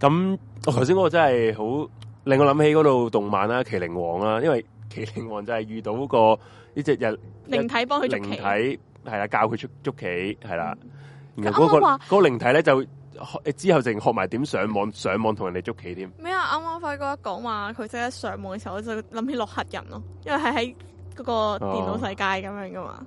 Speaker 2: 咁我頭先嗰個真係好令我諗起嗰度動漫啦，《麒麟王》啦，因為《麒麟王》就係遇到個呢只日
Speaker 1: 靈體幫佢哦捉
Speaker 2: 靈
Speaker 1: 棋，
Speaker 2: 體係啦，教佢捉捉棋係啦。然
Speaker 1: 佢
Speaker 2: 後嗰、
Speaker 1: 啱啱
Speaker 2: 個
Speaker 1: 話
Speaker 2: 嗰、個靈體咧就學之後淨學埋點上網上網同人哋捉棋添。
Speaker 1: 咩啊？啱啱輝哥一講話佢即刻上網嘅時候，我就諗起洛克人咯，因為係喺嗰個電腦世界咁樣噶嘛。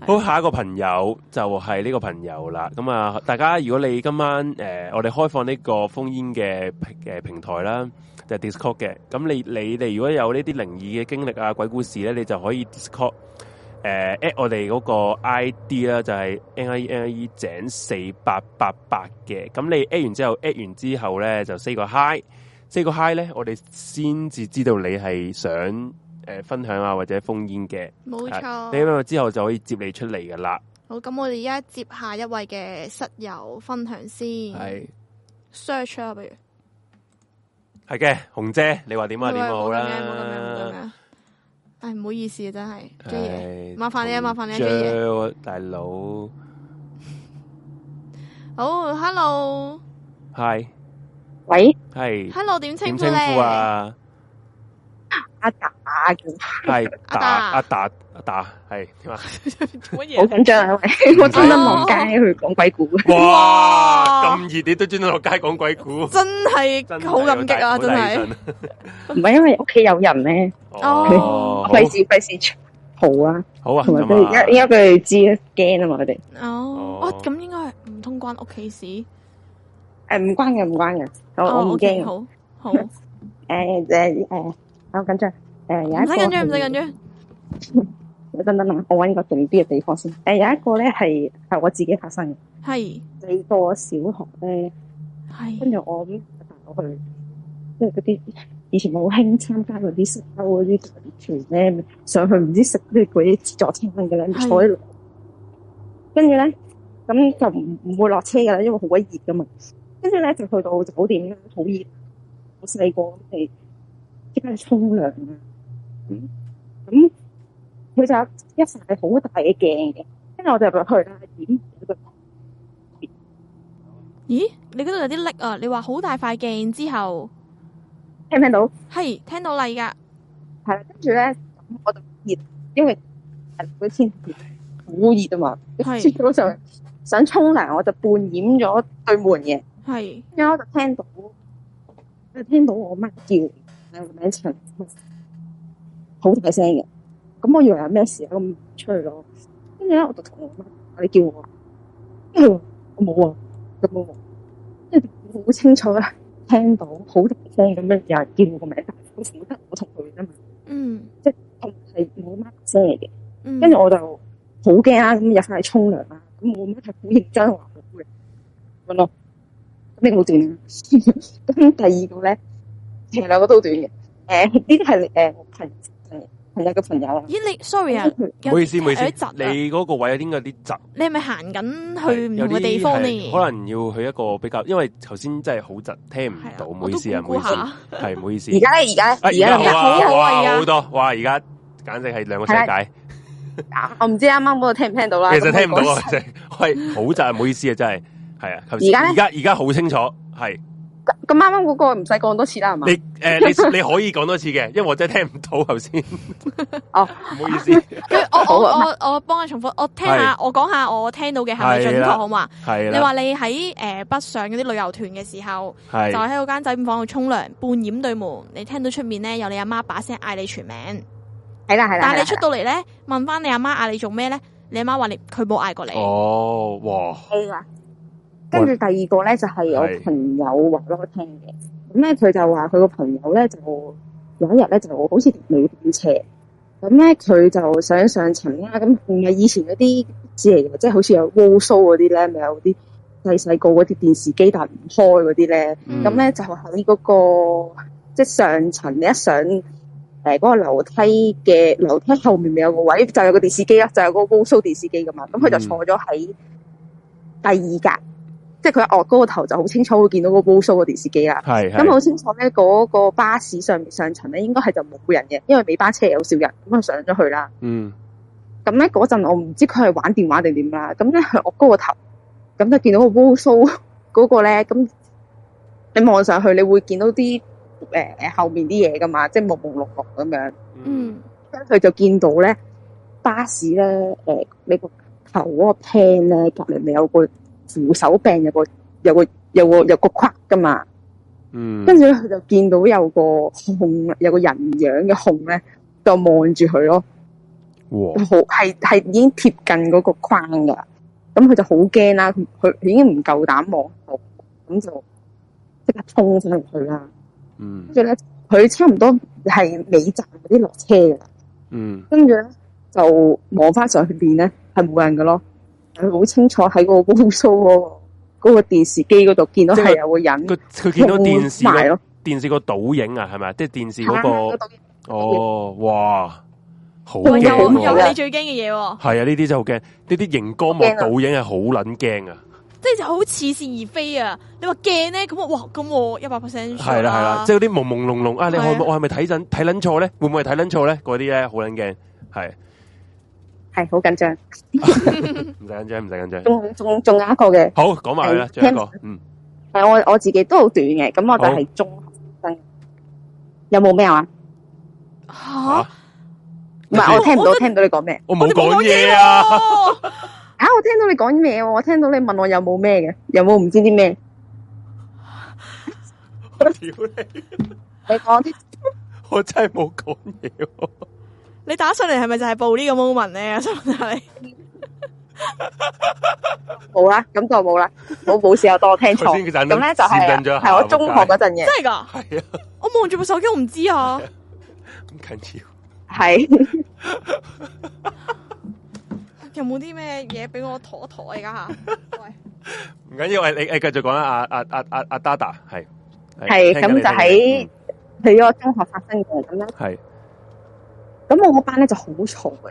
Speaker 2: 好，下一個朋友就係呢個朋友啦。咁啊，大家如果你今晚诶、呃我哋開放呢個烽煙嘅嘅平台啦，就係 Discord 嘅。咁你你哋如果有呢啲靈異嘅經歷啊、鬼故事咧，你就可以 Discord 诶、at 我哋嗰個 ID 啦，就係 NIE NIE E 井四八八八嘅。咁你 at 完之後，at 完之後咧就 say 個 hi，say 個 hi 咧，我哋先至知道你係想诶、呃分享啊或者烽煙嘅。
Speaker 1: 冇錯。
Speaker 2: 你咁之後就可以接你出嚟噶啦。
Speaker 1: 好，咁我哋而家接下一位嘅室友分享先。
Speaker 2: 系
Speaker 1: search 啊，不如。
Speaker 2: 系嘅，紅姐，你話點啊？
Speaker 1: 冇
Speaker 2: 點啊好
Speaker 1: 冇咁樣冇咁樣冇
Speaker 2: 啦。
Speaker 1: 咁樣。唉，唔好意思啊，真係 J 嘢。
Speaker 2: 唉
Speaker 1: 麻煩你啊麻煩你啊
Speaker 2: 紅姐
Speaker 1: J
Speaker 2: 大佬
Speaker 1: 好，hello，hello，
Speaker 2: ，hi
Speaker 4: 喂，
Speaker 2: 係
Speaker 1: 點
Speaker 2: 點
Speaker 1: 稱呼
Speaker 2: 稱呼
Speaker 1: 咧？
Speaker 2: 啊？
Speaker 4: 阿達叫，
Speaker 2: 係
Speaker 1: 阿
Speaker 2: 達
Speaker 1: 達
Speaker 2: 阿達阿達係
Speaker 1: [LAUGHS]
Speaker 2: 點啊？
Speaker 1: 做乜
Speaker 4: 好
Speaker 1: 嘢？
Speaker 4: 緊張啊！喂， [LAUGHS] 我專登
Speaker 1: 哦
Speaker 4: 望街去講鬼故，
Speaker 2: 哇！
Speaker 1: 哇
Speaker 2: 咁熱你都專登落街講鬼故，
Speaker 1: 真係好感激啊！真係。
Speaker 2: 係
Speaker 4: 唔係因為屋企有人咧，
Speaker 2: 哦，好
Speaker 4: 費事費事嘈啊，
Speaker 2: 好啊，
Speaker 4: 同埋
Speaker 2: 咁
Speaker 4: 佢而家因
Speaker 2: 啊，
Speaker 4: 為佢哋知啊，驚啊嘛，佢哋
Speaker 1: 哦，
Speaker 2: 哦
Speaker 1: 哦，咁應該係唔通關屋企事？
Speaker 4: 誒啊唔關嘅唔關嘅，我
Speaker 1: 哦
Speaker 4: 我唔
Speaker 1: OK，
Speaker 4: 驚，
Speaker 1: 好好，唔
Speaker 4: 唔誒誒誒，好緊張，誒有一
Speaker 1: 使
Speaker 4: 個
Speaker 1: 緊張，唔使
Speaker 4: 係啊
Speaker 1: 緊張。
Speaker 4: 等等等，我揾個靜啲嘅地方先。誒有一個咧係係我自己發生嘅，
Speaker 1: 係
Speaker 4: 細個小學咧，跟
Speaker 1: 係
Speaker 4: 住我咁帶我去，即係嗰啲以前好興參加嗰啲識州嗰啲團咧，上去唔知食啲嗰啲自助餐嘅咧，
Speaker 1: 係
Speaker 4: 坐喺度，跟住咧咁就唔唔會落車噶啦，因為好鬼熱噶嘛。跟住咧就去到酒店啦，好熱，好細個咁你即刻去沖涼啊！咁咁佢就有一塊好大嘅鏡嘅，跟住我就入去啦，掩咗個
Speaker 1: 咦？你嗰度有啲力啊！你話好大塊鏡之後，
Speaker 4: 聽唔聽到？
Speaker 1: 係聽到嚟㗎。
Speaker 4: 系啦，跟住咧，咁哎我就熱，因為係嗰天氣好熱啊嘛，跟住
Speaker 1: 係
Speaker 4: 我就想沖涼，我就半掩咗對門嘅，
Speaker 1: 係
Speaker 4: 跟住我就聽到，我就聽到我媽叫我名陳，好大聲嘅，咁我以為有咩事啊，咁出去咯，跟住咧我就同我媽講你叫我，跟住佢話我冇啊，咁冇啊，跟住我好清楚啦，聽到好大聲咁樣有人叫我個名，但係好似得我同佢啫嘛。
Speaker 1: 嗯
Speaker 4: 同係我媽聲嚟嘅，
Speaker 1: 嗯。
Speaker 4: 跟住我就好驚啦，咁入翻去沖涼啦，咁我媽係好認真話我嘅，咁咯，咁你冇斷啦。咁第二個咧
Speaker 5: 其實兩個都好短嘅。誒呢啲係誒朋誒朋友嘅朋友啦。
Speaker 1: 咦，你 sorry 啊，
Speaker 2: 唔好意思，唔好意思
Speaker 1: 有啲窒啊，
Speaker 2: 你嗰個位有啲有啲窒，
Speaker 1: 你係咪行緊去唔
Speaker 2: 有
Speaker 1: 同嘅
Speaker 2: 啲
Speaker 1: 地方
Speaker 2: 係
Speaker 1: 呢？
Speaker 2: 可能要去一個比較，因為頭先真係好窒，聽唔
Speaker 1: 係啊
Speaker 2: 到，唔好意思啊，唔
Speaker 1: 我
Speaker 2: 好
Speaker 1: 都
Speaker 2: 意
Speaker 1: 估
Speaker 2: 思
Speaker 1: 估，
Speaker 2: 係唔好意思。
Speaker 4: 而家咧，而家
Speaker 2: 啊
Speaker 4: 而家
Speaker 2: 好
Speaker 1: 而家
Speaker 2: 啊，
Speaker 1: 好好啊
Speaker 2: 哇
Speaker 1: 而家
Speaker 2: 好多，哇而家簡直係兩個世界，
Speaker 4: 我唔知啱啱嗰個聽唔聽到啦。
Speaker 2: 其實聽唔到啊
Speaker 4: 咁，
Speaker 2: 真係喂好窒，唔好意思啊，真係係啊，頭
Speaker 4: 而
Speaker 2: 先
Speaker 4: 家呢
Speaker 2: 而家而家好清楚，係
Speaker 4: 我咁啱啱嗰個唔使講多次啦，係嘛
Speaker 2: 你？誒你你可以講多次嘅，因為我真係聽唔到頭先，
Speaker 4: 哦，
Speaker 2: 唔好意思，
Speaker 1: 佢我我
Speaker 4: 好啊
Speaker 1: 我我幫你重複，我聽下，我講下我聽到嘅係咪準
Speaker 2: 係
Speaker 1: 確
Speaker 2: 啦
Speaker 1: 好嘛？
Speaker 2: 係
Speaker 1: 你
Speaker 2: 啦，
Speaker 1: 話你喺誒北上嗰啲旅遊團嘅時候，就
Speaker 2: 係
Speaker 1: 喺個間酒店房度沖涼，半掩對門，你聽到出面咧有你阿媽把聲嗌你全名，
Speaker 4: 係啦係啦。
Speaker 1: 但
Speaker 4: 係
Speaker 1: 係
Speaker 4: 啦
Speaker 1: 你出到嚟咧問翻你阿媽啊嗌你做咩咧？你阿媽話你佢冇嗌過你，
Speaker 2: 哦，哇，
Speaker 4: 係啦跟住第二個咧就係、
Speaker 2: 係
Speaker 4: 我朋友話俾我聽嘅，咁咧佢就話佢個朋友咧就有一日咧就好似未變斜，咁咧佢就想上層啦，咁唔係以前嗰啲字嚟嘅，即係好似有 w 蘇嗰啲咧，咪有啲細細個嗰啲電視機但係唔開嗰啲咧，
Speaker 1: 嗯
Speaker 4: 咁咧就喺嗰、個即係上層你一上誒嗰、個樓梯嘅樓梯後面咪有個位就有個電視機啊啦，就有個 w 蘇電視機噶嘛，咁佢就
Speaker 2: 嗯
Speaker 4: 坐咗喺。第二格，即係佢一岳高個頭就好清楚會見到個 w o s o 個電視機啦。
Speaker 2: 係
Speaker 4: 咁
Speaker 2: 係
Speaker 4: 好清楚咧，嗰、個巴士上面上層咧應該係就冇人嘅，因為尾班車有少人，咁啊上咗去啦。
Speaker 2: 嗯
Speaker 4: 咁咧嗰陣我唔知佢係玩電話定點啦，咁咧佢岳高個頭，咁就見到個 w o s o 嗰個咧，咁你望上去你會見到啲誒誒後面啲嘢噶嘛，即係朦朦朧朧咁樣。
Speaker 1: 嗯，
Speaker 4: 跟住佢就見到咧巴士咧，誒、你個頭嗰個 pan 咧隔離咪有個扶手柄，有個有個有個有個框噶嘛。
Speaker 2: 嗯，
Speaker 4: 跟住咧佢就見到有個控有個人樣嘅控咧，就望住佢咯，
Speaker 2: 哇
Speaker 4: 好係係已經貼近嗰個框噶。咁佢就好驚啦，佢佢已經唔夠膽望後，咁就即刻衝翻入去啦。
Speaker 2: 嗯
Speaker 4: 跟住咧，佢差唔多係尾站嗰啲落車㗎啦。
Speaker 2: 嗯
Speaker 4: 跟住咧就望翻上去邊咧係冇人嘅咯，佢好清楚喺個 w 蘇嗰個嗰個電視機嗰度見到
Speaker 2: 即係
Speaker 4: 係有個人
Speaker 2: 佢佢見到電視
Speaker 4: 控埋
Speaker 2: 個
Speaker 4: 咯，
Speaker 2: 電視個倒影啊，係咪？即係電視
Speaker 4: 係
Speaker 2: 嗰
Speaker 4: 啊
Speaker 2: 個
Speaker 4: 倒影
Speaker 2: 哦，哇，好
Speaker 1: 哇
Speaker 2: 驚
Speaker 1: 有
Speaker 4: 好
Speaker 1: 有
Speaker 2: 喎！
Speaker 1: 你最驚嘅嘢喎，
Speaker 2: 係啊，呢啲真係好驚，呢啲熒光幕
Speaker 4: 好驚啊
Speaker 2: 倒影係好撚驚啊！
Speaker 1: 即係就好似是而非啊！你話驚咧，咁我啊哇咁我一百 percent
Speaker 2: 係啦係啦，即係嗰啲朦朦朧朧啊！你
Speaker 1: 係啊
Speaker 2: 我係咪我係咪睇緊睇撚錯咧？會唔會係睇撚錯咧？嗰啲咧好撚驚，係
Speaker 4: 係好緊張。
Speaker 2: 唔使緊張，唔使緊張。
Speaker 4: 仲仲仲有一個嘅，
Speaker 2: 好，講埋佢啦，
Speaker 4: 係
Speaker 2: 最後一個，嗯，
Speaker 4: 係我我自己都好短嘅，咁我就係中學生。有冇咩啊？
Speaker 1: 吓，
Speaker 4: 唔係我聽唔
Speaker 1: 我
Speaker 4: 到，聽唔到你講咩
Speaker 2: 我啊冇
Speaker 1: 哋
Speaker 2: 講
Speaker 1: 冇
Speaker 2: 嘢 [LAUGHS] 啊！
Speaker 1: 喎
Speaker 4: 啊？我聽到你講咩喎？我聽到你問我有冇咩嘅，有冇唔知啲咩？
Speaker 2: 屌你，
Speaker 4: 你講
Speaker 2: 我真係冇講嘢喎。
Speaker 1: [LAUGHS] 你打上嚟係咪就係報呢個 [LAUGHS] moment 咧？我想問下你，
Speaker 4: 冇啦，咁就冇啦，冇冇事又當我聽
Speaker 2: [LAUGHS] 頭
Speaker 4: 錯。咁
Speaker 2: 先
Speaker 4: 咧
Speaker 2: 佢
Speaker 4: 就
Speaker 2: 盞燈閃緊咗
Speaker 4: 係
Speaker 2: 一下
Speaker 4: 係我中學嗰陣嘅，
Speaker 1: 真係噶？
Speaker 2: 係啊，
Speaker 1: 我望住部手機，我唔知啊。
Speaker 2: 唔緊要。
Speaker 4: 係。
Speaker 1: 有冇啲咩嘢俾我陀一陀而家 [LAUGHS] 吓？喂，
Speaker 2: 唔緊要，你你繼續講啦，阿阿阿阿阿 Dada 係
Speaker 4: 嗯係咁就喺喺咗中學發生嘅咁咧，
Speaker 2: 係
Speaker 4: 咁我嗰班咧就好嘈嘅，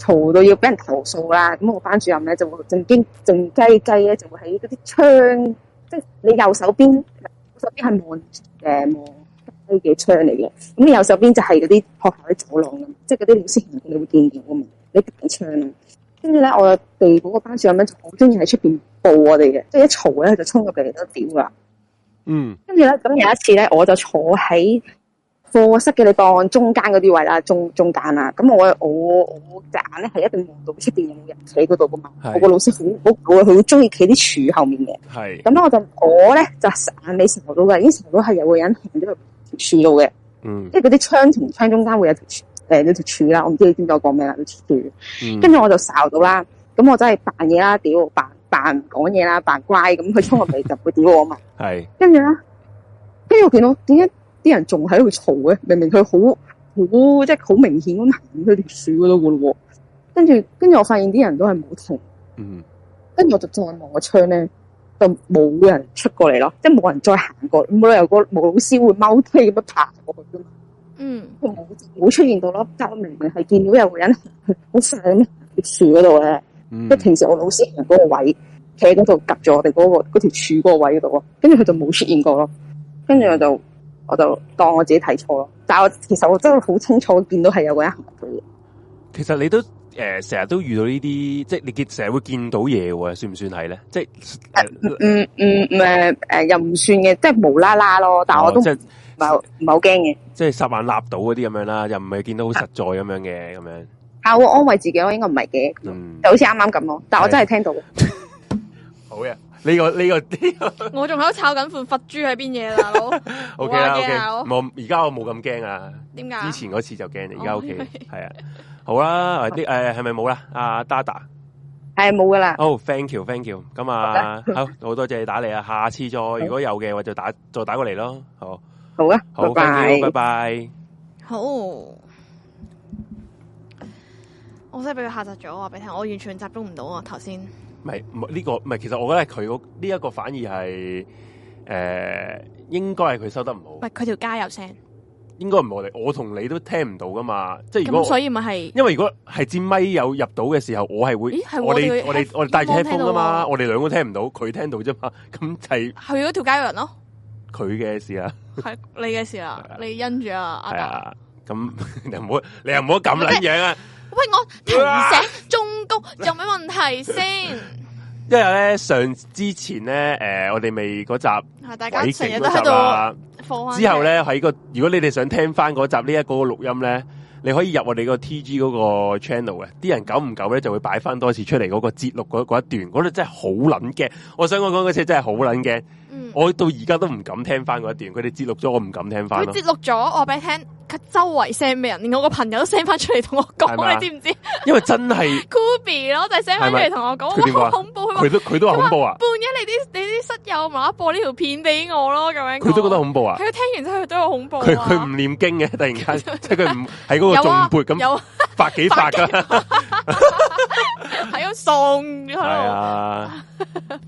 Speaker 4: 嘈到要俾人投訴啦。咁我班主任咧就會靜經靜雞雞咧，就會喺嗰啲窗，即係你右手邊，右手邊係望誒望街嘅窗嚟嘅。咁你右手邊就係嗰啲學校啲走廊咁，即係嗰啲老師行過你會見到噶嘛，你大窗啊。跟住咧，我哋嗰個班主任咧就好中意喺出邊報我哋嘅，即係一嘈咧就衝入嚟都屌噶。
Speaker 2: 嗯
Speaker 4: 跟住咧，咁有一次咧，我就坐喺課室嘅你當中間嗰啲位啦，中中間啦。咁我我我隻眼咧係一定望到出邊有冇人企嗰度噶嘛。
Speaker 2: 係
Speaker 4: 我個老師好好我好中意企啲柱後面嘅。
Speaker 2: 係
Speaker 4: 咁咧我就我咧就眼尾睄到嘅，已經睄到係有個人行咗入條柱度嘅，
Speaker 2: 嗯
Speaker 4: 即係嗰啲窗同窗中間會有條柱誒有條柱啦。我唔知你知唔知我講咩啦，條柱。
Speaker 2: 嗯
Speaker 4: 跟住我就睄到啦，咁我真係扮嘢啦，屌扮扮唔講嘢啦，扮乖咁，佢衝入嚟就會屌我嘛。
Speaker 2: 係
Speaker 4: 跟住咧，跟住我見到點解啲人仲喺度嘈嘅？明明佢好好即係好明顯咁行佢條樹嗰度嘅咯喎。跟住跟住我發現啲人都係冇停，
Speaker 2: 嗯
Speaker 4: 跟住我就再望個窗咧，就冇人出過嚟咯，即係冇人再行過，冇理由個無老師會踎梯咁樣爬過去噶嘛，
Speaker 1: 嗯
Speaker 4: 佢冇冇出現到咯。但我明明係見到有個人好快咁行條樹嗰度咧，
Speaker 2: 嗯
Speaker 4: 即係平時我老師行嗰個位，企喺嗰度夾住我哋嗰、個嗰條柱嗰個位嗰度咯，跟住佢就冇出現過咯。跟住我就我就當我自己睇錯咯，但係我其實我真係好清楚見到係有個人行過嚟嘅。
Speaker 2: 其實你都诶成日都遇到呢啲，即係你見成日會見到嘢喎，算唔算係咧？即係诶
Speaker 4: 嗯嗯誒誒又唔算嘅，即係無啦啦咯，但係我都
Speaker 2: 哦
Speaker 4: 唔
Speaker 2: 即係
Speaker 4: 係唔係好驚嘅。
Speaker 2: 即係十萬立到嗰啲咁樣啦，又唔係見到好實在咁樣嘅咁樣。
Speaker 4: 但我安慰自己，我應該唔係嘅，
Speaker 2: 嗯，
Speaker 4: 就好似啱啱咁咯。但我真係聽到嘅，
Speaker 2: 好嘅，呢個呢個呢個。
Speaker 1: 我仲喺度炒緊款佛珠喺邊嘢啊啦，大佬
Speaker 2: O K 啦，O
Speaker 1: 好啊驚啊
Speaker 2: K，我而家我冇咁驚啊，
Speaker 1: 點解啊
Speaker 2: 之？前嗰次就驚，而家
Speaker 1: 哦
Speaker 2: O K，係啊，好啦，或者诶係咪冇啦？阿 Dada，
Speaker 4: 係冇噶啦。
Speaker 2: 好，thank 哦 you，thank you，咁啊，好，好多謝你打嚟啊，下次再如果有嘅話就打再打過嚟咯，好，
Speaker 4: 好啊，
Speaker 2: 好，thank
Speaker 4: 拜
Speaker 2: you，拜
Speaker 4: 拜。
Speaker 2: 拜，
Speaker 1: 好，我真係俾佢嚇窒咗，我話俾你聽，我完全集中唔到啊！頭先
Speaker 2: 唔係唔係呢個唔係，其實我覺得佢嗰呢一個反而係诶應該係佢收得唔
Speaker 1: 唔
Speaker 2: 好
Speaker 1: 係，佢條街有聲，
Speaker 2: 應該唔係我哋，我同你都聽唔到噶嘛，即係如果
Speaker 1: 咁
Speaker 2: 我
Speaker 1: 所以咪係
Speaker 2: 因為如果係支咪有入到嘅時候，我係會，
Speaker 1: 咦係喎
Speaker 2: 我哋
Speaker 1: 我哋
Speaker 2: 我哋我哋戴住
Speaker 1: headphone
Speaker 2: headphone 啊
Speaker 1: 聽到
Speaker 2: 嘛，
Speaker 1: 喎
Speaker 2: 我哋兩個聽唔到，佢聽到啫嘛，咁就係
Speaker 1: 去咗條街嘅人 [LAUGHS] 咯，
Speaker 2: 佢嘅事啦，
Speaker 1: 係你嘅事啦
Speaker 2: 係啊，
Speaker 1: 你因住啊，阿
Speaker 2: 係
Speaker 1: 達。
Speaker 2: 啊，咁 [LAUGHS] 你又唔好你又唔好咁撚樣啊，
Speaker 1: 喂，我停醒中谷有咩問題 [LAUGHS] 先？
Speaker 2: 因為咧上之前咧，诶、我哋未嗰集
Speaker 1: 啊，大家
Speaker 2: 鬼
Speaker 1: 成
Speaker 2: 劇
Speaker 1: 日都喺
Speaker 2: 嗰集
Speaker 1: 度
Speaker 2: 啦，
Speaker 1: 放返
Speaker 2: 之後咧喺個如果你哋想聽翻嗰集呢一個錄音咧。你可以入我哋個 T G 嗰個 channel 嘅，啲人久唔久咧就會擺翻多次出嚟嗰個節錄嗰嗰一段，嗰度真係好撚驚。我想講講嗰次真係好撚驚，
Speaker 1: 嚟，嗯，
Speaker 2: 我到而家都唔敢聽翻嗰一段，佢哋節錄咗，我唔敢聽翻
Speaker 1: 佢
Speaker 2: 咯。
Speaker 1: 截錄咗，我話俾你聽，佢周圍 send 俾人，連我個朋友都 send 翻出嚟同我
Speaker 2: 係嘛
Speaker 1: 講，你知唔知
Speaker 2: 因為真係
Speaker 1: ？Kobe 咯，就 send 翻出嚟同我講，
Speaker 2: 佢點講
Speaker 1: 我
Speaker 2: 啊
Speaker 1: 好恐怖，佢話
Speaker 2: 佢都佢都話恐怖啊，
Speaker 1: 半夜你啲你啲室友無啦啦播呢條片俾我咯，咁樣講
Speaker 2: 佢都覺得恐怖啊。
Speaker 1: 係佢聽完之後佢都好恐怖啊，
Speaker 2: 佢佢唔念經嘅，突然間
Speaker 1: [LAUGHS]
Speaker 2: 即係佢唔喺嗰個
Speaker 1: 有
Speaker 2: 重
Speaker 1: 啊
Speaker 2: 撥咁
Speaker 1: 有啊
Speaker 2: 發幾發噶，
Speaker 1: 喺度送喺
Speaker 2: 係
Speaker 1: 度
Speaker 2: 啊，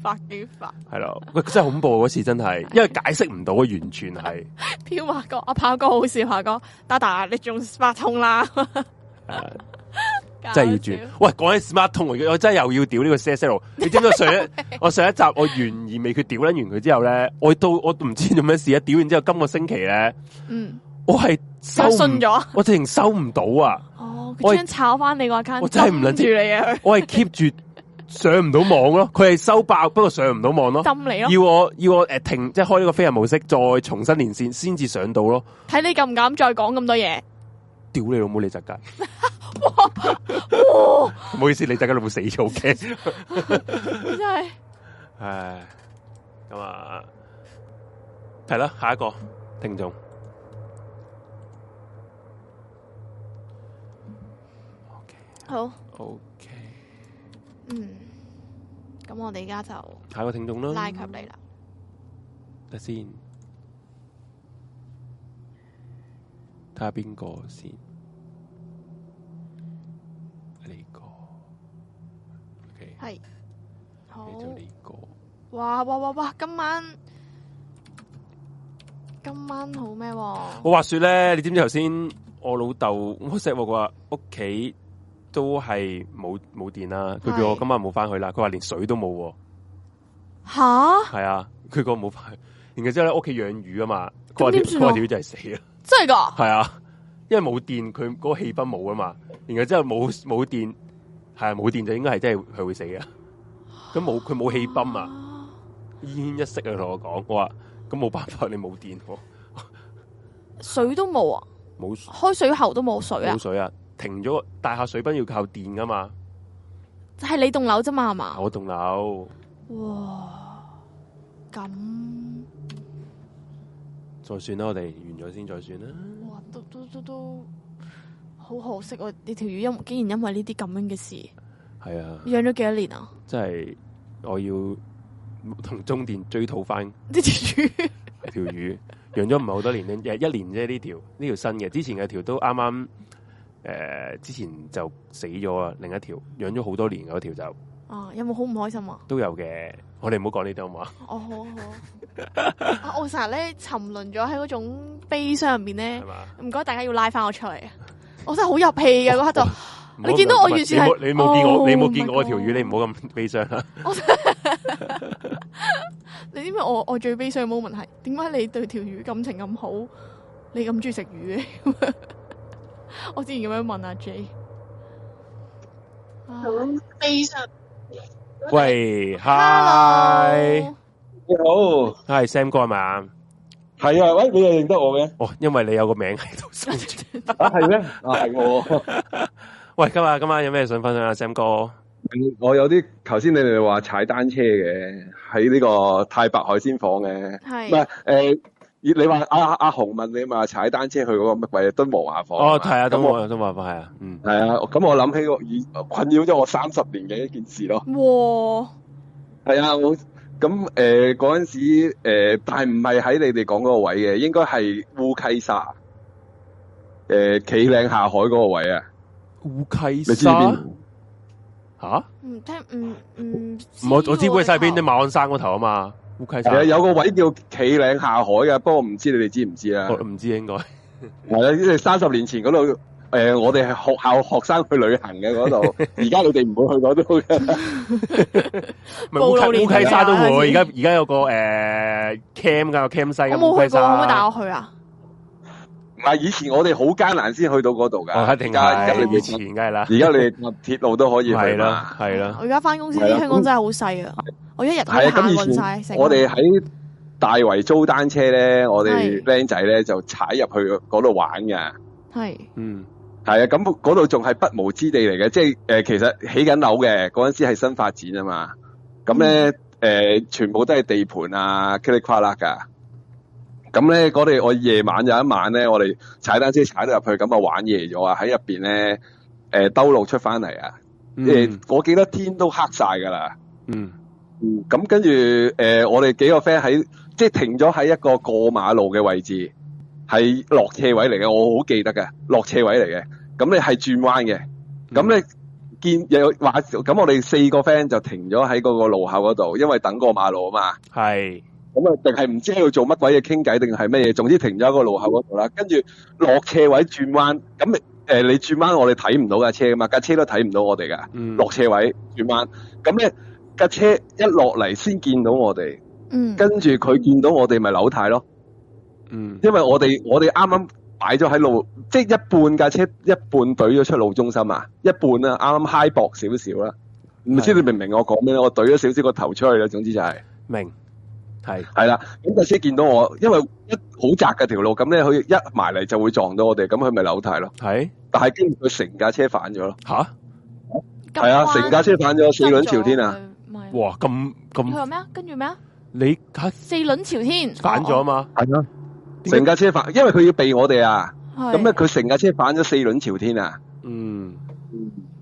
Speaker 1: 發幾發，
Speaker 2: 係咯，喂，真係恐怖嗰次
Speaker 1: [LAUGHS]
Speaker 2: 真係，因為解釋唔到啊，完全係
Speaker 1: 飄馬哥，阿炮哥好笑，炮哥，達達你仲發痛啦，
Speaker 2: 啊 [LAUGHS]
Speaker 1: 啊
Speaker 2: 真係要轉。喂，講起 smart 通，我真係又要屌呢個 C S L。你知唔知我上
Speaker 1: [LAUGHS]
Speaker 2: 一我上一集我懸而未決屌撚完佢之後咧，我到我唔知做咩事啊！屌完之後，今個星期咧，
Speaker 1: 嗯，
Speaker 2: 我係收
Speaker 1: 佢
Speaker 2: 唔
Speaker 1: 信咗。
Speaker 2: 我直情收唔到啊！
Speaker 1: 哦，
Speaker 2: 我
Speaker 1: 佢將炒翻你個 account，
Speaker 2: 我真係唔撚
Speaker 1: 針
Speaker 2: 知
Speaker 1: 住你啊，佢
Speaker 2: 我係 keep 住上唔到網咯，佢係收爆，不過上唔到網咯。
Speaker 1: 針你咯，
Speaker 2: 要我要我诶、呃停，即係開呢個飛行模式，再重新連線先至上到咯。
Speaker 1: 睇你敢唔敢再講咁多嘢。
Speaker 2: 屌你老母，你隻雞！
Speaker 1: 哇，
Speaker 2: 唔好意思，你隻雞老母死咗好驚。
Speaker 1: 真係
Speaker 2: 唉，咁啊，係啦，下一個聽眾。
Speaker 1: 好，
Speaker 2: OK，
Speaker 1: 嗯，咁我哋而家就
Speaker 2: 下一個聽眾啦
Speaker 1: 拉，及你啦。
Speaker 2: 睇先，睇下邊個先。呢、個 OK。
Speaker 1: 係，好
Speaker 2: 你，做呢個
Speaker 1: 哇哇哇哇，今晚今晚好咩喎？
Speaker 2: 我話說咧，你知唔知頭先我老豆 WhatsApp 我佢話屋企都係冇冇電啦，佢叫我
Speaker 1: 係
Speaker 2: 今晚冇翻去啦，佢話連水都冇喎，
Speaker 1: 吓，
Speaker 2: 係啊， [LAUGHS] 佢講冇翻去，然後之後咧屋企養魚啊嘛，佢
Speaker 1: 咁
Speaker 2: 話
Speaker 1: 點
Speaker 2: 條
Speaker 1: 算
Speaker 2: 佢
Speaker 1: 啊
Speaker 2: 話條魚就係死啦，
Speaker 1: 真係噶？
Speaker 2: [LAUGHS] 係啊，因為冇電佢嗰個氣氛冇啊嘛，然後之後冇冇電係啊冇電就應該係真係佢會死啊，咁冇佢冇氣泵啊，
Speaker 1: 啊！
Speaker 2: 奄奄一息啊同我講，我話咁冇辦法你冇電喎，
Speaker 1: 水都冇啊，
Speaker 2: 冇。
Speaker 1: 開水喉都冇水啊
Speaker 2: 冇，水啊，停咗個大廈水泵要靠電噶嘛，
Speaker 1: 係你棟樓啫嘛，係嘛？
Speaker 2: 我棟樓，
Speaker 1: 哇，咁。
Speaker 2: 再算啦，我哋完咗先再算啦。
Speaker 1: 哇，都都都都好可惜喎！你條魚因竟然因為呢啲咁樣嘅事，
Speaker 2: 係啊，
Speaker 1: 養咗幾多年啊？ [LAUGHS]
Speaker 2: 真係我要同中電追討翻
Speaker 1: 呢條魚
Speaker 2: 條魚，養咗唔係好多年咧，一一年啫呢條呢條新嘅，之前嘅條都啱啱诶之前就死咗啊，另一條養咗好多年嗰條就
Speaker 1: 啊，有冇好唔開心啊？
Speaker 2: 都有嘅。我哋唔好講呢啲好嘛？
Speaker 1: 哦，好啊
Speaker 2: [LAUGHS]
Speaker 1: 好啊啊我成日咧沉淪咗喺嗰種悲傷入面咧
Speaker 2: 係，嘛？
Speaker 1: 唔該大家要拉翻我出嚟啊！我真係好入戲嘅嗰刻
Speaker 2: 哦
Speaker 1: 就，你見到我完全係
Speaker 2: 你冇你冇見我，
Speaker 1: Oh
Speaker 2: 你冇見
Speaker 1: my
Speaker 2: 我條魚，
Speaker 1: God
Speaker 2: 你唔好咁悲傷啊啦。
Speaker 1: 你知唔知我我最悲傷嘅 moment 係點解你對條魚感情咁好，你咁中意食魚嘅？ [LAUGHS] 我之前咁樣問阿 J，啊
Speaker 6: 悲傷。
Speaker 2: 喂
Speaker 1: Hello，
Speaker 7: 你好，
Speaker 2: ，Hi，Hi Sam 哥係咪啊？
Speaker 7: 係啊，喂，你又認得我嘅？
Speaker 2: 哦，因為你有個名喺度送住。
Speaker 7: 啊，係咩？啊，係
Speaker 2: 哦
Speaker 7: 我。
Speaker 2: 喂，今日今晚有咩想分享啊，Sam 哥？
Speaker 7: 我有啲頭先你哋話踩單車嘅，喺呢個太白海鮮房嘅，唔
Speaker 1: 係
Speaker 7: 係誒，你話阿阿紅問你嘛，踩單車去嗰個乜鬼敦和華房？
Speaker 2: 哦，係啊，都
Speaker 7: 咁我
Speaker 2: 冇，都冇辦法係啊，嗯，
Speaker 7: 係啊，咁我諗起個以困擾咗我三十年嘅一件事咯。
Speaker 1: 哇，
Speaker 7: 係啊，我咁誒嗰陣時、呃、但係唔係喺你哋講嗰個位嘅，應該係烏溪沙誒企嶺下海嗰個位啊，
Speaker 2: 烏
Speaker 7: 你
Speaker 2: 溪啊
Speaker 7: 知唔
Speaker 2: 沙
Speaker 7: 知
Speaker 2: 吓？
Speaker 1: 唔聽唔唔，
Speaker 2: 唔我我知烏溪沙係邊啲
Speaker 1: 嘛？
Speaker 2: 馬鞍山嗰頭啊嘛，烏溪
Speaker 7: 係啊，
Speaker 2: 沙
Speaker 7: 有個位叫企嶺下海嘅，不過唔知你哋知唔知啊？
Speaker 2: 我唔知應該
Speaker 7: 係啊啦，即係三十年前嗰度，诶、我哋係學校學生去旅行嘅
Speaker 2: [LAUGHS]
Speaker 7: 嗰度，而家你哋唔會去嗰度嘅。
Speaker 2: 咪
Speaker 1: 暴
Speaker 2: 烏
Speaker 1: 露
Speaker 2: 溪
Speaker 1: 年
Speaker 2: 烏溪
Speaker 1: 代
Speaker 2: 沙都
Speaker 1: 啊
Speaker 2: 會，而
Speaker 1: 先
Speaker 2: 家而家有個呃誒 cam 噶 cam 西
Speaker 1: 我
Speaker 2: 咁
Speaker 1: 冇
Speaker 2: 烏
Speaker 1: 去
Speaker 2: 溪
Speaker 1: 過，可唔可以帶
Speaker 2: 沙，
Speaker 1: 我去啊？
Speaker 7: 唔係以前我哋好艱難先去到嗰度㗎，
Speaker 2: 我哦一定
Speaker 7: 而家你
Speaker 2: 係以
Speaker 7: 哋
Speaker 2: 前梗係啦，
Speaker 7: 而家你哋搭鐵路都可以去
Speaker 2: 係
Speaker 7: 啦
Speaker 2: 啦。係啦
Speaker 1: 我，而家翻公司
Speaker 7: 係
Speaker 1: 啲
Speaker 7: 啦
Speaker 1: 香港真係好細啊！我一日都
Speaker 7: 係啊，
Speaker 1: 行
Speaker 7: 咁
Speaker 1: 運
Speaker 7: 以
Speaker 1: 晒
Speaker 7: 前
Speaker 1: 成個。
Speaker 7: 我哋喺大圍租單車咧，我哋
Speaker 1: 係
Speaker 7: 僆仔咧就踩入去嗰度玩㗎。
Speaker 1: 係
Speaker 2: 嗯，
Speaker 7: 係啊，咁嗰度仲係不毛之地嚟嘅，即係诶、呃其實起緊樓嘅嗰陣時係新發展啊嘛，咁咧诶，全部都係地盤啊，噼里啪啦噶。咁咧，嗰哋我夜晚有一晚咧，我哋踩單車踩到入去，咁啊玩夜咗啊，喺入边咧诶兜路出翻嚟啊，诶、
Speaker 2: 嗯
Speaker 7: 我記得天都黑晒㗎啦。
Speaker 2: 嗯。
Speaker 7: 嗯，咁跟住诶，呃我哋幾個 friend 喺即係停咗喺一個過馬路嘅位置，係落斜位嚟嘅，我好記得嘅，落斜位嚟嘅。咁你係轉彎嘅，咁咧見有話咁，我哋四個 friend 就停咗喺嗰個路口嗰度，因為等過馬路啊嘛。
Speaker 2: 系
Speaker 7: 咁啊，定係唔知喺度做乜鬼嘢傾偈，定係乜嘢？總之停咗喺個路口嗰度啦。跟住落斜位轉彎，咁诶、呃你轉彎我哋睇唔到架車噶嘛，架車都睇唔到我哋噶。
Speaker 2: 嗯
Speaker 7: 落車位轉彎，咁咧架車一落嚟先見到我哋，
Speaker 1: 嗯
Speaker 7: 跟住佢見到我哋咪扭軚咯，
Speaker 2: 嗯
Speaker 7: 因為我哋我哋啱啱擺咗喺路，即係一半架車一半隊咗出路中心啊，一半啦，啱啱 high 薄少少啦，唔知
Speaker 2: 係
Speaker 7: 你明唔明我講咩咧？我隊咗少少個頭出去啦，總之就係、
Speaker 2: 明系
Speaker 7: 係啦，咁架車見到我，因為一好窄嘅條路，咁咧佢一埋嚟就會撞到我哋，咁佢咪扭軚咯，
Speaker 2: 系
Speaker 7: 但係跟住佢成架車反咗咯，
Speaker 2: 吓
Speaker 7: 係啊，成架車反咗四輪朝天啊！！
Speaker 1: 唔係
Speaker 2: 哇咁
Speaker 1: 佢
Speaker 2: 咁
Speaker 1: 話咩啊？跟住咩啊？
Speaker 2: 你吓
Speaker 1: 四輪朝天哦
Speaker 2: 反咗啊
Speaker 1: 嘛？
Speaker 2: 嘛？
Speaker 7: 係啊，成架車反，因為佢要避我哋啊。
Speaker 1: 咁
Speaker 7: 咁咧，佢成架車反咗四輪朝天啊！
Speaker 2: 嗯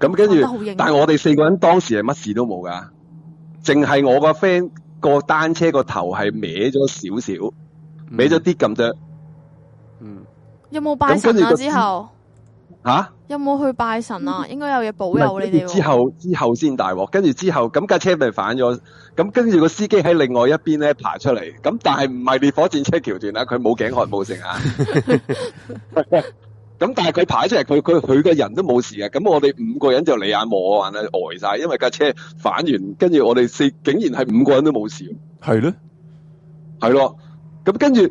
Speaker 7: 咁跟住，
Speaker 1: 住
Speaker 7: 但係我哋四個人當時係乜事都冇噶，淨係我個 friend 個單車個頭係歪咗少少，歪咗啲咁啫
Speaker 2: 嗯
Speaker 1: 有冇拜
Speaker 7: 咁
Speaker 1: 神
Speaker 7: 跟住
Speaker 1: 啊？
Speaker 7: 個
Speaker 1: 之後
Speaker 7: 吓。
Speaker 1: 有冇去拜神啊？應該有嘢保
Speaker 7: 唔係
Speaker 1: 佑你
Speaker 7: 跟
Speaker 1: 哋
Speaker 7: 住
Speaker 1: 喎。
Speaker 7: 之後之後先大鑊，跟住之後咁架車咪反咗，咁跟住個司機喺另外一邊咧爬出嚟，咁但係唔係烈火戰車橋段啦，佢冇頸渴冇成啊。
Speaker 1: [LAUGHS]
Speaker 7: 咁但係佢爬出嚟，佢佢佢個人都冇事嘅，咁我哋五個人就你眼望我眼啦，呆晒，因為架車反完，跟住我哋四竟然係五個人都冇事，
Speaker 2: 系咯，
Speaker 7: 係咯，咁跟住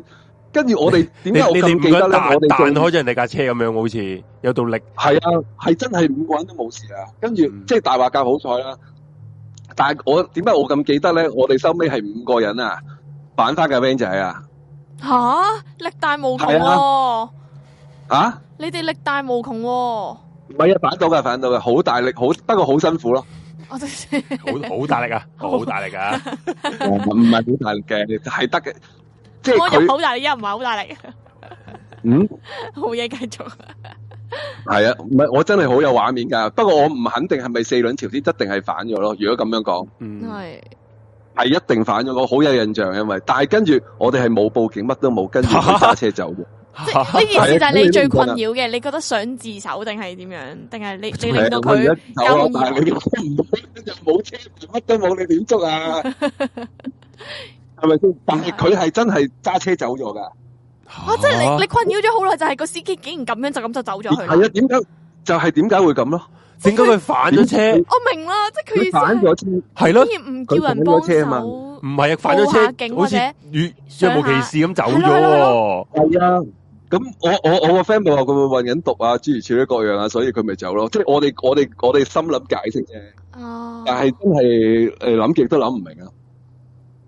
Speaker 7: 跟住我哋
Speaker 2: 你
Speaker 7: 點
Speaker 2: 你
Speaker 7: 解我
Speaker 2: 哋
Speaker 7: 咁
Speaker 2: 五
Speaker 7: 記
Speaker 2: 個
Speaker 7: 得
Speaker 2: 人
Speaker 7: 咧？
Speaker 2: 彈
Speaker 7: 我哋
Speaker 2: 彈
Speaker 7: 仲
Speaker 2: 開咗人哋架車咁樣，好似有道
Speaker 7: [LAUGHS]
Speaker 2: 力。
Speaker 7: 系啊，系真系五個人都冇事啊。跟住
Speaker 2: 嗯
Speaker 7: 即係大話教好彩啦。但係我點解我咁記得咧？我哋收尾係五個人啊，反翻嘅 van 仔啊，
Speaker 1: 吓，力大無窮
Speaker 7: 係
Speaker 1: 喎！
Speaker 7: 啊，
Speaker 1: 你哋力大無窮喎！我
Speaker 7: 唔係啊，反到嘅，反到嘅，好大力，好不過好辛苦咯。
Speaker 1: 真
Speaker 2: 好好大力啊，好大力啊！
Speaker 7: 唔係好大力嘅，係得嘅，即係
Speaker 1: 我入
Speaker 7: 佢
Speaker 1: 口大力，一唔係好大力。
Speaker 7: 嗯
Speaker 1: [LAUGHS] 好嘢，繼續。
Speaker 7: 係啊，唔係我真係好有畫面㗎。不過我唔肯定係咪四輪朝天，一定係反咗咯。如果咁樣講，
Speaker 2: 嗯，
Speaker 1: [LAUGHS] 係
Speaker 7: 係一定反咗，我好有印象，因為但係跟住我哋係冇報警，乜都冇，跟住佢揸車走。
Speaker 1: 即係呢件事
Speaker 7: [LAUGHS]
Speaker 1: 就
Speaker 7: 係啊
Speaker 1: 係你最
Speaker 7: 呢個
Speaker 1: 困擾嘅，你覺得想自首定係點樣？定係你
Speaker 7: [LAUGHS]
Speaker 1: 你令到
Speaker 7: 我而
Speaker 1: 佢
Speaker 7: 家走啦
Speaker 1: 有，
Speaker 7: 但係你唔到，又冇車，乜都冇，你點捉啊？係咪先？但係佢係真係揸車走咗㗎。
Speaker 1: 哦，即係你你困擾咗好耐，就係個司機竟然咁樣就咁就走咗去啦。
Speaker 7: 啊係啊，點解就係點解會咁咯？
Speaker 2: 点解佢反咗車？
Speaker 1: 我哦明啦，即係佢
Speaker 7: 佢
Speaker 1: 意思
Speaker 7: 反
Speaker 1: 係
Speaker 7: 咗車，
Speaker 2: 係咯，
Speaker 1: 竟然唔叫人
Speaker 7: 佢
Speaker 1: 幫
Speaker 7: 反咗車啊嘛
Speaker 1: 手。
Speaker 2: 唔係啊，反咗
Speaker 1: 報下警
Speaker 2: 車，好
Speaker 1: 或
Speaker 2: 似
Speaker 1: 者
Speaker 2: 若若無其事咁走咗
Speaker 1: 係咯係
Speaker 2: 喎。
Speaker 7: 係啊。咁我我我個 friend 咪話佢會混緊毒啊，諸如此類各樣啊，所以佢咪走咯。即係我哋我哋我哋心諗解釋啫，
Speaker 1: 哦，
Speaker 7: 但係真係誒諗極都諗唔明啊！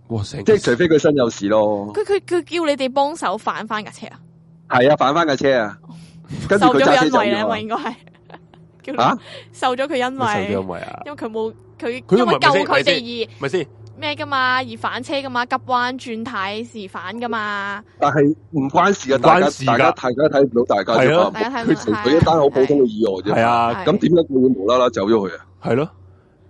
Speaker 2: 哇！成
Speaker 7: 即係除非佢身有事咯。
Speaker 1: 佢佢佢叫你哋幫手反翻架車啊，
Speaker 7: 係啊，反翻架車啊，跟住
Speaker 1: 受
Speaker 7: 佢揸
Speaker 1: 咗佢
Speaker 7: 車
Speaker 1: 恩
Speaker 7: 走
Speaker 1: 惠咧，
Speaker 7: 咗
Speaker 1: 咪
Speaker 7: 啊
Speaker 1: 應該係叫你
Speaker 7: 啊
Speaker 1: 受咗佢恩
Speaker 2: 受
Speaker 1: 惠
Speaker 2: 咗，咪啊？
Speaker 1: 因為佢冇佢
Speaker 2: 佢
Speaker 1: 因
Speaker 2: 唔係
Speaker 1: 為救佢
Speaker 2: 咪先
Speaker 1: 哋
Speaker 2: 咪先，
Speaker 1: 而咩噶嘛，而反車噶嘛，急彎轉軚時反噶嘛，
Speaker 7: 但係唔關事
Speaker 2: 唔
Speaker 7: 啊，大
Speaker 2: 關
Speaker 7: 家
Speaker 2: 事㗎
Speaker 7: 大家大家睇唔到大家
Speaker 2: 係
Speaker 7: 啫
Speaker 2: 啊
Speaker 7: 嘛
Speaker 1: 大家睇唔到
Speaker 7: 佢純粹一單好普通嘅意外啫。
Speaker 2: 係啊，
Speaker 7: 咁
Speaker 1: 係
Speaker 7: 點解佢會無啦啦走咗去啊？
Speaker 2: 係咯，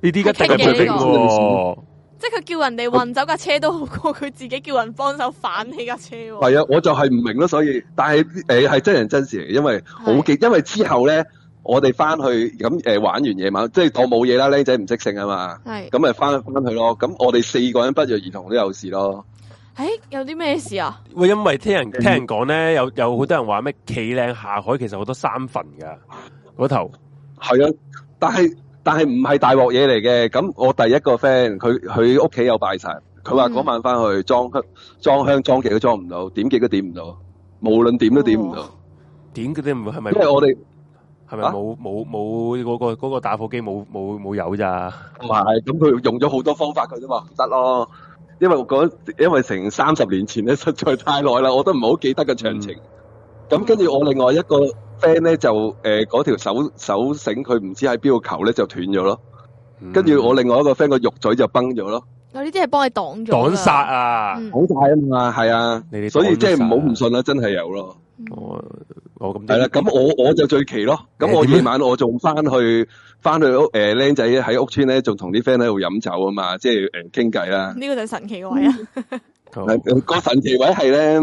Speaker 2: 呢啲一定
Speaker 1: 係
Speaker 2: 係
Speaker 1: 傾嘅
Speaker 2: 除非
Speaker 1: 呢個
Speaker 2: 喎。
Speaker 1: 即係佢叫人哋運走架車都好過佢自己叫人幫手反起架車
Speaker 2: 哦
Speaker 1: 喎。
Speaker 7: 係啊，我就係唔明咯，所以但係誒係真人真事嚟，因為好記，因為之後咧我哋翻去咁誒、玩完夜晚，即係當冇嘢啦，僆仔唔識性啊嘛，
Speaker 1: 係，
Speaker 7: 咁咪翻翻去咯。咁我哋四個人不約而同都有事咯，
Speaker 1: 誒有啲咩事啊？
Speaker 2: 喂，因為聽人
Speaker 7: 嗯
Speaker 2: 聽人講咧，有有好多人話咩企靚下海，其實好多三份㗎嗰頭。
Speaker 7: 係啊，但係但係唔係大鑊嘢嚟嘅。咁我第一個 friend 佢佢屋企有拜神，佢話嗰晚翻去裝香裝香裝極都裝唔到，點極都點唔到，無論點都點唔到，
Speaker 2: 點嗰啲唔係咪？
Speaker 7: 因為我哋。
Speaker 2: 係咪
Speaker 7: 啊
Speaker 2: 冇冇冇嗰個嗰個打火機冇冇冇油咋？
Speaker 7: 唔係，咁佢用咗好多方法，佢都話唔得咯。因為嗰因為成三十年前咧， [LAUGHS] 實在太耐啦，我都唔係好記得個詳情。咁跟住我另外一個 friend 咧，就誒嗰條手手繩佢唔知喺邊個球咧就斷咗咯。跟住我另外一個 friend 個肉嘴就崩咗咯，
Speaker 1: 有呢啲係幫你擋咗㗎。
Speaker 2: 擋殺啊！
Speaker 1: 嗯
Speaker 7: 好大啊嘛，係啊
Speaker 2: 你哋，
Speaker 7: 所以
Speaker 2: 擋咗
Speaker 7: 即係唔好
Speaker 2: 曬啊
Speaker 7: 唔信啦，真係有咯。
Speaker 1: 嗯
Speaker 2: 我我咁
Speaker 7: 係啦，咁我我就最奇咯。咁我
Speaker 2: 你點啊
Speaker 7: 夜
Speaker 2: 樣
Speaker 7: 晚我仲翻去翻去屋誒僆仔喺屋村咧，仲同啲 friend 喺度飲酒啊嘛，即係誒傾偈啦。
Speaker 1: 呢個就係神奇嘅位啊！
Speaker 2: 好
Speaker 7: 係個神奇位係咧，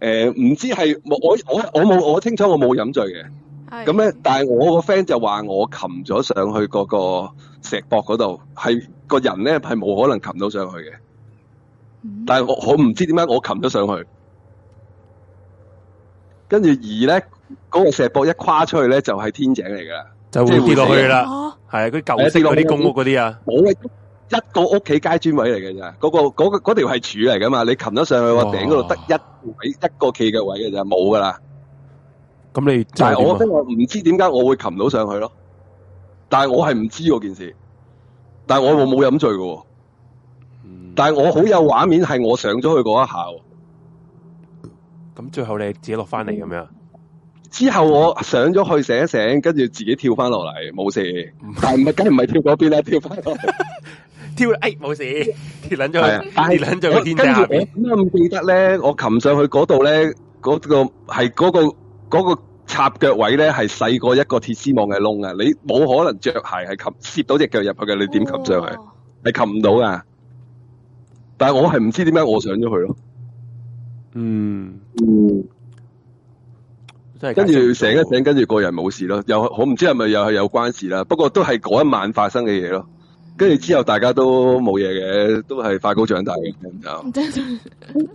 Speaker 7: 诶、唔知係我我我我冇我清楚我冇飲醉嘅，
Speaker 1: 係
Speaker 7: 嗯咁咧，但係我個 friend 就話我擒咗上去嗰個石膊嗰度，係個人咧係冇可能擒到上去嘅，
Speaker 1: 嗯
Speaker 7: 但係我我唔知點解我擒咗上去，跟住而咧嗰、個石膊一跨出去咧就係天井嚟噶啦，
Speaker 2: 就會跌落去啦。
Speaker 1: 哦
Speaker 2: 係啊，佢舊式嗰啲公屋嗰啲啊，
Speaker 7: 我一一個屋企街磚位嚟嘅咋，嗰、個嗰、個嗰條係柱嚟噶嘛，你擒咗上去個頂嗰度得一位一個企嘅位嘅咋，冇噶啦。
Speaker 2: 咁你就
Speaker 7: 但
Speaker 2: 係
Speaker 7: 係
Speaker 2: 點
Speaker 7: 我真
Speaker 2: 啊
Speaker 7: 我唔知點解我會擒到上去咯。但係我係唔知嗰件事，但係我冇冇飲醉嘅喎。
Speaker 2: 嗯
Speaker 7: 但係我好有畫面係我上咗去嗰一下喎。
Speaker 2: 咁最後你自己落翻嚟咁樣，
Speaker 7: [LAUGHS] 之後我上咗去醒一醒，跟住自己跳翻落嚟，冇事。但係唔係，梗係唔係跳嗰邊啦，跳翻
Speaker 2: [LAUGHS]
Speaker 7: 落嚟。
Speaker 2: 跳哎冇事，跌撚
Speaker 7: 係啊
Speaker 2: 咗去，跌撚咗去天井
Speaker 7: 跟住
Speaker 2: 下邊
Speaker 7: 我點。解咁記得咧？我擒上去嗰度咧，嗰、個係嗰、個嗰、個插腳位咧係細過一個鐵絲網嘅窿啊！你冇可能着鞋係擒攝到只腳入去嘅，你點擒上去？
Speaker 1: 哦
Speaker 7: 係擒唔到噶。但係我係唔知點解我上咗去咯，
Speaker 2: 嗯，真係
Speaker 7: 跟住醒
Speaker 2: 成
Speaker 7: 一醒，跟住個人冇事咯。又我唔知係咪又係有關事啦，不過都係嗰一晚發生嘅嘢咯。跟住之後大家都冇嘢嘅，都係快高長大嘅
Speaker 1: 嗯
Speaker 7: 就嗯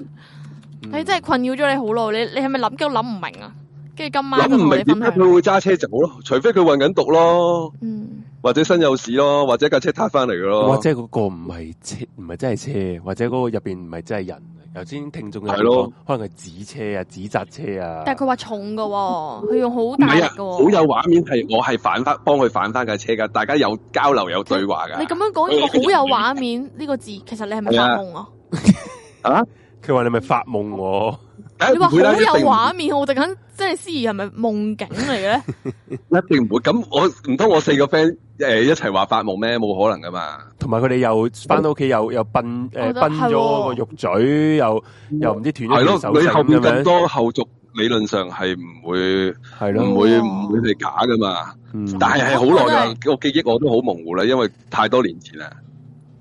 Speaker 1: 你真係困擾咗你好耐，你你係咪諗都諗唔明啊？跟住今晚
Speaker 7: 諗
Speaker 1: 就
Speaker 7: 唔
Speaker 1: 同
Speaker 7: 明
Speaker 1: 你分
Speaker 7: 點解
Speaker 1: 享。
Speaker 7: 佢會揸車走咯，除非佢運緊毒咯，
Speaker 1: 嗯，
Speaker 7: 或者身有事咯，或者架車撻翻嚟嘅咯，
Speaker 2: 或者嗰個唔係車，唔係真係車，或者嗰個入邊唔係真係人。頭先聽眾嘅
Speaker 7: 係咯，
Speaker 2: 可能係紙車啊、紙扎車啊。
Speaker 1: 但係佢話重㗎喎，佢用好
Speaker 7: 唔
Speaker 1: 大力
Speaker 7: 係啊，
Speaker 1: 㗎
Speaker 7: 好
Speaker 1: 喎。
Speaker 7: 有畫面係我係反翻幫佢反翻架車㗎，大家有交流有對話㗎。
Speaker 1: 你咁樣講呢個好有畫面呢個字，其實你係咪發夢啊？
Speaker 2: 佢話你咪發夢喎，
Speaker 7: 梗係
Speaker 1: 你話
Speaker 7: 唔
Speaker 1: 好
Speaker 7: 會啦一
Speaker 1: 有
Speaker 7: 定唔
Speaker 1: 畫面，我突然間即係思怡係咪夢境嚟嘅咧？
Speaker 7: 一定唔會。咁我唔通我四個 friend 誒、一齊話發夢咩？冇可能噶嘛。
Speaker 2: 同埋佢哋又翻到屋企又又崩
Speaker 1: 我
Speaker 2: 誒
Speaker 1: 覺得
Speaker 2: 崩咗個肉嘴，又又唔知斷咗條
Speaker 7: 係咯
Speaker 2: 手，
Speaker 7: 你
Speaker 2: 指
Speaker 7: 後
Speaker 2: 咁
Speaker 7: 面咁
Speaker 2: 樣，
Speaker 7: 多後續，理論上係唔會
Speaker 2: 係
Speaker 7: 唔
Speaker 2: 咯，
Speaker 7: 會
Speaker 1: 哦
Speaker 7: 唔會係假噶嘛。
Speaker 2: 嗯
Speaker 7: 但係係好耐
Speaker 1: 真
Speaker 7: 㗎，我記憶我都好模糊啦，因為太多年前啦，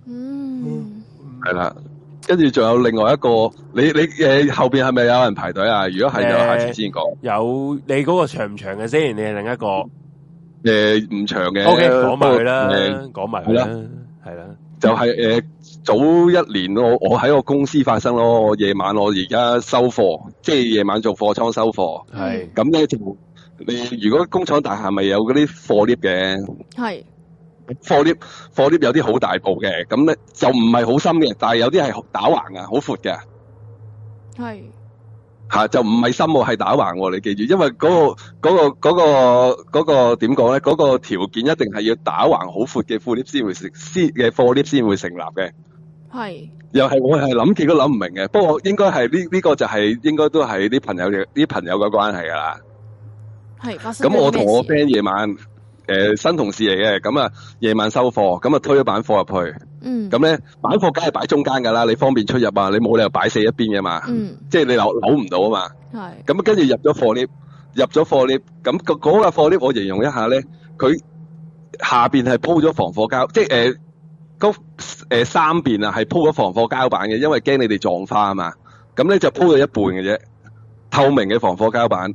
Speaker 1: 嗯，
Speaker 7: 係啦。跟住仲有另外一個，你你诶、後边係咪有人排隊啊？如果係就下次先講。
Speaker 2: 有你嗰個長唔長嘅先？你係另一個。
Speaker 7: 诶、唔長嘅。
Speaker 2: O K，講埋佢
Speaker 7: 不
Speaker 2: 啦
Speaker 7: 過誒，
Speaker 2: 講埋佢啦，係啦，
Speaker 7: 就係呃早一年我我喺我公司發生咯，我夜晚我而家收貨，即係夜晚做貨倉收貨。
Speaker 2: 係
Speaker 7: 咁咧就你如果工廠大廈咪有嗰啲貨 lift 嘅，
Speaker 1: 系
Speaker 7: 貨 lift 貨 lift 有啲好大部嘅，咁咧就唔係好深嘅，但係有啲係打橫啊嘅，好闊嘅。
Speaker 1: 系
Speaker 7: 吓、就唔係深喎，係打橫喎，你記住，因為嗰、個嗰、個嗰、個嗰、個點講咧，嗰、個條件一定係要打橫好闊嘅貨 lift 先會成先嘅貨 lift 先會成立嘅。
Speaker 1: 系
Speaker 7: 又係我係諗幾都諗唔明嘅，不過應該係呢呢個就係、應該都係啲朋友嘅啲朋友嘅關係㗎啦。
Speaker 1: 系发生咗
Speaker 7: 咁我
Speaker 1: 啲咩
Speaker 7: 同我
Speaker 1: 事
Speaker 7: friend 夜晚誒、呃新同事嚟嘅，咁啊夜晚收貨，咁啊推咗板貨入去，
Speaker 1: 嗯
Speaker 7: 咁咧板貨梗係擺中間㗎啦，你方便出入啊，你冇理由擺死一邊㗎嘛，
Speaker 1: 嗯
Speaker 7: 即係你扭扭唔到啊嘛。
Speaker 1: 系
Speaker 7: 咁跟住入咗貨 lift，入咗貨 lift，咁個嗰個貨 lift 我形容一下咧，佢下邊係鋪咗防火膠，即係誒嗰誒三邊啊係鋪咗防火膠板嘅，因為驚你哋撞花啊嘛。咁咧就鋪咗一半嘅啫，透明嘅防火膠板，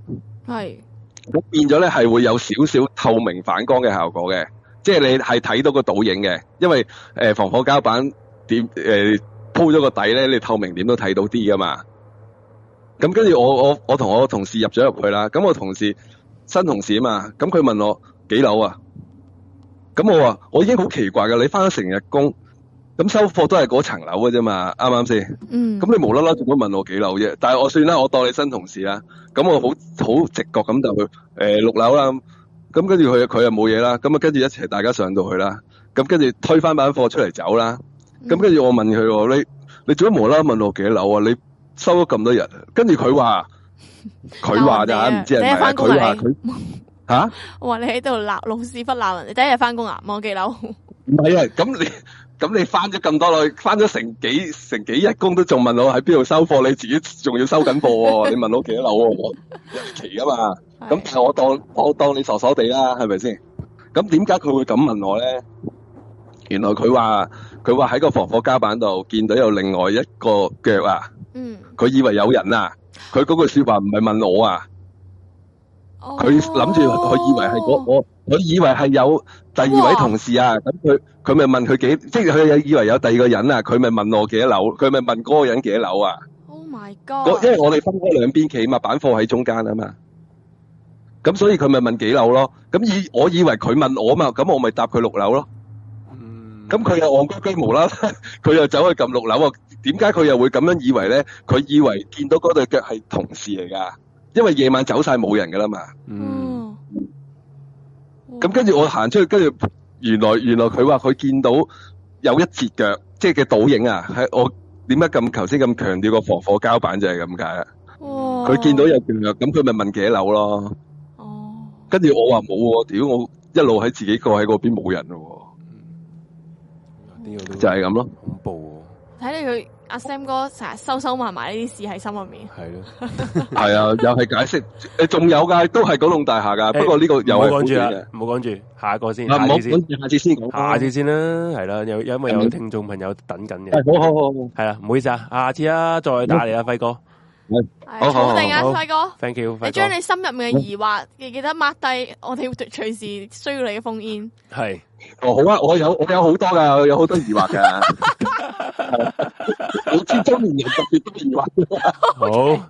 Speaker 1: 系
Speaker 7: 咁變咗咧係會有少少透明反光嘅效果嘅，即係你係睇到個倒影嘅，因為誒、呃防火膠板點誒、呃、鋪咗個底咧，你透明點都睇到啲噶嘛。咁跟住我我我同我同事入咗入去啦，咁我同事新同事啊嘛，咁佢問我幾樓啊？咁我話我已經好奇怪㗎，你翻咗成日工，咁收貨都係嗰層樓嘅啫嘛，啱唔啱先？
Speaker 1: 嗯
Speaker 7: 咁你無啦啦做乜問我幾樓啫？但係我算啦，我當你新同事啦。咁我好好直覺咁就去誒六樓啦。咁跟住佢佢又冇嘢啦。咁啊跟住一齊大家上到去啦。咁跟住推翻板貨出嚟走啦。咁
Speaker 1: 嗯
Speaker 7: 跟住我問佢喎，你你做乜無啦啦問我幾樓啊？你收咗咁多日，跟住佢話佢話咋，
Speaker 1: 鬧人哋啊
Speaker 7: 唔知係咪
Speaker 1: 你係
Speaker 7: 啊？
Speaker 1: 返工
Speaker 7: 佢話
Speaker 1: 嚟
Speaker 7: 佢嚇。
Speaker 1: 我话你喺度鬧老屎忽鬧人，哋，第一日翻工啊，望幾樓
Speaker 7: 唔係啊， [LAUGHS] 咁你咁你翻咗咁多耐，翻咗成幾成幾日工都仲問我喺邊度收貨，你自己仲要收緊貨 [LAUGHS] 喎，你問我幾多樓喎，我一期啊嘛，咁但係我當我當你傻傻地啦，係咪先？咁點解佢會咁問我咧？原來佢話佢話喺個防火膠板度見到有另外一個腳啊，
Speaker 1: 嗯，
Speaker 7: 佢以為有人啊，佢嗰句説話唔係問我啊。佢
Speaker 1: 佢
Speaker 7: 諗住
Speaker 1: 哦
Speaker 7: 佢以為係嗰我，佢以為係有第二位同事啊，咁佢佢咪問佢幾，即係佢以為有第二個人啊，佢咪問我幾多樓，佢咪問嗰個人幾多樓啊？
Speaker 1: Oh my
Speaker 7: 嗰因
Speaker 1: god！
Speaker 7: 為我哋分開兩邊企嘛，板貨喺中間啊嘛，咁所以佢咪問幾樓咯？咁以我以為佢問我嘛，咁我咪答佢六樓咯。
Speaker 2: 嗯
Speaker 7: 咁佢又戇居居無啦 [LAUGHS] 啦，佢又走去撳六樓啊！點解佢又會咁樣以為咧？佢以為見到嗰對腳係同事嚟㗎，因為夜晚走晒冇人㗎啦嘛。
Speaker 2: 嗯
Speaker 1: 嗯
Speaker 7: 嗯咁跟住我行出去，跟住原來原來佢話佢見到有一截腳，即係嘅倒影啊！係我點解咁頭先咁強調個防火膠板就係咁解啊？
Speaker 1: 哇
Speaker 7: 佢見到有腳，咁佢咪問幾多樓咯？
Speaker 1: 哦，
Speaker 7: 跟住我話冇喎，屌我一路喺自己個喺嗰邊冇人咯
Speaker 2: 嗯呢個都
Speaker 7: 喎，就係咁咯。
Speaker 2: 恐怖
Speaker 1: 睇嚟佢阿 Sam 哥成日收收埋埋呢啲事喺心入面
Speaker 2: 喎，。係咯。
Speaker 7: 係啊，又係解釋誒，仲有㗎，都係嗰棟大廈㗎，
Speaker 2: 誒
Speaker 7: 不過呢個又
Speaker 2: 唔好
Speaker 7: 係好
Speaker 2: 講住
Speaker 7: 短
Speaker 2: 啦
Speaker 7: 嘅。，
Speaker 2: 唔好講住，下一個先，
Speaker 7: 啊，
Speaker 2: 下
Speaker 7: 唔好
Speaker 2: 次先，
Speaker 7: 咁下次先講啦。
Speaker 2: 下次先啦，係啦，有因為有
Speaker 7: 嗯
Speaker 2: 聽眾朋友等緊嘅，
Speaker 7: 係好好好好。
Speaker 2: 係啦，唔好意思啊，下次啊，再打嚟啊，輝哥
Speaker 1: 係
Speaker 7: 好好好
Speaker 1: 儲定啊，
Speaker 2: 好
Speaker 1: 輝哥。
Speaker 2: ，thank you，
Speaker 1: 你
Speaker 2: 輝
Speaker 1: 將
Speaker 2: 哥，
Speaker 1: 你心入面嘅疑惑，記記得 mark 低，我哋會隨時需要你嘅封煙。
Speaker 2: 係
Speaker 7: 哦，好啊，我有我有好多噶，有好多疑惑噶。我知中年人特別多疑惑。
Speaker 2: 好，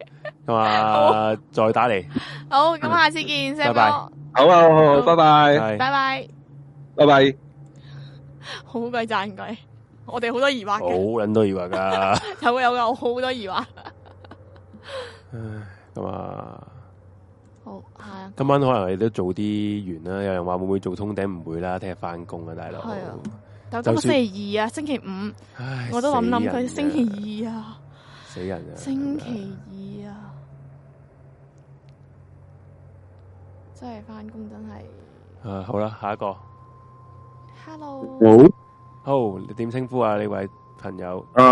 Speaker 2: 咁啊，再打嚟，
Speaker 1: 好，
Speaker 7: 嗯
Speaker 1: 咁下次見
Speaker 2: 拜
Speaker 1: ，Sam 哥，
Speaker 7: 好啊，好啊，好啊拜拜，
Speaker 2: 係
Speaker 1: 拜拜。
Speaker 7: 拜拜。
Speaker 1: 好鬼讚鬼，我哋好多疑惑
Speaker 2: 好
Speaker 1: 嘅，
Speaker 2: 撚多疑惑噶，
Speaker 1: 有嘅有嘅，我好多疑惑。
Speaker 2: 唉咁啊。
Speaker 1: 好，係啊，
Speaker 2: 今晚可能你都早啲完啦，有人話會唔會做通頂？唔會啦，聽日翻工啊，大佬。
Speaker 1: 係啊但今
Speaker 2: 就
Speaker 1: 日
Speaker 2: 算
Speaker 1: 星期二啊，星期五，
Speaker 2: 唉，
Speaker 1: 我都諗諗
Speaker 2: 死人
Speaker 1: 佢
Speaker 2: 啊
Speaker 1: 星期二啊，
Speaker 2: 死人啊！
Speaker 1: 星期二啊，真係翻工真係。
Speaker 2: 啊，好啦，下一個，
Speaker 1: Hello，
Speaker 6: 好，
Speaker 2: 好，你點稱呼啊？呢位朋友
Speaker 6: 啊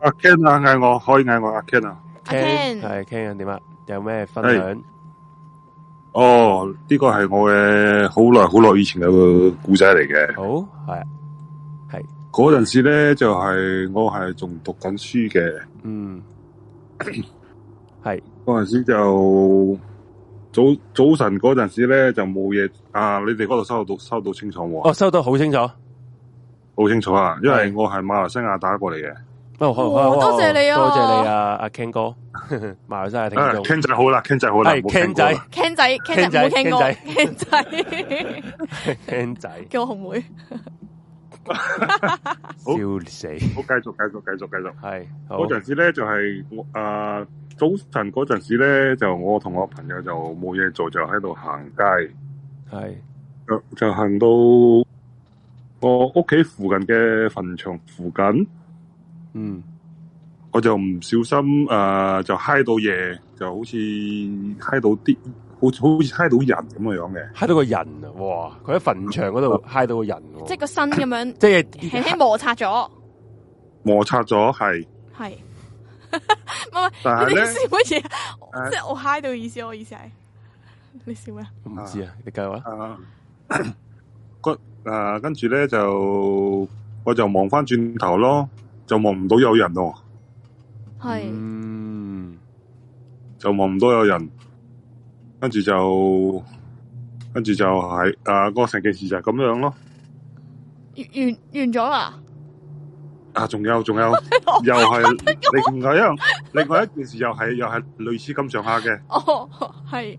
Speaker 6: 阿 Ken 啊，嗌我可以嗌我阿 Ken 啊。
Speaker 1: 阿 Ken
Speaker 2: 係 Ken 啊點啊？有咩分享？
Speaker 6: 哦，呢個係我嘅好耐好耐以前嘅故仔嚟嘅。
Speaker 2: 好係啊係
Speaker 6: 嗰陣時咧就係、我係仲讀緊書嘅，
Speaker 2: 嗯，系
Speaker 6: 嗰陣時就早早晨嗰陣時咧就冇嘢啊！你哋嗰度收到收到清楚冇
Speaker 2: 哦，
Speaker 6: 啊？
Speaker 2: 收到好清楚。哦
Speaker 6: 好清楚啊！因為
Speaker 2: 係
Speaker 6: 我係馬來西亞打過嚟嘅。
Speaker 2: 哦，好，
Speaker 1: 哇
Speaker 2: 好好
Speaker 1: 多謝你啊
Speaker 2: 多謝你啊，阿 Ken 哥， [LAUGHS] 馬來西亞聽
Speaker 6: 啊
Speaker 2: 眾，
Speaker 6: ，Ken 仔好啦，Ken 仔好啦
Speaker 2: 係
Speaker 6: 冇聽
Speaker 2: Ken
Speaker 6: 過
Speaker 2: 仔
Speaker 6: 啦
Speaker 1: Ken 仔，Ken 仔冇
Speaker 2: Ken
Speaker 1: 傾過
Speaker 2: 仔
Speaker 1: ，Ken 仔 [LAUGHS]
Speaker 2: ，Ken 仔，
Speaker 1: 叫我紅妹，
Speaker 6: 好
Speaker 2: 笑死，
Speaker 6: 好，繼續繼續繼續繼續。
Speaker 2: 係好
Speaker 6: 嗰陣時咧就係我啊早晨嗰陣時咧就我同我朋友就冇嘢做就喺度行街，
Speaker 2: 係
Speaker 6: 就就行到我屋企附近嘅墳場附近，
Speaker 2: 嗯
Speaker 6: 我就唔小心啊就嗨到嘢，就好似嗨到啲好似好似嗨到人咁嘅樣嘅，
Speaker 2: 嗨到個人啊！哇，佢喺墳場嗰度嗨到個人喎，
Speaker 1: 即係個身咁 [LAUGHS] 樣
Speaker 2: 即係
Speaker 1: 輕輕摩擦咗，
Speaker 6: 摩擦咗係，
Speaker 1: 係。
Speaker 6: 但係
Speaker 1: 你
Speaker 6: 咧
Speaker 1: 笑乜嘢？
Speaker 6: 誒
Speaker 1: 即係我嗨到意思，我意思係你笑咩？
Speaker 2: 唔知啊，你繼續啦，
Speaker 6: 啊 [COUGHS] 個啊跟住咧就我就望翻轉頭咯，就望唔到有人喎。
Speaker 1: 係
Speaker 2: 嗯，
Speaker 6: 就望唔到有人，跟住就跟住就係啊個成件事就係咁樣咯。
Speaker 1: 完完完咗啦！
Speaker 6: 啊，仲有
Speaker 1: [LAUGHS]
Speaker 6: 仲有，又係另外一樣，另外一件事又係又係類似咁上下嘅。
Speaker 1: 哦，係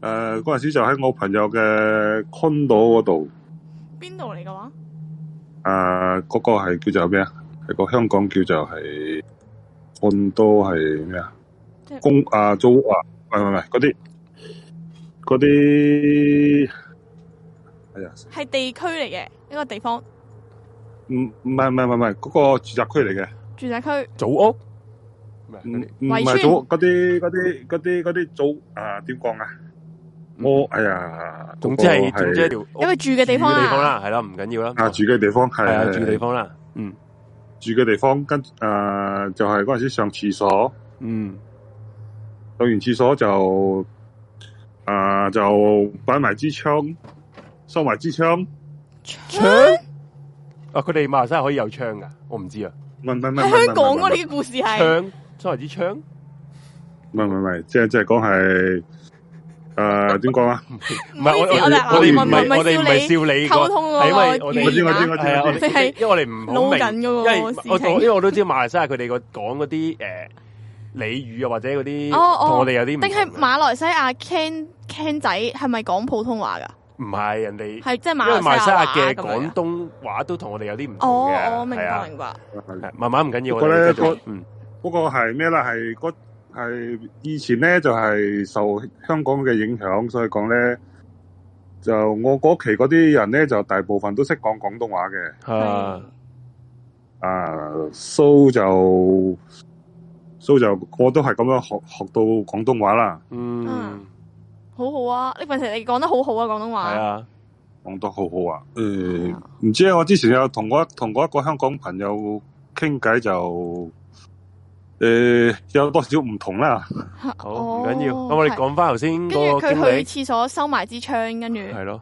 Speaker 6: 诶、嗰陣時就喺我朋友嘅 condo 嗰度，
Speaker 1: 邊度嚟嘅話？
Speaker 6: 诶、嗰、個係叫做咩啊？係個香港叫做係 condo 係咩啊
Speaker 1: 即係？
Speaker 6: 公啊租屋啊，唔係唔係唔係嗰啲嗰啲，哎呀！
Speaker 1: 係地區嚟嘅一個地方，
Speaker 6: 唔唔係唔係唔係唔係嗰個住宅區嚟嘅，
Speaker 1: 住宅區。
Speaker 2: 祖屋，咩啊
Speaker 6: 唔
Speaker 2: 嗰啲
Speaker 6: 唔
Speaker 1: 圍
Speaker 6: 係
Speaker 1: 村
Speaker 6: 早嗰啲嗰啲嗰啲嗰啲早啊點講啊？我哎呀，
Speaker 2: 嗯總之
Speaker 6: 嗰
Speaker 2: 係
Speaker 6: 個
Speaker 2: 總之一條屋
Speaker 1: 因為住嘅地方啊
Speaker 2: 住嘅地方
Speaker 1: 啦，
Speaker 2: 啦，係啦，唔緊要啦，
Speaker 6: 啊住嘅地方係
Speaker 2: 係啊
Speaker 6: 係
Speaker 2: 住嘅地方啦，嗯
Speaker 6: 住嘅地方，跟啊就係嗰陣時上廁所，
Speaker 2: 嗯
Speaker 6: 上完廁所就啊就擺埋支槍，收埋支槍，唔
Speaker 2: 槍啊！佢哋馬來西亞可以有槍噶，我唔知啊，
Speaker 6: 係唔係唔係唔
Speaker 1: 喺
Speaker 6: 係
Speaker 1: 香港
Speaker 6: 唔
Speaker 1: 喎。
Speaker 6: 係
Speaker 1: 呢個故事係
Speaker 2: 槍，所謂支槍，
Speaker 6: 唔係唔係唔係，即係即係講係誒點講啊？
Speaker 2: 唔係我
Speaker 1: 唔好意思我哋
Speaker 2: 我哋唔
Speaker 6: 我哋
Speaker 2: 係我哋唔係笑你
Speaker 1: 溝通
Speaker 2: 係因為
Speaker 1: 嗰個
Speaker 2: 我
Speaker 6: 我知我知
Speaker 1: 語
Speaker 6: 我
Speaker 1: 言
Speaker 6: 知
Speaker 2: 係啊，我
Speaker 6: 我知
Speaker 2: 哋
Speaker 1: 即係
Speaker 2: 因為我哋唔好
Speaker 1: 撈
Speaker 2: 明
Speaker 1: 緊
Speaker 2: 因
Speaker 1: 嗰
Speaker 2: 為
Speaker 1: 個
Speaker 2: 我
Speaker 1: 事
Speaker 2: 我因
Speaker 1: 情。
Speaker 2: 為我都知道馬來西亞佢哋個講嗰啲誒俚語啊，或者嗰啲
Speaker 1: 哦哦
Speaker 2: 同我哋有啲唔
Speaker 1: 定係
Speaker 2: 同嘅
Speaker 1: 馬來西亞 Ken Ken 仔係咪講普通話㗎？
Speaker 2: 唔係人哋，因
Speaker 1: 係即係馬
Speaker 2: 為馬來西亞
Speaker 1: 亞
Speaker 2: 嘅
Speaker 1: 廣
Speaker 2: 廣東話都同我哋有啲唔同
Speaker 1: 哦
Speaker 2: 嘅，，
Speaker 1: 我明
Speaker 2: 係啊
Speaker 1: 白明白。
Speaker 2: 係慢慢唔緊要，
Speaker 6: 不
Speaker 2: 我
Speaker 6: 過
Speaker 2: 哋
Speaker 6: 咧
Speaker 2: 繼續
Speaker 6: 個
Speaker 2: 嗯
Speaker 6: 嗰個係咩啦？係嗰係以前咧就係、受香港嘅影響，所以講咧就我嗰期嗰啲人咧就大部分都識講廣東話嘅，
Speaker 2: 啊
Speaker 6: 啊蘇就蘇就我都係咁樣學學到廣東話啦，
Speaker 2: 嗯
Speaker 1: 嗯好好啊！呢份成你講得好好啊，廣東
Speaker 2: 係
Speaker 1: 話。
Speaker 2: 啊
Speaker 6: 講得好好啊！誒、唔知啊，我之前有同我同我一個香港朋友傾偈就。誒、有多少唔同啦？
Speaker 2: 好唔緊要，
Speaker 1: 哦
Speaker 2: 咁我哋
Speaker 1: 係
Speaker 2: 講翻頭先
Speaker 1: 跟住
Speaker 2: 嗰個經
Speaker 1: 佢
Speaker 2: 歷
Speaker 1: 去廁所收埋支槍，跟住
Speaker 2: 係咯，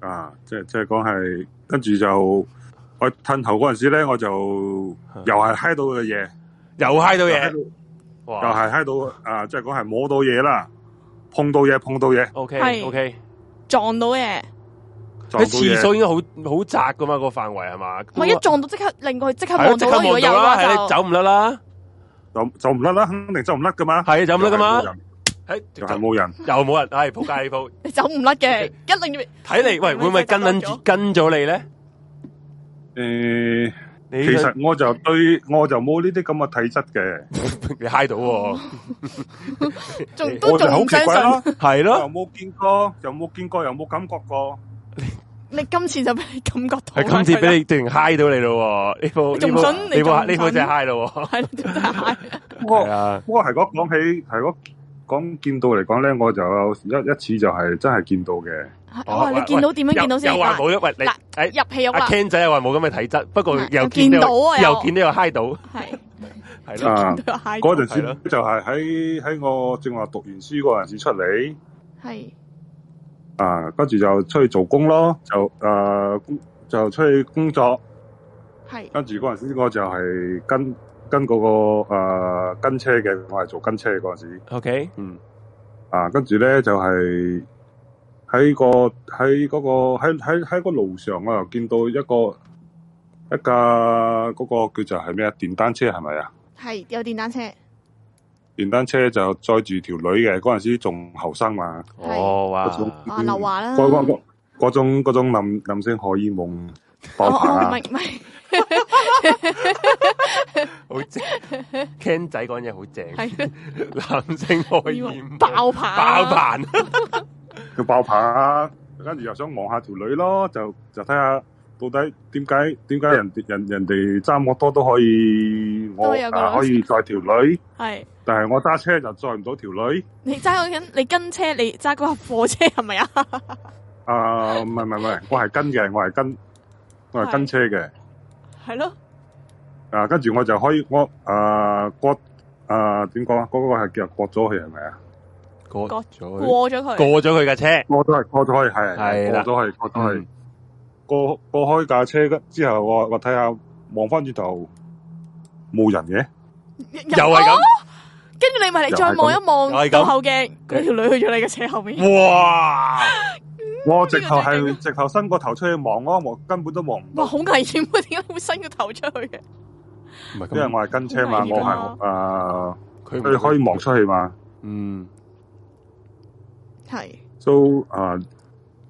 Speaker 6: 啊，即係即係講係，跟住就我褪頭嗰陣時咧，我就
Speaker 2: 啊
Speaker 6: 又係嗨到嘅嘢，
Speaker 2: 又嗨到
Speaker 6: 又
Speaker 2: 嘢
Speaker 6: 係，又
Speaker 2: 哇
Speaker 6: 係嗨到啊！即係講係摸到嘢啦，碰到嘢，碰到嘢，
Speaker 2: ，OK
Speaker 1: 係
Speaker 2: OK。
Speaker 1: 撞到嘅，
Speaker 6: 撞
Speaker 2: 佢
Speaker 6: 到
Speaker 2: 廁
Speaker 6: 嘢。
Speaker 2: 所應該好好窄噶嘛，個範圍係嘛？
Speaker 1: 我一撞到即刻令佢即刻
Speaker 2: 係咯
Speaker 1: 望
Speaker 2: 即
Speaker 1: 到
Speaker 2: 刻
Speaker 1: 咯。如果
Speaker 2: 望
Speaker 1: 有
Speaker 2: 到
Speaker 1: 嘅
Speaker 2: 啦，係
Speaker 1: 話
Speaker 2: 啊
Speaker 1: 就
Speaker 2: 走唔甩啦，
Speaker 6: 就就唔甩啦，肯定走唔甩噶嘛，
Speaker 2: 係啊走唔甩噶嘛，誒
Speaker 6: 又係冇人，
Speaker 2: 又冇人，唉仆街呢鋪，
Speaker 1: 你走唔甩嘅，一令
Speaker 2: 睇嚟喂
Speaker 1: 咪
Speaker 2: 會唔會跟撚
Speaker 1: 就係
Speaker 2: 住跟咗你咧？
Speaker 6: 又係冇人。誒，
Speaker 2: 你
Speaker 6: 其實我就對我就冇呢啲咁嘅體質嘅，
Speaker 2: 你嗨
Speaker 1: [LAUGHS]
Speaker 2: 到喎，
Speaker 1: 仲都
Speaker 6: 我就
Speaker 1: 仲
Speaker 6: 好
Speaker 1: 唔相
Speaker 6: 奇怪
Speaker 1: 信。
Speaker 6: 啦，
Speaker 2: 係
Speaker 6: 又
Speaker 2: 咯，
Speaker 6: 冇見過，又冇見過，又冇感覺過，
Speaker 1: 你今次就俾你感覺到啦。
Speaker 2: 係今次俾你突然嗨到你咯喎，呢鋪
Speaker 1: 你仲
Speaker 2: 呢鋪
Speaker 1: 信
Speaker 2: 呢
Speaker 1: 你仲
Speaker 2: 鋪
Speaker 1: 信
Speaker 2: 呢鋪真係嗨咯喎，
Speaker 1: 係啦真係
Speaker 2: 係啊，
Speaker 6: 不過係講講起係嗰講見到嚟講咧，我就有一一次就係真係見到嘅。
Speaker 2: 哦
Speaker 1: 哇！
Speaker 2: 喂
Speaker 1: 你見到點樣見到先？
Speaker 2: 又又話冇喂你
Speaker 1: 嗱
Speaker 2: 誒
Speaker 1: 入戲肉
Speaker 2: 阿
Speaker 1: 啦，
Speaker 2: Ken 仔又話冇咁嘅體質，不過
Speaker 1: 係
Speaker 2: 又
Speaker 1: 又
Speaker 2: 見
Speaker 1: 見
Speaker 2: 到
Speaker 1: 到啊又
Speaker 2: 又見到又嗨到，
Speaker 1: 係
Speaker 2: 係咯，
Speaker 6: 啊
Speaker 1: 見到有蟹
Speaker 6: 嗰陣
Speaker 2: 係咯
Speaker 6: 時就係喺喺我正話讀完書嗰陣時出嚟，
Speaker 1: 係
Speaker 6: 啊，跟住就出去做工咯，就誒、呃工就出去工作，
Speaker 1: 系
Speaker 6: 跟住嗰陣時我就係跟跟嗰、個、呃、跟車嘅，我係做跟車嗰陣時。
Speaker 2: OK，
Speaker 6: 嗯，啊，跟住咧就係喺個喺嗰、個喺喺喺個路上，我又見到一個一架嗰、個叫做係咩啊？電單車係咪啊？
Speaker 1: 系有電單車，
Speaker 6: 電單車就載住條女嘅，嗰陣時仲後生嘛，
Speaker 2: 哦哇，
Speaker 6: 嗰種
Speaker 1: [LAUGHS] 啊劉華啦，
Speaker 6: 嗰嗰嗰嗰種嗰種林林性荷爾蒙
Speaker 1: 哦
Speaker 6: 爆棚
Speaker 1: 哦，
Speaker 6: 啊
Speaker 1: 唔！係唔係 [LAUGHS]
Speaker 2: 好正，Ken 仔講嘢好正，
Speaker 1: 係
Speaker 2: 男性荷
Speaker 1: 以為
Speaker 2: 爾蒙
Speaker 1: 爆棚啊
Speaker 2: 爆棚，
Speaker 6: 佢爆棚啊，跟住又想望下條女咯，就就睇下到底點解點解人哋人人哋揸摩托都可以，我
Speaker 1: 都有個
Speaker 6: 啊可以載條女，
Speaker 1: 係
Speaker 6: 但係我揸車就載唔到條女。
Speaker 1: 你揸緊你跟車，你揸嗰架貨車
Speaker 2: [LAUGHS]
Speaker 1: 係咪啊？
Speaker 6: 啊，唔係唔係唔係，我係跟嘅，我係跟我係跟車嘅。
Speaker 1: 係咯，
Speaker 6: 啊，跟住我就可以我啊割啊點講啊？嗰、個係叫割咗佢係咪啊？
Speaker 2: 過
Speaker 1: 過
Speaker 2: 咗
Speaker 1: 過咗佢，
Speaker 2: 過咗佢架車，
Speaker 6: 割咗係割咗佢係
Speaker 2: 係啦
Speaker 6: 係割咗佢割咗佢
Speaker 2: 嗯。
Speaker 6: 過過開架車之後，我我睇下望翻轉頭冇人嘅。
Speaker 1: 又
Speaker 2: 又係咁。
Speaker 1: 跟住你咪嚟再望一
Speaker 2: 又係
Speaker 1: 望
Speaker 2: 咁
Speaker 1: 倒後鏡，嗰條女去咗你嘅車後面，
Speaker 2: 哇！
Speaker 1: [LAUGHS]
Speaker 6: 我直頭
Speaker 1: 呢個真係
Speaker 6: 係直頭伸個頭出去望咯，
Speaker 1: [LAUGHS]
Speaker 6: 我根本都望唔
Speaker 1: 哇，
Speaker 6: 到，
Speaker 1: 好危險啊！點解會伸個頭出去嘅？
Speaker 2: 唔係
Speaker 6: 因為我
Speaker 2: 咁，
Speaker 6: 係跟車嘛，
Speaker 1: 好
Speaker 6: 我
Speaker 1: 危險啊
Speaker 6: 係啊，
Speaker 2: 佢
Speaker 6: 佢可以望，出去嘛。
Speaker 2: 嗯，
Speaker 1: 係
Speaker 6: So 啊，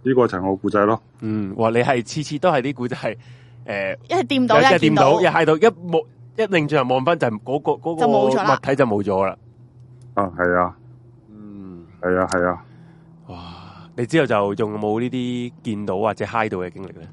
Speaker 6: 呢個就係我故仔咯。
Speaker 2: 嗯，哇！你係次次都係啲古仔，诶，
Speaker 1: 一係掂
Speaker 2: 一
Speaker 1: 到，一係
Speaker 2: 掂
Speaker 1: 見
Speaker 2: 到，一揩到，一冇一擰轉頭望翻就係嗰個嗰
Speaker 1: 就冇咗
Speaker 2: 個
Speaker 1: 啦
Speaker 2: 物體就冇咗啦。
Speaker 6: 啊，係啊，
Speaker 2: 嗯，
Speaker 6: 係啊，係啊。
Speaker 2: 哇！你之後就仲有冇呢啲見到或者揩到嘅經歷咧？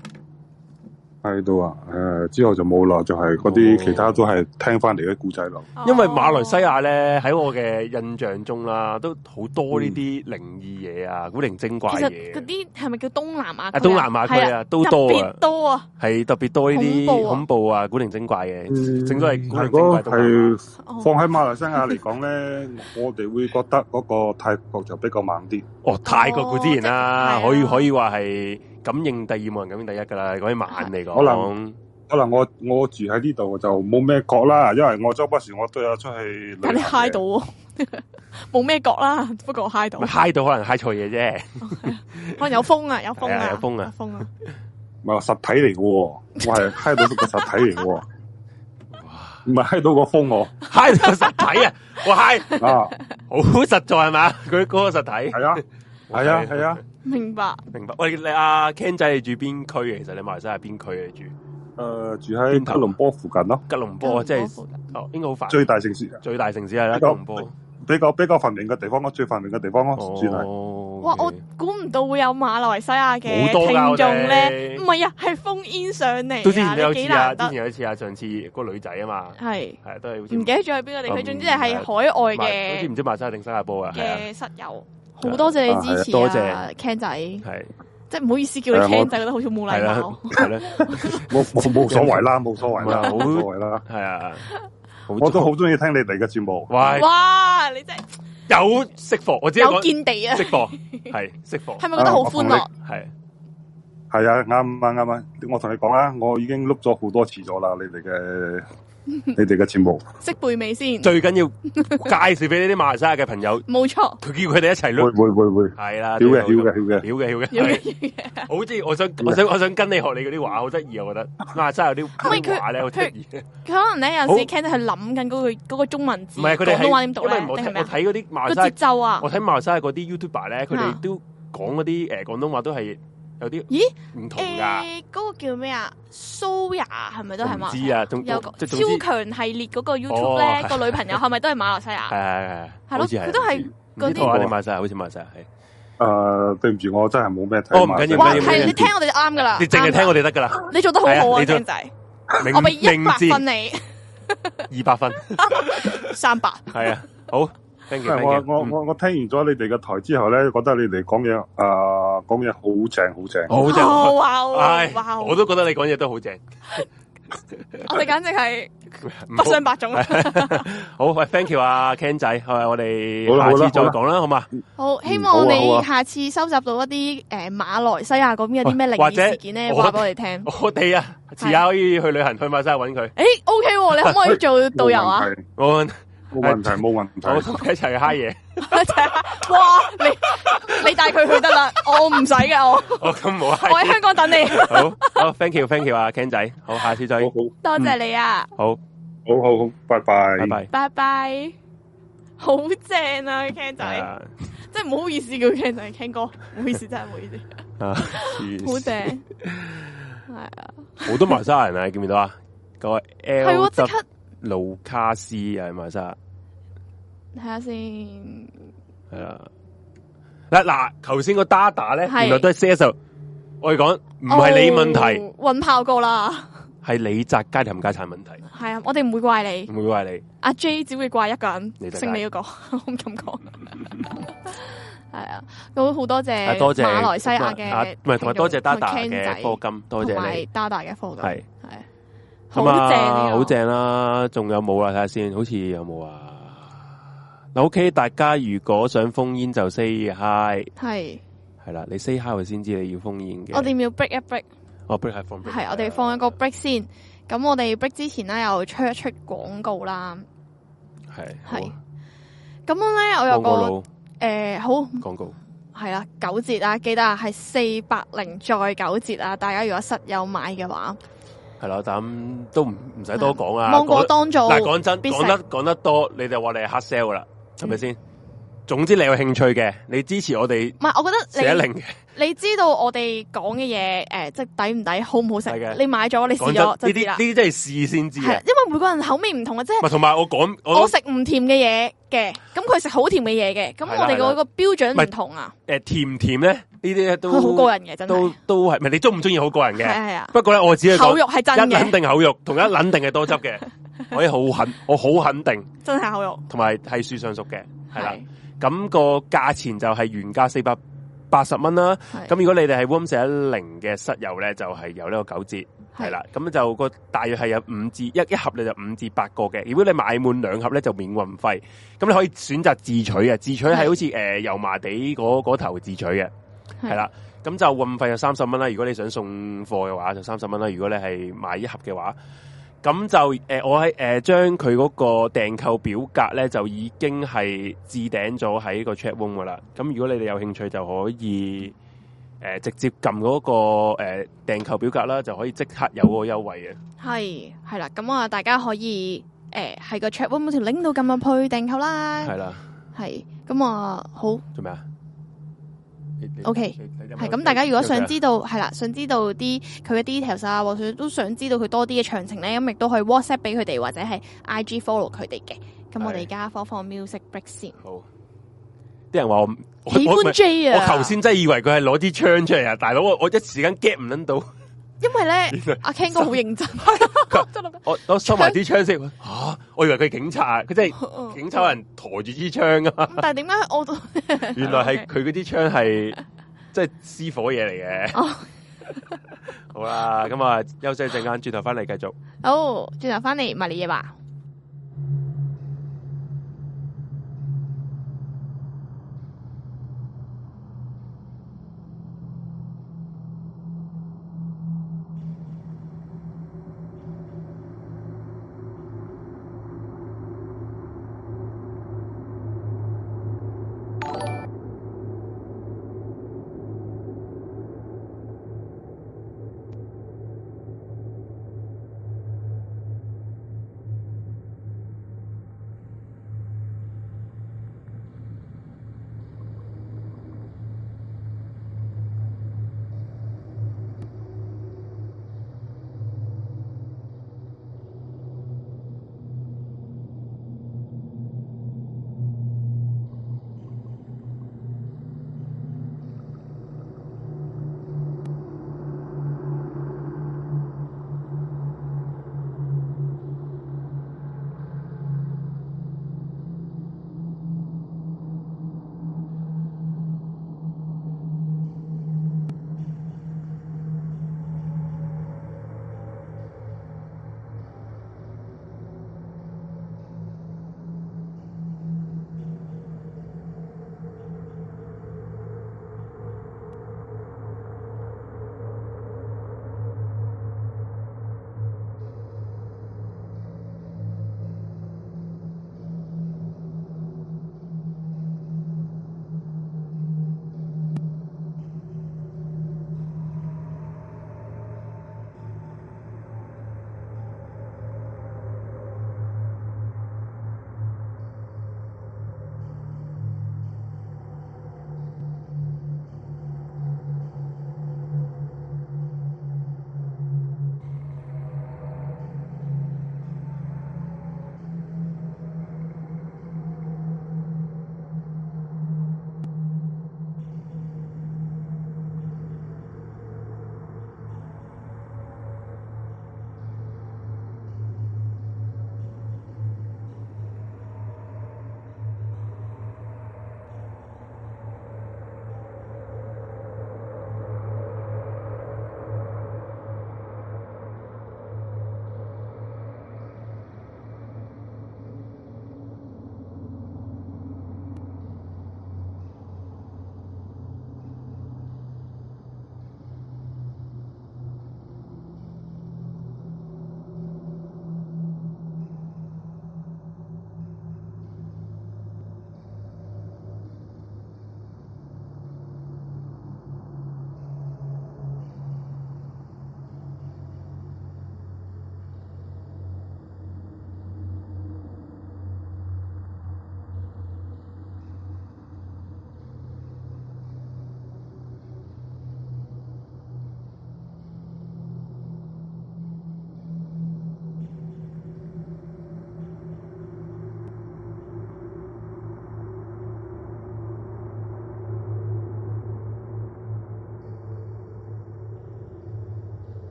Speaker 6: 喺度啊，誒、之後就冇啦，就係嗰啲
Speaker 2: 哦
Speaker 6: 其他都係聽翻嚟嘅故仔咯。
Speaker 2: 因為馬來西亞咧喺我嘅印象中啦，都好多呢啲靈異嘢啊、古靈精怪
Speaker 1: 其實
Speaker 2: 嘢
Speaker 1: 嗰，啲係咪叫東南亞區
Speaker 2: 啊東南亞區
Speaker 1: 係
Speaker 2: 啊都多
Speaker 1: 特
Speaker 2: 啊
Speaker 1: 別，多啊！
Speaker 2: 係特別多呢啲
Speaker 1: 恐怖啊
Speaker 2: 恐怖啊、古靈精怪嘅。正所謂古靈
Speaker 6: 如
Speaker 2: 精怪
Speaker 6: 果
Speaker 2: 都係
Speaker 6: 係
Speaker 1: 哦
Speaker 6: 放喺馬來西亞嚟講咧，我哋會覺得嗰個泰國就比較猛啲。
Speaker 2: 哦，泰國固之然啦，
Speaker 1: 哦
Speaker 2: 可以
Speaker 1: 即係
Speaker 2: 可以話係感應第二冇人感應第一噶啦，講起晚嚟講，
Speaker 6: 可能可能我我住喺呢度就冇咩覺啦，因為我周不時我都有出去旅
Speaker 1: 但
Speaker 6: 行
Speaker 1: 你
Speaker 6: 嘅。
Speaker 1: 嗨到喎， [LAUGHS] 冇咩角啦，不過嗨到，
Speaker 2: 咪嗨到可能嗨錯嘢啫，
Speaker 1: 可能有風啊，有風
Speaker 2: 係
Speaker 1: 啊，
Speaker 2: 啊有風啊，
Speaker 1: 風啊，
Speaker 6: 唔係實體嚟嘅喎，我係嗨到個實體嚟嘅
Speaker 1: [LAUGHS]
Speaker 6: 喎，唔係嗨到個風我
Speaker 2: 嗨到實體啊，我嗨
Speaker 6: 啊，
Speaker 2: 好實在係嘛？佢嗰個實體
Speaker 6: 係啊，係啊，係啊，
Speaker 1: 明白。
Speaker 2: 明白。喂，你阿 Ken 仔你住邊區啊嘅？其實你馬來西亞邊區嘅住？
Speaker 6: 誒呃住喺吉隆坡附近咯，
Speaker 2: 吉隆坡啊即
Speaker 1: 吉
Speaker 2: 係
Speaker 1: 隆坡附近
Speaker 2: 哦，應該好快。
Speaker 6: 最大城市，
Speaker 2: 最大城市係啦，吉
Speaker 6: 吉隆
Speaker 2: 隆坡。
Speaker 6: 比較比較繁榮嘅地方咯，最繁榮嘅地方咯，算係。
Speaker 2: 哦，
Speaker 1: 哇！我估唔到會有馬來西亞嘅
Speaker 2: 好多㗎
Speaker 1: 聽眾咧，
Speaker 2: 我哋
Speaker 1: 唔係啊，係封煙上嚟
Speaker 2: 都之前
Speaker 1: 啊，
Speaker 2: 都有
Speaker 1: 你
Speaker 2: 一
Speaker 1: 幾
Speaker 2: 次啊，
Speaker 1: 難
Speaker 2: 之前
Speaker 1: 得，
Speaker 2: 有一次啊，上次個女仔啊嘛，
Speaker 1: 係
Speaker 2: 係都係好似
Speaker 1: 唔記得咗係邊個地區，
Speaker 2: 嗯
Speaker 1: 總之係海外
Speaker 2: 馬好似
Speaker 1: 嘅
Speaker 2: 唔知馬來西亞定新加坡啊，係啊，啊
Speaker 1: 嘅室友。好多謝你支持
Speaker 2: 多
Speaker 1: 啊
Speaker 2: 謝
Speaker 1: ，Ken 仔，
Speaker 2: 係
Speaker 1: 即係唔好意思叫你
Speaker 6: 係啊我
Speaker 1: Ken 仔，覺得好似冇
Speaker 2: 係
Speaker 1: 禮
Speaker 2: 啦
Speaker 1: 貌。，
Speaker 2: 係啦，
Speaker 6: 冇冇冇所謂啦，冇所謂啦，
Speaker 2: 唔係好
Speaker 6: 冇所謂啦。
Speaker 2: 係啊，好
Speaker 6: [LAUGHS] 我都好中意聽你哋嘅節目，
Speaker 2: 喂，
Speaker 1: 哇！你真係
Speaker 2: 有識貨，我只係啊
Speaker 1: 有
Speaker 2: 講
Speaker 1: 見地啊，
Speaker 2: 識
Speaker 1: [LAUGHS]
Speaker 2: 貨，係識貨，
Speaker 1: 係咪覺得好歡樂？
Speaker 2: 係
Speaker 6: 係啊，啱啊啱啊，我同你講啦，我已經碌咗好多次咗啦，你哋
Speaker 1: [LAUGHS]
Speaker 6: 嘅你哋嘅節目，
Speaker 1: 識背尾先，
Speaker 2: 最緊要介紹俾呢啲馬來西亞嘅朋友，
Speaker 1: 冇錯。
Speaker 2: 佢叫佢哋一齊
Speaker 6: 會
Speaker 2: 碌，
Speaker 6: 會會會，
Speaker 2: 係啦，
Speaker 6: 曉嘅
Speaker 2: 最
Speaker 6: 曉
Speaker 2: 好
Speaker 6: 嘅曉嘅。
Speaker 2: 曉嘅，曉嘅，
Speaker 1: 有
Speaker 2: 係
Speaker 1: 嘅有嘅，
Speaker 2: 好似我想我想我想跟你學你嗰啲話，好得意啊！我覺得馬來西亞有
Speaker 1: 係 [LAUGHS]
Speaker 2: 啲
Speaker 1: 佢
Speaker 2: 啲話咧好得意，
Speaker 1: 佢可能咧有陣時
Speaker 2: 好
Speaker 1: Ken 仔係諗緊嗰句嗰個中文字，
Speaker 2: 唔係佢哋
Speaker 1: 廣東話點
Speaker 2: 係
Speaker 1: 讀
Speaker 2: 因
Speaker 1: 咧？
Speaker 2: 為我
Speaker 1: 定
Speaker 2: 睇
Speaker 1: 係咩
Speaker 2: 我
Speaker 1: 啊？
Speaker 2: 睇嗰啲馬來
Speaker 1: 個
Speaker 2: 西亞
Speaker 1: 節奏啊
Speaker 2: 我！睇馬來西亞嗰啲 YouTuber 咧，佢
Speaker 1: 啊
Speaker 2: 哋都講嗰啲誒廣東話都係有啲
Speaker 1: 咦
Speaker 2: 唔同㗎，
Speaker 1: 誒，嗰個叫咩啊？蘇雅係咪都係
Speaker 2: 我唔
Speaker 1: 馬來西亞？
Speaker 2: 知啊，總
Speaker 1: 有個
Speaker 2: 即
Speaker 1: 超
Speaker 2: 總之
Speaker 1: 強系列嗰個
Speaker 2: 哦
Speaker 1: YouTube 咧，個女朋友係咪都係馬來西
Speaker 2: 係
Speaker 1: 亞？
Speaker 2: 係係，
Speaker 1: 係
Speaker 2: 好
Speaker 1: 咯，
Speaker 2: 似係
Speaker 1: 佢都係嗰
Speaker 2: 唔
Speaker 1: 啲
Speaker 2: 知台灣定馬來西亞，好似馬來西亞係，
Speaker 6: 誒，對唔住，我真係冇咩睇。
Speaker 2: 哦唔緊要
Speaker 1: 哇！
Speaker 2: 唔緊要
Speaker 1: 係你聽我哋就啱噶啦，
Speaker 2: 你淨係聽我哋得㗎啦，
Speaker 1: 啱㗎你做得好好
Speaker 2: 係啊
Speaker 1: 啊
Speaker 2: 你做
Speaker 1: Ken 仔，
Speaker 2: 明
Speaker 1: 我俾一
Speaker 2: 明
Speaker 1: 百
Speaker 2: 字
Speaker 1: 分你，
Speaker 2: 二百分，
Speaker 1: 三百
Speaker 2: 係啊，好，thank
Speaker 6: 因
Speaker 2: you，
Speaker 6: 為
Speaker 2: thank
Speaker 6: 我
Speaker 2: you，
Speaker 6: 我
Speaker 2: 嗯
Speaker 6: 我我聽完咗你哋嘅台之後咧，覺得你哋講嘢誒講嘢好正好正。
Speaker 2: 嗯好
Speaker 1: 哇
Speaker 2: 正，
Speaker 1: 哇
Speaker 2: 唉
Speaker 1: 哇！
Speaker 2: 我都覺得你講嘢都好正，
Speaker 1: 我哋簡直係
Speaker 2: 唔
Speaker 1: 不
Speaker 2: 好
Speaker 1: 相伯仲。啊
Speaker 2: 好，喂，thank you 啊，Ken 仔，系我
Speaker 6: 好
Speaker 2: 哋
Speaker 6: 啦
Speaker 2: 下
Speaker 6: 好啦
Speaker 2: 次再
Speaker 6: 好啦
Speaker 2: 講啦，嗯好嘛？
Speaker 1: 好，希
Speaker 6: 好
Speaker 1: 望
Speaker 6: 啊好啊
Speaker 1: 你下次收集到一啲诶馬來西亞嗰邊有啲咩靈
Speaker 2: 或
Speaker 1: 異
Speaker 2: 者
Speaker 1: 事件咧，
Speaker 2: 我
Speaker 1: 話俾我哋聽。 [LAUGHS]
Speaker 2: 我哋啊，遲下可以去旅行去馬來西亞揾佢，
Speaker 1: 诶，OK，喎你可唔可以做導遊啊？
Speaker 6: 冇問題？
Speaker 2: 我
Speaker 6: 冇问题，冇问
Speaker 2: 我
Speaker 6: 题。
Speaker 2: 同佢一齊去嗨
Speaker 1: [LAUGHS]
Speaker 2: 嘢。
Speaker 1: 哇，你你帶佢去得
Speaker 2: [LAUGHS]
Speaker 1: 啦，我唔使嘅，我
Speaker 2: 哦，咁冇
Speaker 1: 我喺
Speaker 2: 嗨。
Speaker 1: 香港等
Speaker 2: [LAUGHS]
Speaker 1: 你，
Speaker 2: 好好，thank you，thank you 啊，Ken 仔，好，下次再
Speaker 6: 好
Speaker 1: 多謝你啊，
Speaker 2: 好，
Speaker 6: 好好好好，拜拜
Speaker 2: 拜。拜。
Speaker 1: 拜拜。好正啊，Ken
Speaker 2: 係
Speaker 1: 仔，
Speaker 2: 啊
Speaker 1: 真係唔好意思叫 Ken 仔，Ken 哥，唔好意思，真係唔好意
Speaker 2: [LAUGHS]
Speaker 1: 思，
Speaker 2: 啊，黐線 [LAUGHS]
Speaker 1: 好正，係啊，
Speaker 2: 好多馬來西亞人啊，你見唔見到啊？嗰個
Speaker 1: 係
Speaker 2: L
Speaker 1: 喎，即
Speaker 2: W
Speaker 1: 刻
Speaker 2: 盧卡斯啊，馬來西亞
Speaker 1: 睇下先，
Speaker 2: 系啦。嗱嗱，頭先個 data 咧，
Speaker 1: 係
Speaker 2: 原來都係 C S。我哋講唔係你問題，
Speaker 1: 哦，搵炮過啦，
Speaker 2: 係李澤楷冚家產問題，
Speaker 1: 係啊，我哋唔會怪你。
Speaker 2: 唔會怪你。
Speaker 1: 阿 J 只會怪一個人，
Speaker 2: 你就
Speaker 1: 姓李嗰、個， [LAUGHS] 我唔敢講。係啊，咁好多
Speaker 2: 啊
Speaker 1: 謝
Speaker 2: 多謝
Speaker 1: 馬來西亞
Speaker 2: 啊
Speaker 1: 嘅
Speaker 2: 唔係同埋多謝
Speaker 1: 聽眾
Speaker 2: Dada
Speaker 1: Ken 仔
Speaker 2: 嘅課金，多
Speaker 1: 同
Speaker 2: 謝
Speaker 1: 埋
Speaker 2: 你。
Speaker 1: Dada 嘅課金，
Speaker 2: 係
Speaker 1: 係好
Speaker 2: 咁啊
Speaker 1: 正呢個
Speaker 2: 好正啦！仲有冇啊？睇下先，好似有冇啊？嗱，OK，大家如果想封煙就 say hi，
Speaker 1: 係。
Speaker 2: 係啦，你 say hi 佢先知你要封煙嘅。
Speaker 1: 我哋要 break 一 break，
Speaker 2: 哦，break 係放 break，
Speaker 1: 係我哋放一個 break 先。咁我哋 break 之前咧，又出一出廣告啦。
Speaker 2: 係
Speaker 1: 係咁樣咧，我
Speaker 2: 好啊
Speaker 1: 有
Speaker 2: 廣告
Speaker 1: 個
Speaker 2: 佬
Speaker 1: 誒、好
Speaker 2: 廣告
Speaker 1: 係啦，九折啊！記得啊，係四百零再九折啊！大家如果室友買嘅話，
Speaker 2: 係啦，但都唔唔使多講啊。
Speaker 1: 芒果
Speaker 2: 講
Speaker 1: 當造
Speaker 2: 嗱，講真，
Speaker 1: 必食嗯
Speaker 2: 講得講得多，你就話你係黑 sell 㗎啦，係咪先？總之你有興趣嘅，你支持我哋
Speaker 1: 唔係，我
Speaker 2: 四
Speaker 1: 覺
Speaker 2: 一
Speaker 1: 得你
Speaker 2: 零嘅，
Speaker 1: 你知道我哋講嘅嘢，诶、即系抵唔抵，好唔好食
Speaker 2: 係嘅？
Speaker 1: 你買 [LAUGHS] 咗，你
Speaker 2: 講真，
Speaker 1: 試
Speaker 2: 呢
Speaker 1: 咗就
Speaker 2: 啲
Speaker 1: 知啦。
Speaker 2: 呢啲真係試先知
Speaker 1: 係
Speaker 2: 嘅
Speaker 1: 啦。因為每個人口味唔同嘅，啊即
Speaker 2: 唔係
Speaker 1: 係
Speaker 2: 同埋我講我
Speaker 1: 我食唔甜嘅嘢嘅，咁佢食好甜嘅嘢嘅，咁
Speaker 2: 係啦
Speaker 1: 我哋
Speaker 2: 係啦
Speaker 1: 嗰個標
Speaker 2: 唔係
Speaker 1: 準唔同啊，
Speaker 2: 诶、甜唔甜咧？呢啲咧都
Speaker 1: 佢好過人嘅，真
Speaker 2: 都
Speaker 1: 係
Speaker 2: 都系，唔系你中唔中意好個人
Speaker 1: 係
Speaker 2: 嘅。
Speaker 1: 係啊，
Speaker 2: 不過咧，我只係
Speaker 1: 口
Speaker 2: 講
Speaker 1: 肉係真
Speaker 2: 一肯
Speaker 1: 嘅，
Speaker 2: 定口肉，同一肯定係多汁嘅， [LAUGHS] 我啲好肯，我好肯定，
Speaker 1: 真係口肉，
Speaker 2: 同埋係樹上熟嘅，係啦
Speaker 1: 係。
Speaker 2: 咁、個價錢就係原價四百八十蚊啦。咁
Speaker 1: 咁
Speaker 2: 如果你哋係 Room 四一零嘅室友咧，就係有呢個九折，係
Speaker 1: 係
Speaker 2: 啦。咁就個大約係有五至一一盒你就五至八個嘅。如果你買滿兩盒咧，就免運費。咁你可以選擇自取嘅，自取係
Speaker 1: 係
Speaker 2: 好似誒油麻地嗰嗰頭自取嘅，
Speaker 1: 係
Speaker 2: 係啦。咁就運費就三十蚊啦。如果你想送貨嘅話，就三十蚊啦。如果你係買一盒嘅話，咁就誒、呃我喺誒將佢嗰個訂購表格咧，就已經係置頂咗喺個 chat room 噶啦。咁如果你哋有興趣，就可以誒、呃直接撳嗰、個誒、呃、訂購表格啦，就可以即刻有嗰個優惠嘅。
Speaker 1: 係係啦，咁啊，大家可以诶喺、個 chat room 嗰條 link 度撳入去訂購啦，
Speaker 2: 係啦，
Speaker 1: 係咁啊，好。
Speaker 2: 做咩啊
Speaker 1: OK，系
Speaker 2: 係
Speaker 1: 咁，大家如果想
Speaker 2: 知
Speaker 1: 知道係啦，想知道啲佢嘅 details 啊，或者都想知道佢多啲嘅詳情咧，咁亦都可以 WhatsApp 俾佢哋，或者係 IG follow 佢哋嘅。咁我
Speaker 2: 係
Speaker 1: 哋而家放放 music break 先。
Speaker 2: 啊好，啲人話我唔我
Speaker 1: 喜
Speaker 2: 我唔
Speaker 1: 歡
Speaker 2: 係
Speaker 1: J 啊！
Speaker 2: 我頭先真係以為佢係攞支槍出嚟啊！大佬，我我一時間 get 唔撚到，
Speaker 1: 因
Speaker 2: 原
Speaker 1: 為咧
Speaker 2: 來，
Speaker 1: 阿 Ken 哥好認
Speaker 2: [LAUGHS]
Speaker 1: 真，真係
Speaker 2: 我我收埋支槍先。吓、我以為佢係警察，啊佢真係
Speaker 1: 嗯
Speaker 2: 警察有人陀住支槍啊！
Speaker 1: [LAUGHS] 咁但係點解我都
Speaker 2: [LAUGHS] 原來係佢嗰啲槍係即係私火嘢嚟
Speaker 1: 哦
Speaker 2: 嘅。 [LAUGHS] 好啦，咁啊，休息一陣間，轉頭翻嚟繼續。
Speaker 1: [LAUGHS] 好轉頭翻嚟埋你嘢吧？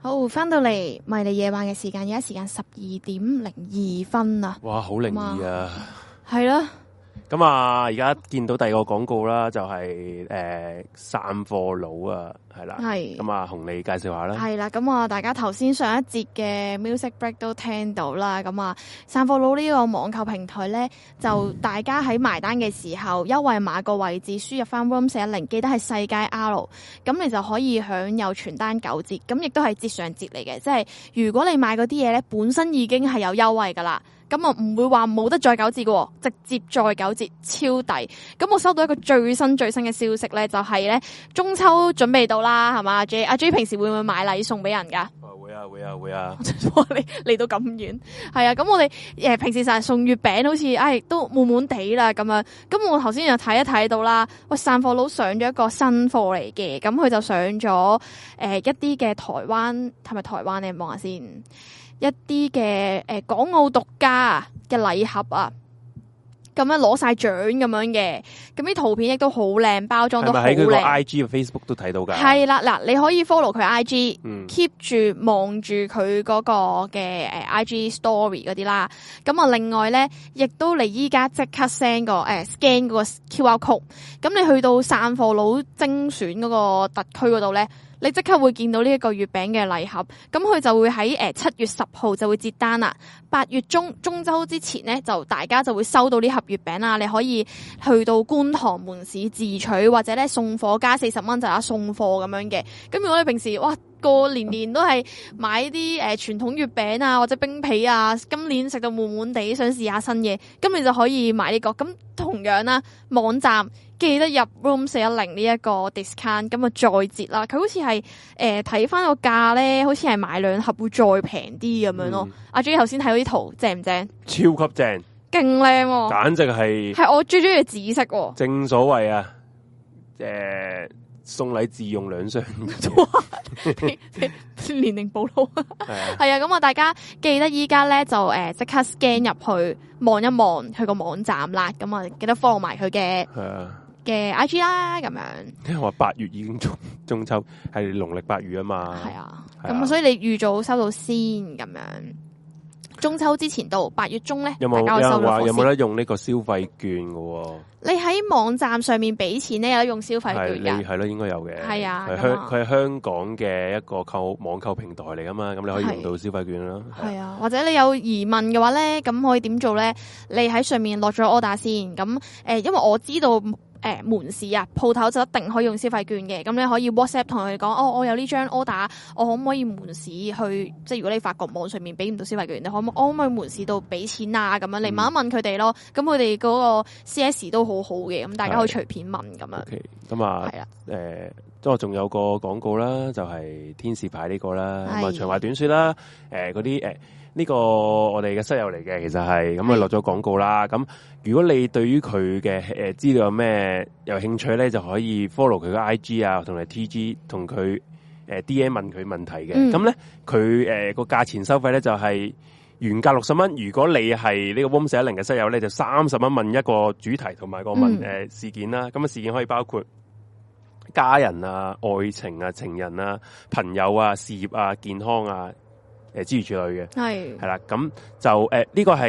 Speaker 1: 好，翻到嚟迷你夜晚嘅時間，而家時間十二點零二分啦，
Speaker 2: 哇，好靈異啊！
Speaker 1: 係啦，
Speaker 2: 咁啊，而家見到第二個廣告啦，就係誒散貨佬啊，係啦，
Speaker 1: 係
Speaker 2: 咁啊，紅你介紹下啦，
Speaker 1: 係啦，咁啊，大家頭先上一節嘅 music break 都聽到啦，咁啊，散貨佬呢個網購平台咧，就大家喺埋單嘅時候，優惠碼個位置輸入翻 room 四一零，記得係世界 R，咁你就可以享有全單九折，咁亦都係折上折嚟嘅，即係如果你買嗰啲嘢咧，本身已經係有優惠噶啦。咁啊，唔會話冇得再九折嘅喎，直接再九折，超抵！咁我收到一個最新最新嘅消息咧，就係咧中秋準備到啦，係嘛阿 J？阿 J 平時會唔會買禮送俾人㗎？ [LAUGHS]
Speaker 2: 啊會啊會啊會啊，
Speaker 1: 哇！你嚟到咁遠，係啊，咁我哋誒、呃平時成日送月餅，好似唉都悶悶地啦咁樣。咁我頭先又睇一睇到啦，喂散貨佬上咗一個新貨嚟嘅，咁佢就上咗誒、呃一啲嘅台灣係咪台灣你望下先，一啲嘅誒港澳獨家嘅禮盒啊。咁樣攞晒獎咁樣嘅，咁啲圖片亦都好靚，包裝
Speaker 2: 係
Speaker 1: 都好
Speaker 2: 咪喺佢個
Speaker 1: 靚。
Speaker 2: I G 同 Facebook 都睇到㗎？
Speaker 1: 係啦，嗱，你可以 follow 佢 IG，
Speaker 2: 嗯，
Speaker 1: keep 住望住佢嗰個嘅誒 IG story 嗰啲啦。咁啊，另外咧，亦都你依家即刻 send 個誒 scan 嗰個 QR code。咁你去到散貨佬精選嗰個特區嗰度咧，你即刻會見到呢一個月餅嘅禮盒。咁佢就會喺誒七月十號就會截單啦。八月中中秋之前咧，就大家就會收到呢盒月餅啦。你可以去到觀塘門市自取，或者咧送貨加四十蚊就有得送貨咁樣嘅。咁如果你平時哇個年年都係買啲誒、呃、傳統月餅啊或者冰皮啊，今年食到悶悶地，想試下新嘢，咁你就可以買呢、個。咁同樣啦，網站記得入 room 四一零呢一個 discount，咁啊再折啦。佢好似係誒睇翻個價咧，好似係買兩盒會再平啲咁樣咯。阿 J 頭先睇到啲圖正唔正？
Speaker 2: 嗯超級正，
Speaker 1: 勁靚喎，
Speaker 2: 簡直係
Speaker 1: 係我最中意嘅紫色喎、
Speaker 2: 正所謂啊，誒送禮自用兩
Speaker 1: [LAUGHS]
Speaker 2: 相宜，
Speaker 1: 年齡暴露。 [LAUGHS]
Speaker 2: 係啊。
Speaker 1: 係啊，咁啊，大家記得依家咧就誒即、刻 scan 入去望一望佢個網站啦，咁啊記得 follow 埋佢嘅
Speaker 2: 係啊，
Speaker 1: 嘅 IG 啦，咁樣
Speaker 2: 因為話八月已經中中秋係農曆八月啊嘛，
Speaker 1: 係啊，
Speaker 2: 係
Speaker 1: 咁、
Speaker 2: 啊
Speaker 1: 所以你預早收到先咁樣。中秋之前到八月中咧，
Speaker 2: 有冇
Speaker 1: 大
Speaker 2: 有
Speaker 1: 家可以收
Speaker 2: 人
Speaker 1: 到
Speaker 2: 話
Speaker 1: 貨
Speaker 2: 有冇
Speaker 1: 先。
Speaker 2: 得用呢個消費券嘅喎？
Speaker 1: 你喺網站上面俾錢咧，有得用消費
Speaker 2: 係
Speaker 1: 券
Speaker 2: 你
Speaker 1: 㗎。
Speaker 2: 係咯，應該有嘅。
Speaker 1: 係啊
Speaker 2: 佢
Speaker 1: 咁
Speaker 2: 香
Speaker 1: 啊
Speaker 2: 佢係香港嘅一個購網購平台嚟噶嘛，咁你可以
Speaker 1: 係
Speaker 2: 用到消費券啦。
Speaker 1: 係啊，或者你有疑問嘅話咧，咁可以點做咧？你喺上面落咗 order 先，咁誒、呃因為我知道誒、呃、門市啊，鋪頭就一定可以用消費券嘅，咁你可以 WhatsApp 同佢講，哦，我有呢張 order，我可唔可以門市去？即係如果你發覺網上面俾唔到消費券，你可唔可我可唔可以門市度俾錢啊？咁樣
Speaker 2: 嗯
Speaker 1: 你問一問佢哋咯，咁佢哋嗰個 CS 都好好嘅，咁大家可以隨便問咁樣，
Speaker 2: OK，咁啊
Speaker 1: 係，啦，
Speaker 2: 誒，即我仲有個廣告啦，就係天使牌呢個啦，咁啊
Speaker 1: 係
Speaker 2: 長話短説啦，誒嗰啲誒呢個我哋嘅室友嚟嘅，其實係咁啊
Speaker 1: 係
Speaker 2: 落咗廣告啦。咁如果你對於佢嘅誒資料有咩有興趣咧，就可以 follow 佢嘅 IG 啊，同埋 TG 同佢誒 DM 問佢問題嘅。
Speaker 1: 嗯
Speaker 2: 咁咧佢誒個價錢收費咧就係、原價六十蚊，如果你係呢個 Room 四一零嘅室友咧，就三十蚊問一個主題同埋個問誒、
Speaker 1: 嗯
Speaker 2: 呃事件啦。咁啊事件可以包括家人啊、愛情啊、情人啊、朋友啊、事業啊、健康啊，誒、諸如此類嘅。
Speaker 1: 係
Speaker 2: 係啦，咁就呃誒呢、個係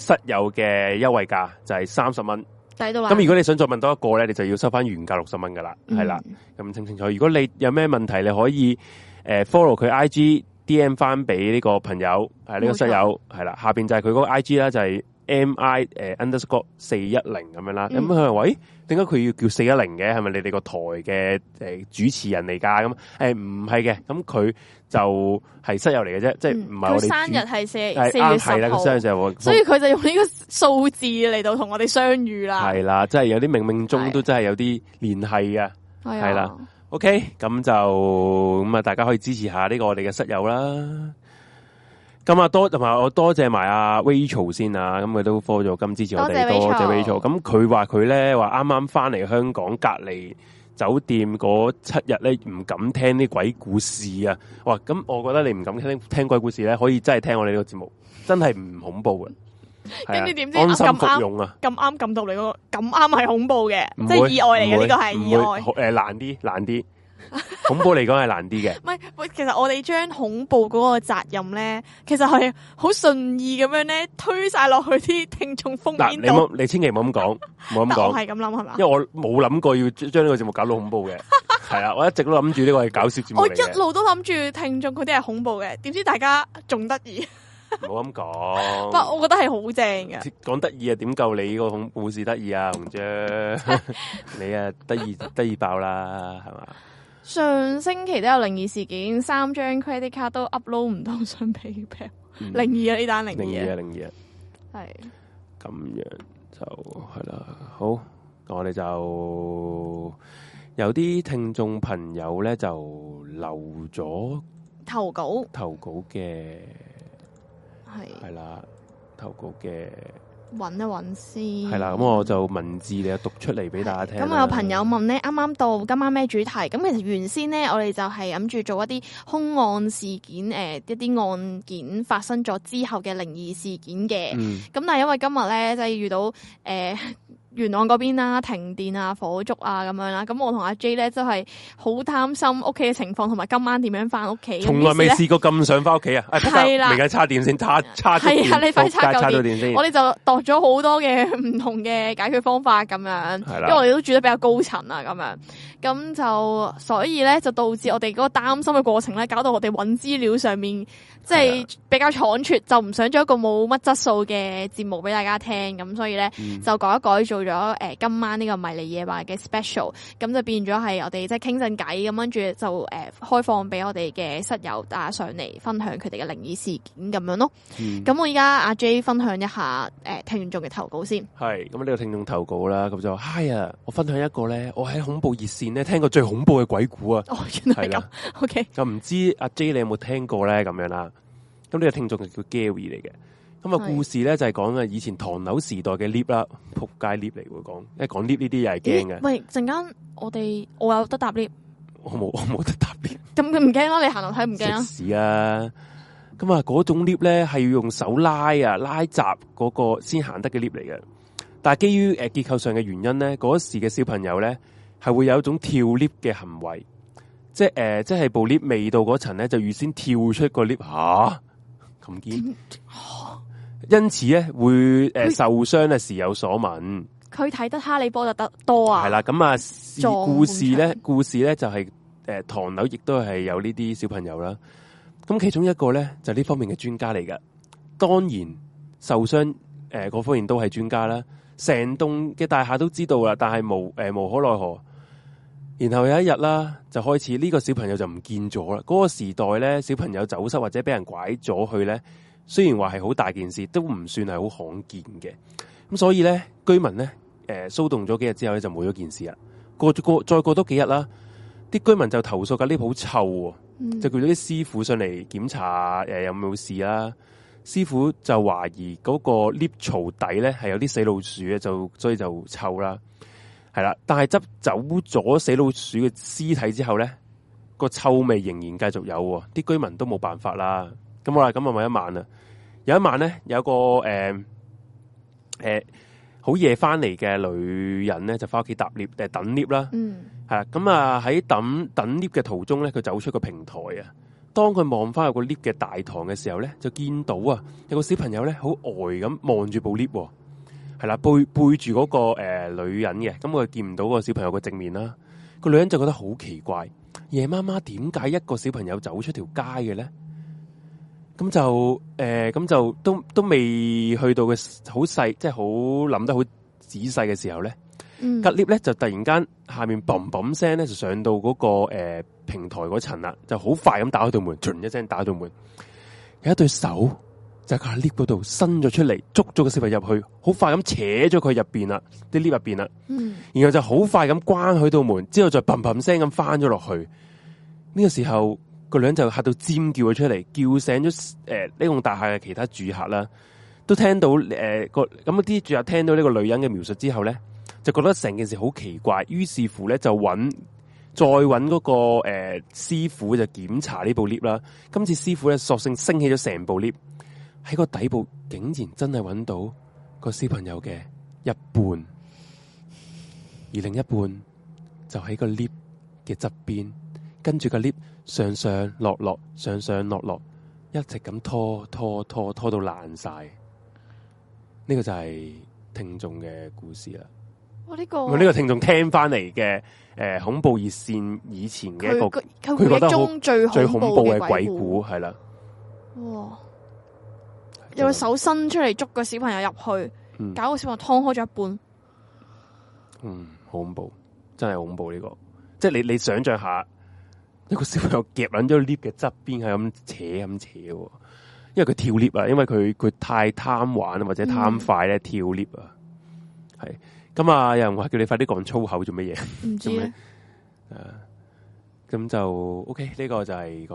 Speaker 2: 室友嘅優惠價，就係三十蚊。
Speaker 1: 抵到啦。
Speaker 2: 咁如果你想再問多一個咧，你就要收翻原價六十蚊噶啦，係啦。
Speaker 1: 嗯，
Speaker 2: 咁清唔清楚。如果你有咩問題，你可以誒、呃 follow 佢 I G D M 翻俾呢個朋友，係呢、個
Speaker 1: 冇錯
Speaker 2: 室友，係啦。下邊就係佢嗰個 I G 啦，就係 M I 誒 underscore 四一零咁樣啦。咁
Speaker 1: 嗯
Speaker 2: 佢話：喂，點解佢要叫四一零嘅？係咪你哋個台嘅誒、呃主持人嚟㗎？咁誒唔係嘅，咁佢就係室友嚟嘅啫，即係
Speaker 1: 嗯
Speaker 2: 唔係我
Speaker 1: 佢
Speaker 2: 哋
Speaker 1: 生日
Speaker 2: 主
Speaker 1: 係四
Speaker 2: 係啱
Speaker 1: 四月
Speaker 2: 啊係啦，
Speaker 1: 十號
Speaker 2: 佢。生日就係我
Speaker 1: 所以佢就用呢個數字嚟到同我哋相遇啦。
Speaker 2: 係啦，即係有啲冥冥中
Speaker 1: 係
Speaker 2: 都真係有啲啊聯繫嘅。
Speaker 1: 係
Speaker 2: 係啦，OK，咁就咁啊，大家可以支持下呢個我哋嘅室友啦。咁啊，多同埋我多謝埋阿 Rachel 先啊，咁佢都 follow 咗金支持我哋，多
Speaker 1: 多
Speaker 2: 謝
Speaker 1: 謝
Speaker 2: Rachel。
Speaker 1: Rachel
Speaker 2: 咁佢話佢咧話啱啱翻嚟香港隔離酒店嗰七日咧，唔敢聽啲鬼故事啊。哇，咁我覺得你唔敢聽聽鬼故事咧，可以真係聽我哋呢個節目，真係唔恐
Speaker 1: [LAUGHS]
Speaker 2: 怖嘅。係啊
Speaker 1: 咁你點知
Speaker 2: 安心
Speaker 1: 啊咁
Speaker 2: 服
Speaker 1: 啱
Speaker 2: 用啊？
Speaker 1: 咁啱撳到你嗰個，咁啱係恐怖嘅
Speaker 2: 唔，
Speaker 1: 即
Speaker 2: 會
Speaker 1: 係意外嚟
Speaker 2: 唔
Speaker 1: 嘅
Speaker 2: 會
Speaker 1: 呢個係
Speaker 2: 唔
Speaker 1: 意
Speaker 2: 會
Speaker 1: 外。
Speaker 2: 好誒難啲難啲，恐怖嚟講係難啲嘅，
Speaker 1: 唔係，喂其實我哋將恐怖嗰個責任咧，其實係好順意咁樣咧推晒落去啲聽眾封
Speaker 2: 嗱
Speaker 1: 面
Speaker 2: 你
Speaker 1: 度。
Speaker 2: 冇你千祈唔好咁講，唔好咁
Speaker 1: 但我
Speaker 2: 講，
Speaker 1: 係咁諗係嘛
Speaker 2: 因為？我冇諗過要將呢個節目搞到恐
Speaker 1: [LAUGHS]
Speaker 2: 怖嘅，係啊，我一直都諗住呢個係搞笑節目
Speaker 1: 我
Speaker 2: 嚟
Speaker 1: 一
Speaker 2: 嘅，
Speaker 1: 路都諗住聽眾嗰啲係恐怖嘅，點知大家仲得
Speaker 2: [LAUGHS]
Speaker 1: 意，
Speaker 2: 唔好咁
Speaker 1: 不
Speaker 2: 講
Speaker 1: 過。我覺得係好正嘅。
Speaker 2: 講得意啊，點夠你個恐故事得意啊，
Speaker 1: [LAUGHS]
Speaker 2: 紅姐，你啊得意得意爆啦，係嘛？
Speaker 1: 上星期都有靈異事件，三張 credit card 都 upload 唔到想俾 p
Speaker 2: 嗯
Speaker 1: 靈異啊呢單靈
Speaker 2: 靈異
Speaker 1: 異
Speaker 2: 啊，
Speaker 1: 啊，
Speaker 2: 靈異啊，
Speaker 1: 係
Speaker 2: 咁樣就係啦。好，我哋就有啲聽眾朋友咧就留咗
Speaker 1: 投稿
Speaker 2: 投稿嘅，
Speaker 1: 係
Speaker 2: 係啦，投稿嘅
Speaker 1: 揾一揾先。
Speaker 2: 係啦。咁我就文字你讀出嚟俾大家聽啦。
Speaker 1: 咁我有朋友問咧，啱啱到今晚咩主題？咁其實原先咧，我哋就係諗住做一啲兇案事件，誒、一啲案件發生咗之後嘅靈異事件嘅。
Speaker 2: 嗯，
Speaker 1: 咁但係因為今日咧，就係、遇到誒、呃元朗嗰邊啦，停電啊、火燭啊咁樣啦。咁我同阿 J 咧，真係好擔心屋企嘅情況，同埋今晚點樣翻屋企。
Speaker 2: 從來未
Speaker 1: 咁於是呢
Speaker 2: 試過咁想翻屋企啊！啊得
Speaker 1: 係啦
Speaker 2: 嚟緊叉電先，叉叉咗
Speaker 1: 係啊
Speaker 2: 電
Speaker 1: 你快叉
Speaker 2: 仆街叉
Speaker 1: 夠
Speaker 2: 咗電先
Speaker 1: 我。哋就度咗好多嘅唔同嘅解決方法咁樣，
Speaker 2: 係
Speaker 1: 因
Speaker 2: 啦
Speaker 1: 為我哋都住得比較高層啊咁樣，咁就所以咧就導致我哋嗰個擔心嘅過程咧，搞到我哋揾資料上面即
Speaker 2: 係啊
Speaker 1: 係比較倉促，就唔想做一個冇乜質素嘅節目俾大家聽，咁所以咧
Speaker 2: 嗯
Speaker 1: 就改一改做咗誒、呃今晚呢個迷離夜話嘅 special，咁就變咗係我哋即係傾陣偈咁，跟住就誒、呃、開放俾我哋嘅室友打上嚟分享佢哋嘅靈異事件咁樣咯。
Speaker 2: 嗯
Speaker 1: 咁我而家阿 J 分享一下誒、呃、聽眾嘅投稿先， [LAUGHS]
Speaker 2: 系咁呢個聽眾投稿啦，咁就 Hi 啊！我分享一個咧，我喺恐怖熱線咧聽過最恐怖嘅鬼故
Speaker 1: [LAUGHS]
Speaker 2: 啊！
Speaker 1: 哦原來
Speaker 2: 係
Speaker 1: 係
Speaker 2: 啦
Speaker 1: 咁，OK，
Speaker 2: 就唔知阿 J 你有冇聽過咧咁樣啦。咁呢個聽眾就叫 Gary 嚟嘅。咁啊
Speaker 1: 係
Speaker 2: 故事咧就係講啊以前唐樓時代嘅 lift 啦，仆街 lift 嚟會講，一講 lift 呢啲又係驚
Speaker 1: 咦
Speaker 2: 嘅。
Speaker 1: 喂，陣間我哋我有得搭 lift，
Speaker 2: 我冇 [LAUGHS] 我冇得搭 lift，
Speaker 1: 咁佢唔驚啦，你行樓梯唔驚啦
Speaker 2: 食，屎啊！咁啊嗰種 lift 咧係要用手拉啊拉閘嗰個先行得嘅 lift 嚟嘅。但係基於誒、呃、結構上嘅原因咧，嗰時嘅小朋友咧係會有一種跳 lift 嘅行為，即係誒、呃即係部 lift 未到嗰層咧，就預先跳出個 lift 吓咁堅，因此咧會誒、呃
Speaker 1: 佢
Speaker 2: 受傷咧時有所聞，
Speaker 1: 佢睇得哈利波特得多啊，
Speaker 2: 係啦，咁啊事
Speaker 1: 撞
Speaker 2: 故事咧
Speaker 1: 牆
Speaker 2: 故事咧就係、呃唐樓亦都係有呢啲小朋友啦，咁其中一個咧就係呢、方面嘅專家嚟㗎，當然受傷誒嗰方面都係專家啦。成棟嘅大廈都知道啦，但係無誒、呃無可奈何。然後有一日啦，就開始呢、個小朋友就唔見咗啦。嗰、個時代咧，小朋友走失或者俾人拐咗去咧，雖然話係好大件事，都唔算係好罕見嘅。咁所以咧，居民咧誒、呃、騷動咗幾日之後咧，就冇咗件事啦。過咗過再過多幾日啦，啲居民就投訴架 lift 好臭喎、
Speaker 1: 嗯
Speaker 2: 就叫咗啲師傅上嚟檢查誒、呃有冇事啦。師傅就懷疑嗰個 lift 槽底咧係有啲死老鼠嘅，就所以就臭啦，係啦。但係執走咗死老鼠嘅屍體之後咧，個臭味仍然繼續有喎，啲居民都冇辦法啦。咁好啦，咁啊咪一晚啦，有一晚咧有一個誒誒好夜翻嚟嘅女人咧就翻屋企搭 lift 誒等 lift 啦。
Speaker 1: 嗯
Speaker 2: 係啦，咁啊喺等等 lift 嘅途中咧，佢走出個平台啊。當佢望翻入個 lift 嘅大堂嘅時候咧，就見到啊有個小朋友咧好呆咁望住部 lift，喎係啦背背住嗰、個呃女人嘅，咁佢見唔到個小朋友嘅正面啦。個女人就覺得好奇怪，夜媽媽點解一個小朋友走出條街嘅咧？咁就誒，咁、就都都未去到嘅好細，即係好諗得好仔細嘅時候咧。
Speaker 1: 嗯
Speaker 2: 隔 lift 咧就突然間下面嘣嘣聲咧就上到嗰、個呃平台嗰層啦，就好快咁打開道門，唰一聲打開道門，有一對手就喺個 lift 嗰度伸咗出嚟，捉咗個小朋友入去，好快咁扯咗佢入邊啦，啲 lift 入邊啦。
Speaker 1: 嗯
Speaker 2: 然後就好快咁關佢道門，之後再砰砰聲咁翻咗落去。呢、個時候個女人就嚇到尖叫咗出嚟，叫醒咗誒呢棟大廈嘅其他住客啦，都聽到誒、呃個咁啲住客聽到呢個女人嘅描述之後咧，就覺得成件事好奇怪，於是乎咧就揾再揾嗰、個誒、呃、師傅就檢查呢部 lift 啦。今次師傅咧索性升起咗成部 lift，喺個底部竟然真係揾到個小朋友嘅一半。而另一半就喺個 lift 嘅側邊，跟住個 lift 上上落落，上上落落，一直咁拖拖拖拖到爛晒。呢、個就係聽眾嘅故事啦。
Speaker 1: 我呢個
Speaker 2: 咁呢個聽眾聽翻嚟嘅誒恐怖熱線以前嘅一
Speaker 1: 佢
Speaker 2: 個
Speaker 1: 佢佢
Speaker 2: 佢覺
Speaker 1: 回
Speaker 2: 得
Speaker 1: 憶
Speaker 2: 好
Speaker 1: 中最
Speaker 2: 最恐
Speaker 1: 恐
Speaker 2: 怖嘅
Speaker 1: 鬼
Speaker 2: 鬼故，係啦。
Speaker 1: 哇！有個手伸出嚟捉個小朋友入去，
Speaker 2: 嗯
Speaker 1: 搞個小朋友劏開咗一半。
Speaker 2: 嗯，好恐怖，真係好恐怖呢、個。即係你你想象下，一個小朋友夾撚咗 lift 嘅側邊係咁扯咁扯喎，因為佢跳 lift 啊，因為佢佢太貪玩啊或者貪快咧、跳 lift 啊，係咁啊！有人話叫你快啲講粗口做乜嘢？
Speaker 1: 唔知咧，
Speaker 2: 咁就 OK，呢個就係個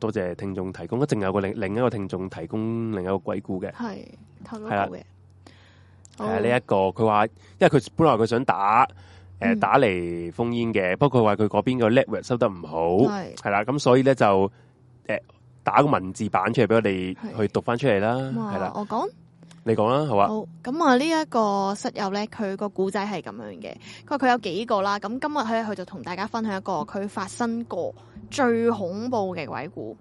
Speaker 2: 多謝聽眾提供，一陣有個另另一個聽眾提供另一個鬼故嘅。
Speaker 1: 係透咗
Speaker 2: 係啦
Speaker 1: 嘅。哦
Speaker 2: 系啊呃呢一個，佢話，因為佢本來佢想打诶、呃
Speaker 1: 嗯
Speaker 2: 打嚟封煙嘅，不過佢話佢嗰邊個 network 收得唔好，
Speaker 1: 係
Speaker 2: 係啦，咁所以咧就诶、呃打個文字版出嚟俾我哋
Speaker 1: 係
Speaker 2: 去讀翻出嚟啦，
Speaker 1: 好
Speaker 2: 係
Speaker 1: 咁啊
Speaker 2: 啦，
Speaker 1: 我講。
Speaker 2: 你講啦，好啊，
Speaker 1: 好，咁啊呢一個室友咧，佢個古仔係咁樣嘅。佢話佢有幾個啦，咁今日咧佢就同大家分享一個佢發生過最恐怖嘅鬼故。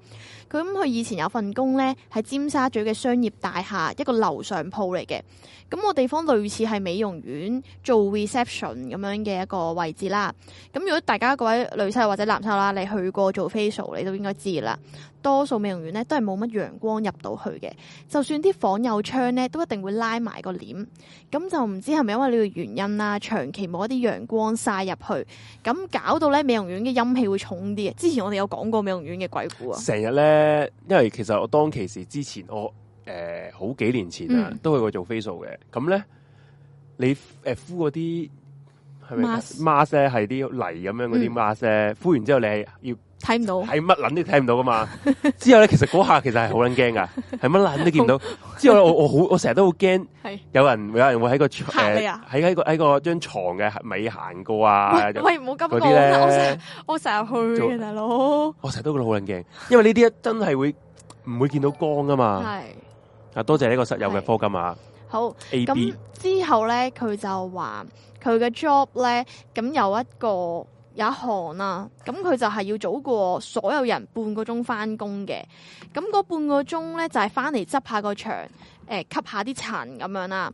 Speaker 1: 佢咁佢以前有份工咧，喺尖沙咀嘅商業大廈一個樓上鋪嚟嘅。咁個地方類似係美容院做 reception 咁樣嘅一個位置啦。咁如果大家各位女仔或者男仔啦，你去過做 facial，你都應該知啦。多數美容院咧都係冇乜陽光入到去嘅。就算啲房有窗咧，都一定會拉埋個簾。咁就唔知係咪因為呢個原因啦，長期冇一啲陽光晒入去，咁搞到咧美容院嘅陰氣會重啲嘅。之前我哋有講過美容院嘅鬼故啊，
Speaker 2: 成日咧，因為其實我當其時之前我诶、呃好幾年前啊，
Speaker 1: 嗯
Speaker 2: 都去過做 facial 嘅，咁咧你诶敷嗰啲係咪
Speaker 1: Mask
Speaker 2: mask 咧係啲泥咁樣嗰啲
Speaker 1: 嗯
Speaker 2: mask 咧，敷完之後你係要。
Speaker 1: 睇唔到，
Speaker 2: 系乜撚都睇唔到噶嘛。 [LAUGHS] 之後咧，其實嗰下其實係好撚驚噶，係乜撚都見唔到。之後呢我我好我成日都好驚，
Speaker 1: 係
Speaker 2: 有人有人會喺個誒
Speaker 1: 嚇你啊
Speaker 2: 喺喺個喺個張床嘅尾行過
Speaker 1: [LAUGHS]
Speaker 2: 啊。
Speaker 1: 喂喂，唔好咁
Speaker 2: 嗰
Speaker 1: 講
Speaker 2: 啲
Speaker 1: 啦，我成
Speaker 2: 咧
Speaker 1: 日，我成日去
Speaker 2: 做
Speaker 1: 嘅大佬，
Speaker 2: 我成日都覺得好撚驚，因為呢啲真係會唔會見到光噶嘛。
Speaker 1: 係
Speaker 2: 啊，多謝呢個室友嘅科金啊
Speaker 1: 好。
Speaker 2: ，A
Speaker 1: 咁
Speaker 2: B
Speaker 1: 之後咧，佢就話佢嘅 job 咧，咁有一個有一行啦，咁佢就係要早過所有人半個鐘翻工嘅。咁嗰半個鐘咧就係翻嚟執下個場，誒、吸下啲塵咁樣啦。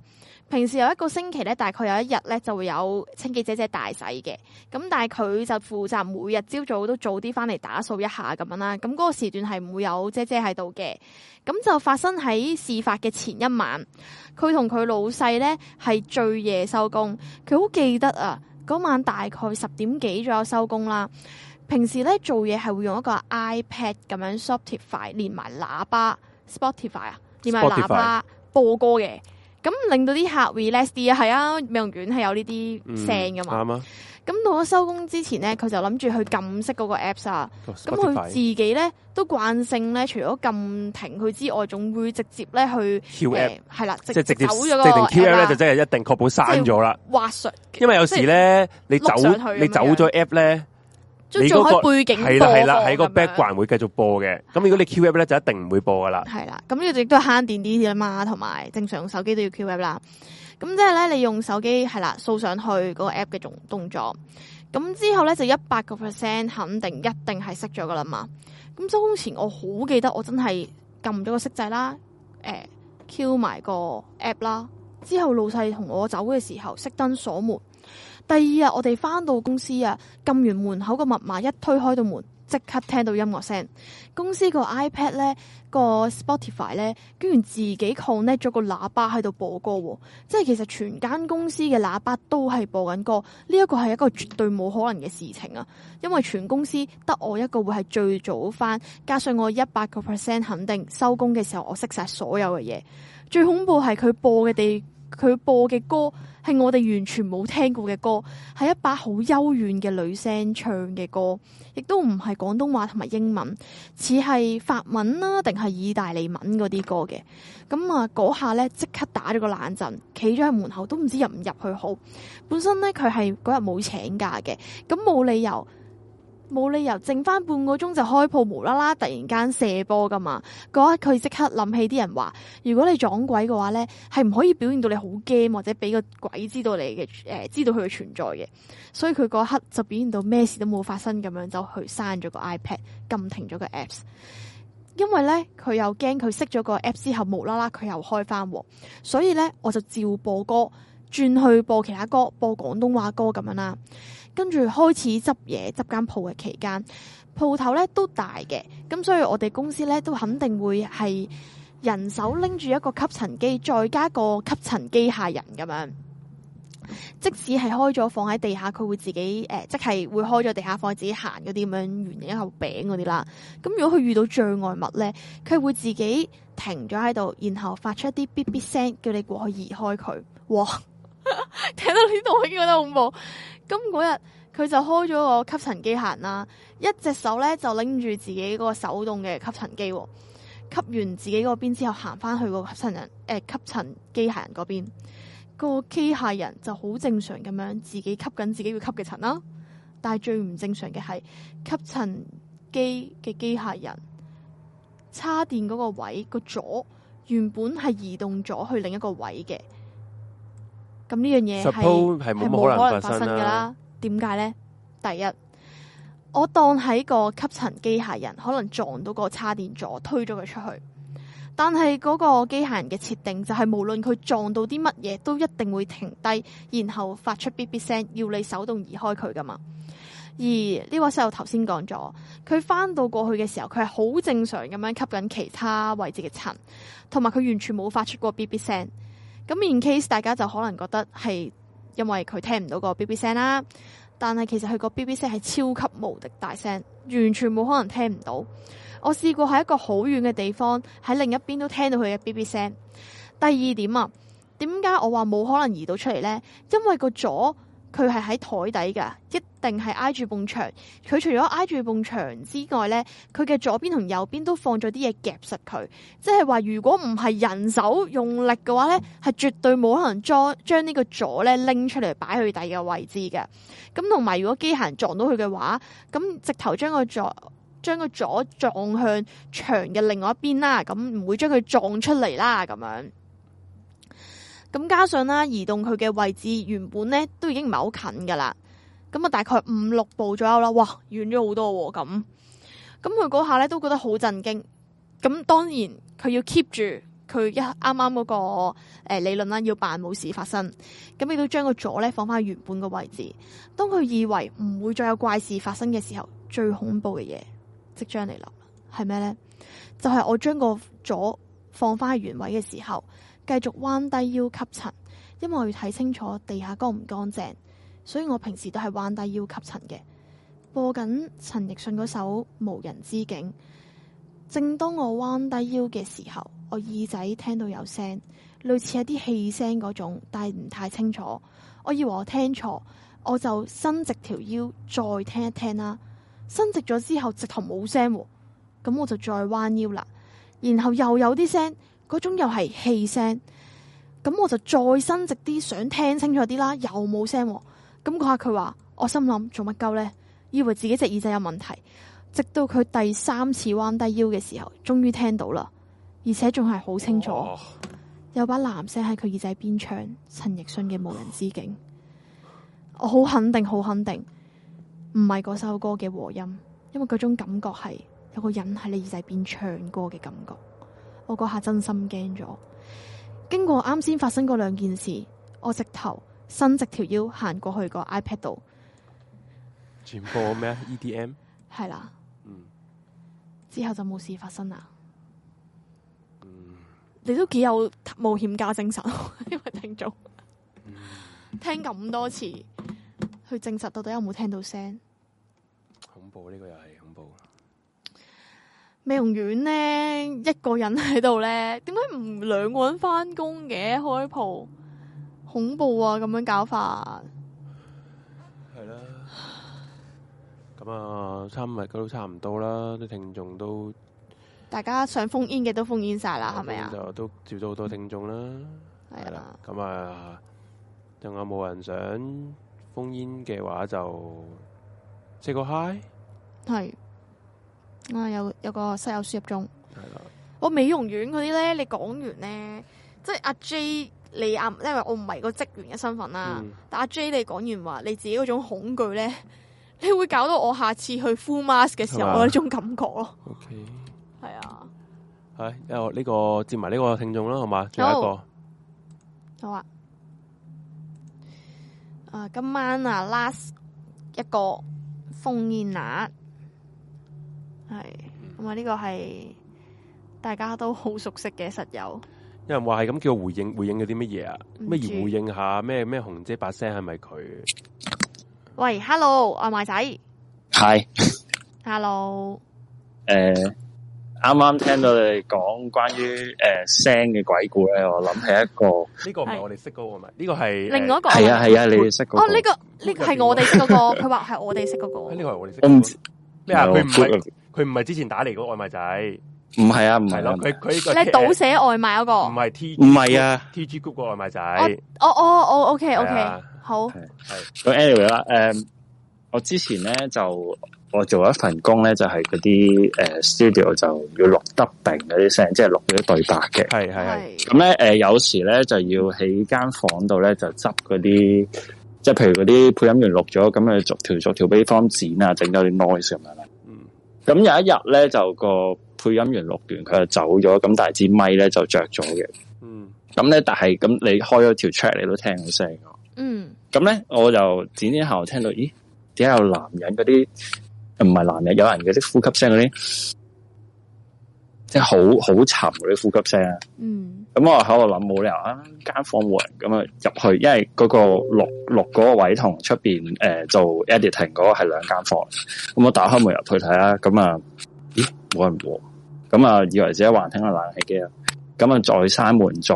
Speaker 1: 平時有一個星期咧，大概有一日咧就會有清潔姐姐大洗嘅。咁但係佢就負責每日朝早都早啲翻嚟打掃一下咁樣啦。咁嗰個時段係唔會有姐姐喺度嘅。咁就發生喺事發嘅前一晚。佢同佢老細咧係最夜收工，佢好記得啊，嗰晚大概十點幾左右收工啦。平時咧做嘢係會用一個 iPad 咁樣 Spotify 連埋喇叭 Spotify 啊，連埋喇叭播歌嘅，咁令到啲客 relax 啲啊，係啊，美容院係有呢
Speaker 2: 嗯
Speaker 1: 啲聲噶嘛。
Speaker 2: 啱啊。
Speaker 1: 咁到咗收工之前咧，佢就諗住去撳熄嗰個 apps 啊。咁佢自
Speaker 2: Spotify
Speaker 1: 己咧都慣性咧，除咗撳停佢之外，仲會直接咧去
Speaker 2: Q app
Speaker 1: 誒係啦，
Speaker 2: 即
Speaker 1: 直
Speaker 2: 係直
Speaker 1: 接
Speaker 2: 接
Speaker 1: 走咗
Speaker 2: 直
Speaker 1: 嗰
Speaker 2: 定
Speaker 1: 個
Speaker 2: Q app 咧，就
Speaker 1: 即
Speaker 2: 真係一定確保刪咗啦。
Speaker 1: 滑上，
Speaker 2: 因為有時咧，你走
Speaker 1: 碌上去咁樣
Speaker 2: 你走咗 app 咧。
Speaker 1: 即
Speaker 2: 你
Speaker 1: 係
Speaker 2: 嗰
Speaker 1: 仲
Speaker 2: 個
Speaker 1: 可以背景
Speaker 2: 系啦系啦，
Speaker 1: 播
Speaker 2: 喺個
Speaker 1: 放咁樣
Speaker 2: background 會繼續播嘅。咁如果你 Q app 咧，就一定唔會播噶啦。
Speaker 1: 係啦，咁呢個亦都係慳電啲嘅嘛，同埋正常手機都要 Q app 啦。咁即係咧，你用手機係啦，掃上去嗰個 app 嘅動動作，咁之後咧就一百個 percent 肯定一定係熄咗噶啦嘛。咁收工前我好記得，我真係撳咗個熄掣啦，誒、Q 埋個 app 啦。之後老細同我走嘅時候熄燈鎖門。第二日我哋翻到公司啊，撳完門口個密碼一推開到門，即刻聽到音樂聲。公司個 iPad 咧個 Spotify 咧，居然自己 connect 咗個喇叭喺度播歌喎，即係其實全間公司嘅喇叭都係播緊歌，呢一個係一個絕對冇可能嘅事情啊！因為全公司得我一個會係最早翻，加上我一百個 percent 肯定收工嘅時候我熄晒所有嘅嘢，最恐怖係佢播嘅地，佢播嘅歌係我哋完全冇聽過嘅歌，係一把好幽怨嘅女聲唱嘅歌，亦都唔係廣東話同埋英文。似係法文啦，定係意大利文嗰啲歌嘅。咁啊，嗰下咧即刻打咗個冷震，企咗喺門口都唔知入唔入去好。本身咧佢係嗰日冇請假嘅，咁冇理由冇理由剩翻半個鐘就開鋪，無啦啦突然間射波噶嘛。嗰一刻佢即刻諗起啲人話，如果你撞鬼嘅話咧，係唔可以表現到你好驚或者俾個鬼知道你嘅誒、呃知道佢嘅存在嘅。所以佢嗰一刻就表現到咩事都冇發生咁樣，就去刪咗個 iPad，撳停咗個 Apps。因為咧，佢又驚佢熄咗個 app 之後，無啦啦佢又開翻喎，所以咧我就照播歌，轉去播其他歌，播廣東話歌咁樣啦。跟住開始執嘢，執間鋪嘅期間，鋪頭咧都大嘅，咁所以我哋公司咧都肯定會係人手拎住一個吸塵機，再加個吸塵機械人咁樣。即使係開咗放喺地下，佢會自己誒、呃即係會開咗地下放喺自己行嗰啲咁樣圓形一嚿餅嗰啲啦。咁如果佢遇到障礙物咧，佢會自己停咗喺度，然後發出一啲咇咇聲，叫你過去移開佢。哇！ [LAUGHS] 聽到呢度我已經覺得恐怖。咁嗰日佢就開咗個吸塵機行啦，一隻手咧就拎住自己嗰個手動嘅吸塵機喎，吸完自己嗰邊之後，行翻去個吸塵人誒、呃吸塵機械人嗰邊。個機械人就好正常咁樣自己吸緊自己要吸嘅塵啦，但係最唔正常嘅係吸塵機嘅機械人叉電嗰個位個左原本係移動咗去另一個位嘅，咁呢樣嘢係
Speaker 2: Suppose 係冇可
Speaker 1: 係冇可
Speaker 2: 能
Speaker 1: 能
Speaker 2: 發
Speaker 1: 發生
Speaker 2: 生
Speaker 1: 㗎
Speaker 2: 啦。
Speaker 1: 啦。點解呢？第一，我當喺個吸塵機械人可能撞到個叉電座，推咗佢出去。但係嗰個機械人嘅設定就係無論佢撞到啲乜嘢，都一定會停低，然後發出咇咇聲，要你手動移開佢噶嘛。而呢位細路頭先講咗，佢翻到過去嘅時候，佢係好正常咁樣吸緊其他位置嘅塵，同埋佢完全冇發出過咇咇聲。咁 in case 大家就可能覺得係因為佢聽唔到個咇咇聲啦，但係其實佢個咇咇聲係超級無敵大聲，完全冇可能聽唔到。我試過喺一個好遠嘅地方，喺另一邊都聽到佢嘅 B B 聲。第二點啊，點解我話冇可能移到出嚟呢？因為個左佢係喺台底噶，一定係挨住埲牆。佢除咗挨住埲牆之外呢，佢嘅左邊同右邊都放咗啲嘢夾實佢，即係話如果唔係人手用力嘅話呢，係絕對冇可能將將呢個左呢拎出嚟擺去第二個位置嘅。咁同埋如果機械人撞到佢嘅話，咁直頭將個左將個左撞向牆嘅另外一邊啦，咁唔會將佢撞出嚟啦，咁樣。咁加上啦，移動佢嘅位置原本咧都已經唔係好近噶啦，咁啊大概五六步左右啦，哇，遠咗好多喎、咁。咁佢嗰下咧都覺得好震驚。咁當然佢要 keep 住佢一啱啱嗰個呃理論啦，要扮冇事發生。咁亦都將個左咧放翻原本個位置。當佢以為唔會再有怪事發生嘅時候，最恐怖嘅嘢即將嚟臨啦，係咩呢？就係、我將個左放翻喺原位嘅時候，繼續彎低腰吸塵，因為我要睇清楚地下乾唔乾淨，所以我平時都係彎低腰吸塵嘅。播緊陳奕迅嗰首《無人之境》，正當我彎低腰嘅時候，我耳仔聽到有聲，類似係啲氣聲嗰種，但係唔太清楚。我以為我聽錯，我就伸直條腰再聽一聽啦。伸直咗之後，直頭冇聲喎，咁我就再彎腰啦。然後又有啲聲，嗰種又係氣聲，咁我就再伸直啲，想聽清楚啲啦，又冇聲喎。咁嗰下佢話，我心諗做乜鳩呢？以為自己隻耳仔有問題，直到佢第三次彎低腰嘅時候，終於聽到啦，而且仲係好清楚。
Speaker 2: 哦
Speaker 1: 有把男聲喺佢耳仔邊唱陳奕迅嘅《無人之境》，我好肯定，好肯定，唔係嗰首歌嘅和音，因為嗰種感覺係有個人喺你耳仔邊唱歌嘅感覺。我嗰下真心驚咗。經過啱先發生嗰兩件事，我直頭伸直條腰行過去個 iPad 度，
Speaker 2: 全播咩啊？EDM，
Speaker 1: 係啦，
Speaker 2: 嗯
Speaker 1: 之後就冇事發生啦。
Speaker 2: 嗯，
Speaker 1: 你都幾有冒險家精神， [LAUGHS] 因為聽眾聽咁多次，去證實到底有冇聽到聲。
Speaker 2: 恐怖呢個又係恐怖。
Speaker 1: 美容院咧，一個人喺度咧，點解唔兩個人翻工嘅開鋪？恐怖啊！咁樣搞法，
Speaker 2: 系啦。咁啊，差唔日都差唔多啦，啲聽眾都
Speaker 1: 大家想封煙嘅都封煙晒啦，係咪啊？
Speaker 2: 就都照到好多聽眾啦。
Speaker 1: 係
Speaker 2: 係
Speaker 1: 啦，。
Speaker 2: 咁啊，仲有冇人想封煙嘅話就 say 個 hi，
Speaker 1: 系啊，有有个室友輸入中。
Speaker 2: 系啦，
Speaker 1: 我美容院嗰啲咧，你講完咧，即係阿 J 你啊，因為我唔係個職員嘅身份啦，
Speaker 2: 嗯
Speaker 1: 但阿 J 你講完話你自己嗰種恐懼咧， [LAUGHS] 你會搞到我下次去 full mask 嘅時
Speaker 2: 係
Speaker 1: 候，
Speaker 2: 嘛
Speaker 1: 我有呢種感覺咯，
Speaker 2: ，OK，系
Speaker 1: 係啊，
Speaker 2: 呢、個个接埋呢個聽眾啦，好嘛？最後一個
Speaker 1: 好啊，啊今晚啊 last 一個封煙拿，係咁啊呢個係大家都好熟悉嘅室友，
Speaker 2: 有人話係咁叫我回應回應嗰啲乜嘢啊？
Speaker 1: 唔
Speaker 2: 咩
Speaker 1: 知
Speaker 2: 而回應下？咩咩紅姐把聲係咪佢？
Speaker 1: 喂，hello 阿賣仔。
Speaker 8: 系
Speaker 1: Hello，
Speaker 8: 诶，誒呃啱啱聽到你哋講關於诶聲嘅鬼故咧，我諗係一個
Speaker 2: 呢、個唔係
Speaker 1: 係
Speaker 2: 我哋識嗰個咪？呢、個係
Speaker 1: 另外一個
Speaker 8: 係啊係啊，你哋識嗰個
Speaker 1: 哦，呢個呢個係我哋識嗰個，佢話係我哋識嗰
Speaker 2: 呃呢、
Speaker 1: 個，
Speaker 2: 個係我哋識
Speaker 8: 我
Speaker 2: 嗰
Speaker 8: 唔
Speaker 2: 個
Speaker 8: 知
Speaker 2: 咩啊？
Speaker 8: 唔
Speaker 2: 佢唔
Speaker 8: 係
Speaker 2: 係佢唔係之前打嚟嗰個外賣仔，係
Speaker 8: 唔係啊，唔係
Speaker 2: 咯
Speaker 8: 啊，唔
Speaker 2: 佢
Speaker 8: 係啊
Speaker 2: 佢
Speaker 1: 你
Speaker 2: 呢個
Speaker 1: 倒寫外賣嗰個，
Speaker 2: 唔係 T
Speaker 8: 唔係啊。
Speaker 2: T G Group 個外賣仔，
Speaker 1: 哦哦哦，OK
Speaker 2: 係
Speaker 1: OK，
Speaker 2: 啊
Speaker 1: 好，
Speaker 8: 咁 anyway 啦，诶，我之前咧就我做一份工咧，就係嗰啲诶 studio 就要錄得定嗰啲聲，即係錄嗰啲對白嘅。
Speaker 2: 係係係。
Speaker 1: 係
Speaker 8: 咁咧，誒、有時咧就要喺間房度咧就執嗰啲，即係譬如嗰啲配音員錄咗，咁啊逐條逐條俾方剪啊，整咗啲 noise 咁樣啦。
Speaker 2: 嗯
Speaker 8: 咁有一日咧就個配音員錄完佢就走咗，咁但係支咪咧就着咗嘅。
Speaker 2: 嗯
Speaker 8: 咁咧，但係咁你開咗條 track 你都聽到聲㗎。
Speaker 1: 嗯
Speaker 8: 咁咧我就剪剪下，我聽到咦，點解有男人嗰啲唔係男人，有人嗰啲呼吸聲嗰啲，即係好好沉嗰啲呼吸聲啊！
Speaker 1: 嗯
Speaker 8: 咁我喺度諗冇理由啊，間房冇人咁啊入去，因為嗰個錄錄嗰個位同出邊誒做 editing 嗰個係兩間房，咁我打開門入去睇啦，咁啊，咦冇人喎，咁啊以為自己幻聽個冷氣機啊，咁啊再閂門再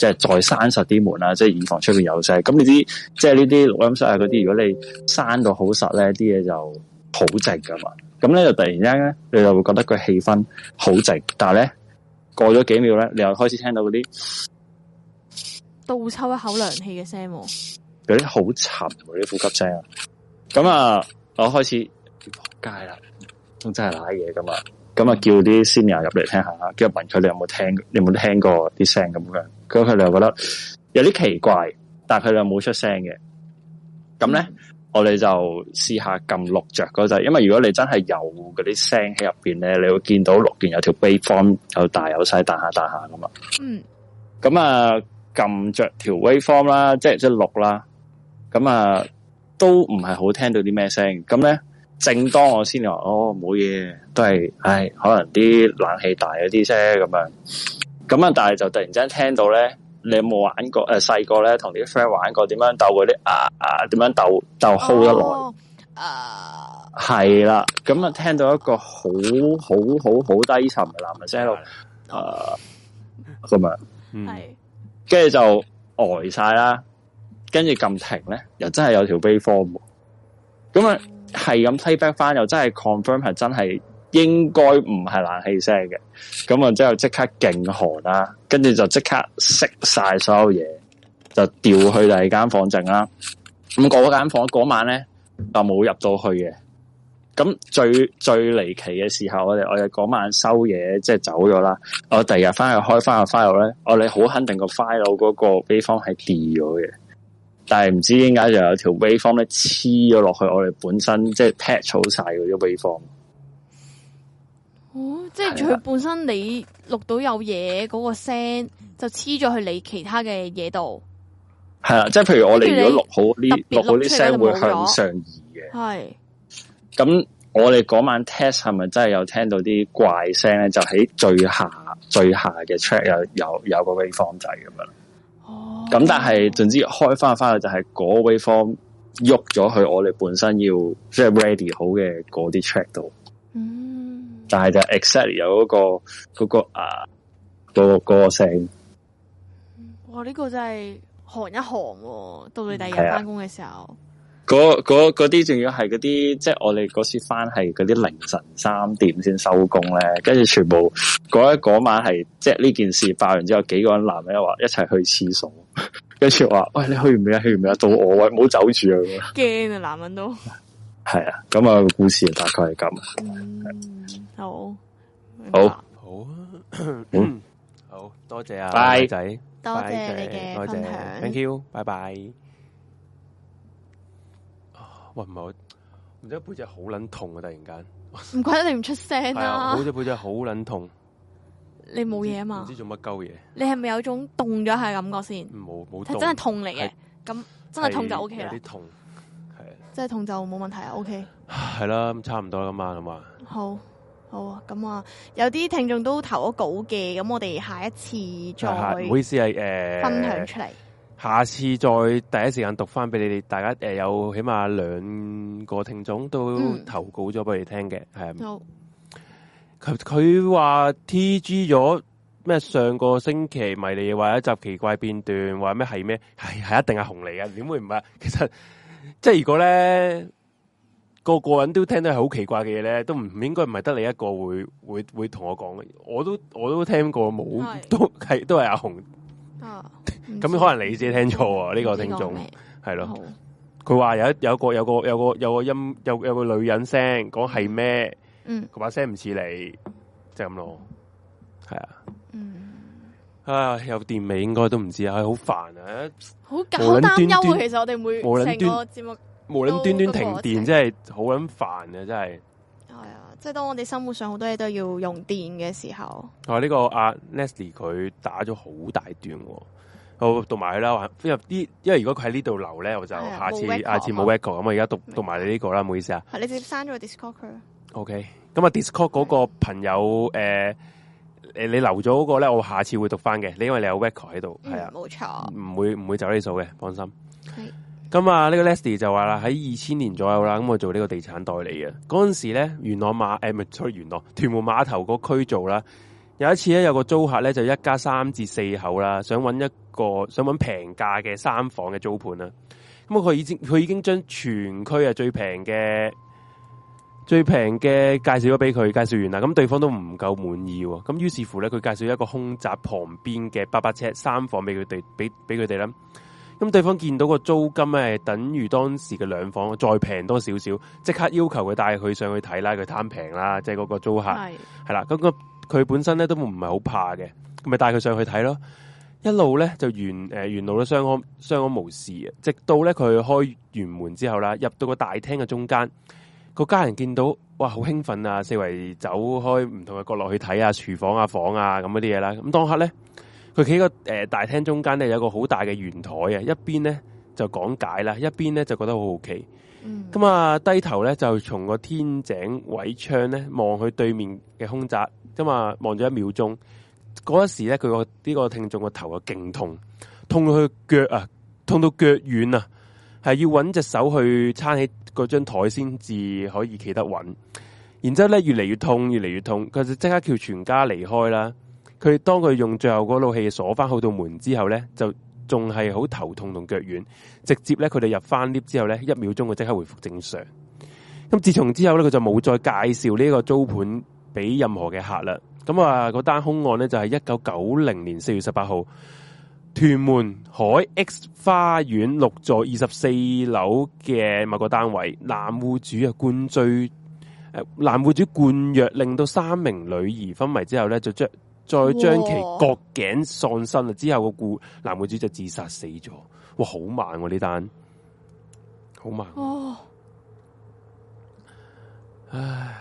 Speaker 8: 即係再閂實啲門啦，即係以防出邊有聲。咁你啲即係呢啲錄音室啊嗰啲，如果你閂到好實咧，啲嘢就好靜噶嘛。咁咧就突然間咧，你就會覺得個氣氛好靜，但係咧。過咗幾秒咧，你又開始聽到嗰啲
Speaker 1: 倒抽一口涼氣嘅聲喎，
Speaker 8: 有啲好沉嗰啲呼吸聲啊。咁啊，我開始仆街啦，咁真係濑嘢噶嘛。咁啊，叫啲 senior 入嚟聽下啦，跟住問佢你有冇聽，你有冇聽過啲聲咁樣。咁佢哋又覺得有啲奇怪，但係佢哋又冇出聲嘅。咁
Speaker 1: 嗯
Speaker 8: 咧，我哋就試下撳錄着嗰陣，因為如果你真係有嗰啲聲喺入邊咧，你會見到錄完有條 b a form 有大有細，彈下彈下噶啊嘛。
Speaker 1: 嗯
Speaker 8: 咁啊，撳着條 waveform 啦，即係即係錄啦。咁啊，都唔係好聽到啲咩聲。咁咧，正當我先話哦冇嘢，都係唉，可能啲冷氣大嗰啲啫咁樣。咁啊，但係就突然之間聽到咧，你有冇玩過？誒細個咧，同啲 friend 玩過點樣鬥嗰啲啊啊，點樣鬥鬥 hold 得耐？
Speaker 1: 哦，啊
Speaker 8: 係啦，咁啊，聽到一個好好好好低沉嘅男人聲喺度啊咁樣。
Speaker 2: 嗯
Speaker 1: 係
Speaker 8: 跟住就呆晒啦，跟住撳停咧，又真係有條 waveform，喎咁啊係咁 playback 翻，又真係 confirm 係真係應該唔係冷氣聲嘅，咁啊之後即刻勁寒啦，跟住就即刻熄晒所有嘢，就調去第二間房靜啦。咁嗰間房嗰晚咧就冇入到去嘅。咁最最離奇嘅時候，我哋我哋嗰晚收嘢，即係走咗啦。我第二日翻去開翻個 file 咧，我哋好肯定個 file 嗰個 waveform 係 d 咗嘅，但係唔知點解就有條 waveform 咧黐咗落去我哋本身即係 patch 好晒嗰啲 waveform。
Speaker 1: 哦，即
Speaker 2: 啊
Speaker 1: 係
Speaker 8: 係
Speaker 1: 佢本身你錄到有嘢嗰個聲，就黐咗去你其他嘅嘢度，
Speaker 8: 係啦，即係譬如我哋如果錄好啲
Speaker 1: 跟住你
Speaker 8: 錄好啲聲
Speaker 1: 特別
Speaker 8: 會
Speaker 1: 錄出嚟就冇
Speaker 8: 向
Speaker 1: 咗
Speaker 8: 上移嘅，
Speaker 1: 係
Speaker 8: 咁我哋嗰晚 test 係咪真係有聽到啲怪聲咧？就喺最下最下嘅 track 有有有個 waveform 仔咁樣。
Speaker 1: 哦，
Speaker 8: 咁但係總之開翻翻去就係嗰 waveform 喐咗去我哋本身要即係 ready 好嘅嗰啲 track 度，
Speaker 1: 嗯
Speaker 8: 但係就 exactly 有嗰、個嗰、個啊嗰、個嗰、個聲
Speaker 1: 哇呢個真係寒一寒喎，到你第二
Speaker 8: 係
Speaker 1: 日
Speaker 8: 啊
Speaker 1: 翻工嘅時候，
Speaker 8: 嗰嗰嗰啲仲要係嗰啲，即係我哋嗰時翻係嗰啲凌晨三點先收工咧，跟住全部嗰一嗰晚係即係呢件事爆完之後，幾個人男人話一齊去廁所， [LAUGHS] 跟住話喂你去唔去啊？去唔去啊？到我喂，唔好走住啊！咁樣
Speaker 1: 驚啊男人都
Speaker 8: 系啊，咁啊，故事大概系咁。
Speaker 1: 嗯，好，
Speaker 8: 好
Speaker 1: 明白
Speaker 2: 好啊，好多谢啊，
Speaker 8: 拜
Speaker 2: 偉仔，
Speaker 1: 多謝
Speaker 2: 拜
Speaker 1: 你嘅
Speaker 2: 多謝
Speaker 1: 分享
Speaker 2: ，thank you，拜拜。啊喂，唔係我，唔知背脊好撚痛啊！突然間，
Speaker 1: 唔怪得你唔出聲
Speaker 2: 係啊，
Speaker 1: 啦
Speaker 2: 好，隻背脊好撚痛，
Speaker 1: 你 [LAUGHS] 冇嘢啊
Speaker 2: 唔
Speaker 1: 嘛
Speaker 2: 知？做乜鳩嘢，
Speaker 1: 你係咪有種凍咗下嘅感覺先？
Speaker 2: 冇冇
Speaker 1: 係
Speaker 2: 痛，
Speaker 1: 真係痛嚟嘅
Speaker 2: 係，
Speaker 1: 咁真係痛就 O K 啦
Speaker 2: 有啲，痛，係
Speaker 1: 真係痛就冇問題啊，O K。
Speaker 2: 系啦，咁差唔多啦嘛，係嘛，
Speaker 1: 好好啊，咁啊，有啲聽眾都投咗稿嘅，咁我哋下一次再
Speaker 2: 係啊係唔好意思係诶，
Speaker 1: 分享出嚟。
Speaker 2: 下次再第一時間讀翻俾你哋，大家诶、呃有起碼兩個聽眾都
Speaker 1: 嗯
Speaker 2: 投稿咗俾你聽嘅，係啊
Speaker 1: 好，
Speaker 2: 佢佢話 T G 咗咩？上個星期迷你話一集奇怪片段，話咩係咩？係係一定係紅嚟嘅，點會唔係？ [LAUGHS] 其實即係如果咧個個人都聽到係好奇怪嘅嘢咧，都唔應該唔係得你一個會會會同我講嘅，我都我都聽過冇，
Speaker 1: 係
Speaker 2: 都係都係阿紅，
Speaker 1: 啊，
Speaker 2: 咁可能你自己聽錯喎呢個聽眾係咯。
Speaker 1: 咯，
Speaker 2: 佢話有一有個有個有個有個音有有個女人聲講係咩，
Speaker 1: 嗯
Speaker 2: 佢把聲唔似你，就係咁咯。係啊，
Speaker 1: 嗯，
Speaker 2: 啊有電味應該都唔知啊，唉好煩啊！
Speaker 1: 好好
Speaker 2: 無論端
Speaker 1: 擔憂啊，
Speaker 2: 端
Speaker 1: 其實我哋每
Speaker 2: 無論
Speaker 1: 成個節目
Speaker 2: 無論端
Speaker 1: 哦
Speaker 2: 端停電，
Speaker 1: 都嗰個
Speaker 2: 真係好撚煩啊！真係。
Speaker 1: 係啊，即係當我哋生活上好多嘢都要用電嘅時候，
Speaker 2: 我啊呢、個阿 Leslie 佢打咗好大段喎，好讀埋佢啦。話因為啲因為如果佢喺呢度留咧，我就
Speaker 1: 係啊
Speaker 2: 下次
Speaker 1: 冇 record
Speaker 2: 下次冇
Speaker 1: 啊
Speaker 2: record 咁，我而家讀
Speaker 1: 明白
Speaker 2: 讀埋你呢個啦，唔好意思啊。
Speaker 1: 係你直接刪咗個 Discord 佢啊啦。
Speaker 2: OK，咁啊 Discord 嗰
Speaker 1: 嗯
Speaker 2: 個朋友诶诶、誒你留咗嗰個咧，我下次會讀翻嘅，你因為你有 record 喺度，
Speaker 1: 嗯
Speaker 2: 係啊，
Speaker 1: 冇錯，
Speaker 2: 唔會唔會走呢數嘅，放心。
Speaker 1: 係
Speaker 2: 咁啊，呢個 Leslie 就話啦，喺二千年左右啦，咁我做呢個地產代理嘅，嗰阵时咧元朗碼诶，唔係sorry，元朗屯門碼頭嗰區做啦。有一次咧，有個租客咧就一家三至四口啦，想揾一個想揾平價嘅三房嘅租盤啦。咁佢已經佢已經將全區啊最平嘅最平嘅介紹咗俾佢，介紹完啦，咁對方都唔夠滿意喎。咁於是乎咧，佢介紹一個空宅旁邊嘅八百尺三房俾佢哋，俾俾佢哋啦。咁對方見到個租金咧，等於當時嘅兩房，再平多少少，即刻要求佢帶佢上去睇啦，佢貪平啦，即係嗰個租客。
Speaker 1: 係
Speaker 2: 系啦，咁個佢本身咧都唔係好怕嘅，咁咪帶佢上去睇咯。一路咧就沿誒、呃沿路都相安相安無事嘅，直到咧佢開完門之後啦，入到個大廳嘅中間，個家人見到哇好興奮啊，四圍走開唔同嘅角落去睇啊，廚房啊、房啊咁嗰啲嘢啦。咁當刻咧，佢企喺個誒大廳中間咧有一個好大嘅圓台啊，一邊咧就講解啦，一邊咧就覺得好好奇。
Speaker 1: 嗯
Speaker 2: 咁啊，低頭咧就從個天井位窗咧望去對面嘅空宅，咁啊望咗一秒鐘。嗰一時咧，佢個呢個聽眾個頭啊勁痛，痛到佢腳啊，痛到腳軟啊，係要揾隻手去撐起嗰張台先至可以企得穩。然之後咧，越嚟越痛，越嚟越痛，佢就即刻叫全家離開啦。佢當佢用最後嗰路氣鎖翻好道門之後咧，就仲係好頭痛同腳軟。直接咧佢哋入翻 lift 之後咧，一秒鐘佢即刻回復正常。咁自從之後咧，佢就冇再介紹呢個租盤俾任何嘅客啦。咁啊，嗰單凶案咧就係一九九零年四月十八號，屯門海 X 花園六座二十四樓嘅某個單位，男户主啊灌醉。誒男户主灌藥，令到三名女兒昏迷之後咧，就將再將其
Speaker 1: 哇
Speaker 2: 割頸喪身啦。啊之後個故男户主就自殺死咗。哇，好慢喎呢單，好慢喎。
Speaker 1: 哦，
Speaker 2: 咁啊，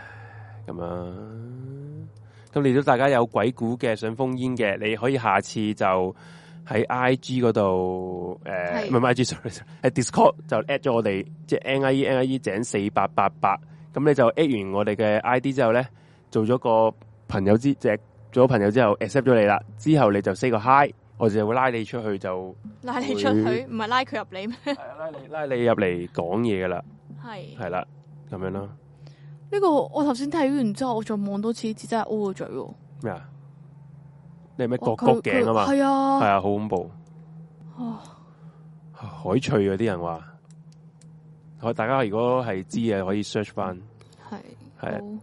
Speaker 2: 咁嚟到大家有鬼故嘅想封煙嘅，你可以下次就喺 I G 嗰度，诶、
Speaker 1: 係
Speaker 2: 唔係 I G，sorry，喺 Discord 就 at 咗我哋，即系 N I E N I E 井四八八八，咁你就 at 完我哋嘅 I D 之後咧，做咗個朋友之即係做咗朋友之後 accept 咗你啦，之後你就 say 個 hi，我就會拉你出去就
Speaker 1: 拉你出去，唔係拉佢入嚟咩？
Speaker 2: 係啊拉你拉你入嚟講嘢噶啦，
Speaker 1: 係。
Speaker 2: 係啦，咁樣咯，
Speaker 1: 呢個我頭先睇完之後，我再望多次，只真係 O 咗嘴喎。
Speaker 2: 咩啊？你係咩
Speaker 1: 哇
Speaker 2: 割
Speaker 1: 佢
Speaker 2: 割頸啊嘛？
Speaker 1: 佢係
Speaker 2: 系
Speaker 1: 啊，
Speaker 2: 啊，好恐怖。
Speaker 1: 哦
Speaker 2: 海翠嗰啊啲人話，我大家如果係知嘅，可以 search 翻。
Speaker 1: 係
Speaker 2: 係啊
Speaker 1: 好唔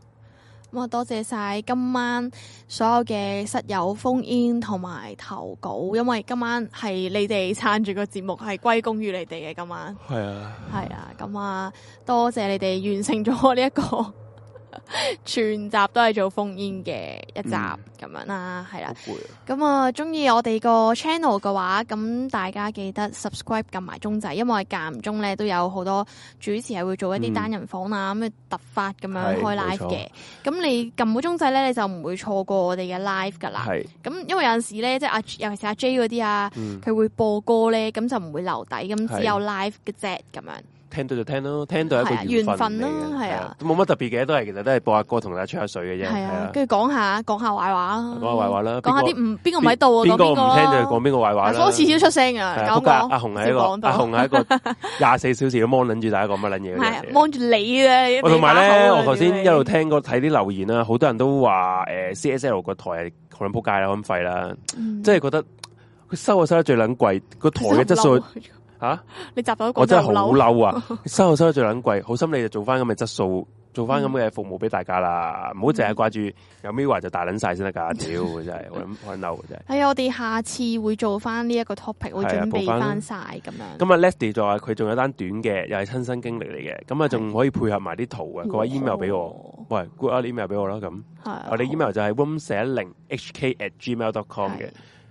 Speaker 1: 咁啊，多謝晒今晚所有嘅室友封煙同埋投稿，因為今晚係你哋撐住個節目，係歸功於你哋嘅今晚。
Speaker 2: 系啊，
Speaker 1: 係啊，咁啊，多謝你哋完成咗我呢一個 [LAUGHS] 全集都係做封煙嘅一集
Speaker 2: 嗯
Speaker 1: 咁、樣啦，係啦
Speaker 2: 好。攰啊，
Speaker 1: 咁啊，中意我哋個 channel 嘅話，咁大家記得 subscribe 撳埋鐘仔，因為間唔中咧都有好多主持係會做一
Speaker 2: 嗯
Speaker 1: 啲單人房啊，咁、突發咁樣
Speaker 2: 係
Speaker 1: 開
Speaker 2: 冇
Speaker 1: live
Speaker 2: 錯
Speaker 1: 嘅。咁你撳個鐘仔咧，你就唔會錯過我哋嘅 live 噶啦。
Speaker 2: 系，
Speaker 1: 咁因為有陣時咧，即係阿尤其是阿 J 嗰啲啊，
Speaker 2: 嗯，
Speaker 1: 佢會播歌咧，咁就唔會留底，咁
Speaker 2: 係
Speaker 1: 只有 live 嘅啫咁樣。
Speaker 2: 听到就听咯，听到係
Speaker 1: 係啊
Speaker 2: 一个緣
Speaker 1: 緣分
Speaker 2: 分嚟
Speaker 1: 啦
Speaker 2: 嘅
Speaker 1: 係啊
Speaker 2: 都冇乜特別嘅，都係其實都係播下歌同大家吹下水嘅啫，
Speaker 1: 係
Speaker 2: 係
Speaker 1: 啊
Speaker 2: 啊，，
Speaker 1: 跟住講下講下壞話啦，
Speaker 2: 講下壞話啦
Speaker 1: 講下
Speaker 2: 邊
Speaker 1: 啲
Speaker 2: 個
Speaker 1: 唔邊個唔喺度啊，
Speaker 2: 邊
Speaker 1: 講
Speaker 2: 個
Speaker 1: 邊
Speaker 2: 唔
Speaker 1: 個啦
Speaker 2: 聽就講邊個壞話啦。
Speaker 1: 係所以我次次都出聲
Speaker 2: 係
Speaker 1: 噶，
Speaker 2: 啊
Speaker 1: 講
Speaker 2: 仆街
Speaker 1: 講
Speaker 2: 阿紅係一個
Speaker 1: 先講 [LAUGHS] 到
Speaker 2: 阿紅係一個廿四小時都 mon 撚住大家講乜撚嘢嘅
Speaker 1: 系啊
Speaker 2: 人嚟嘅。
Speaker 1: 望住你咧，
Speaker 2: 我同埋
Speaker 1: 你
Speaker 2: 咧，
Speaker 1: 把口啊
Speaker 2: 我頭先一路
Speaker 1: 屌
Speaker 2: 聽過睇啲留言啦，啊好多人都話诶 CSL 個台係好撚仆街啦，好撚廢啦，
Speaker 1: 你
Speaker 2: 即係覺得佢收啊收得最撚貴，個台嘅質素
Speaker 1: 嗯
Speaker 2: 啊，
Speaker 1: 你集到
Speaker 2: 我真係
Speaker 1: 好
Speaker 2: 好嬲啊！ [LAUGHS] 嗯收啊收得最撚貴，好心你就做翻咁嘅質素，做翻咁嘅服務俾大家啦，唔好淨係掛住有 m i 就大撚晒先得 [LAUGHS] 㗎，屌真係好撚好撚嬲真係。
Speaker 1: 系啊，我哋下次會做翻呢一個 topic，會準備翻晒咁樣。
Speaker 2: 啊咁啊，Leslie 就話佢仲有單短嘅，又係親身經歷嚟嘅，咁啊仲可以配合埋啲圖啊嘅，佢話 email 俾我，
Speaker 1: 我，
Speaker 2: 喂，good 啊 email 俾我啦，咁
Speaker 1: 係啊
Speaker 2: 我哋 email 就係 room 四一零 hk at gmail dot com 嘅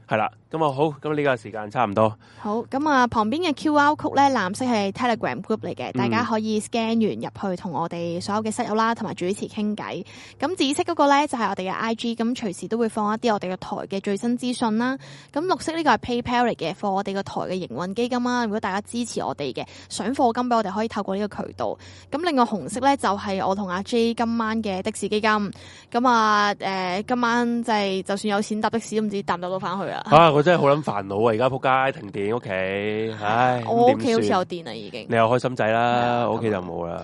Speaker 1: 係，
Speaker 2: 係啦，咁啊好，咁呢個時間差唔多，
Speaker 1: 好咁啊，旁邊嘅 QR code 咧，藍色係 Telegram group 嚟嘅，
Speaker 2: 嗯
Speaker 1: 大家可以 scan 完入去同我哋所有嘅室友啦，同埋主持傾偈。咁紫色嗰個咧就係我哋嘅 IG，咁隨時都會放一啲我哋嘅台嘅最新資訊啦。咁綠色呢個係 PayPal 嚟嘅，放我哋個台嘅營運基金啦。如果大家支持我哋嘅，想課金俾我哋，可以透過呢個渠道。咁另外紅色咧就係、我同阿 J 今晚嘅的士基金。咁啊，誒、今晚就係、就算有錢搭的士，都唔知搭唔搭到翻去啊！
Speaker 2: 啊，我真係好撚煩惱啊，而家仆街停電屋
Speaker 1: [LAUGHS]
Speaker 2: 企，唉，咁
Speaker 1: 我屋企
Speaker 2: 點
Speaker 1: 好似
Speaker 2: 算
Speaker 1: 有電啦，已經
Speaker 2: 你。又開心仔
Speaker 1: 係
Speaker 2: 啦，
Speaker 1: 啊
Speaker 2: 我屋企
Speaker 1: 咁
Speaker 2: 就
Speaker 1: 啊
Speaker 2: 冇啦，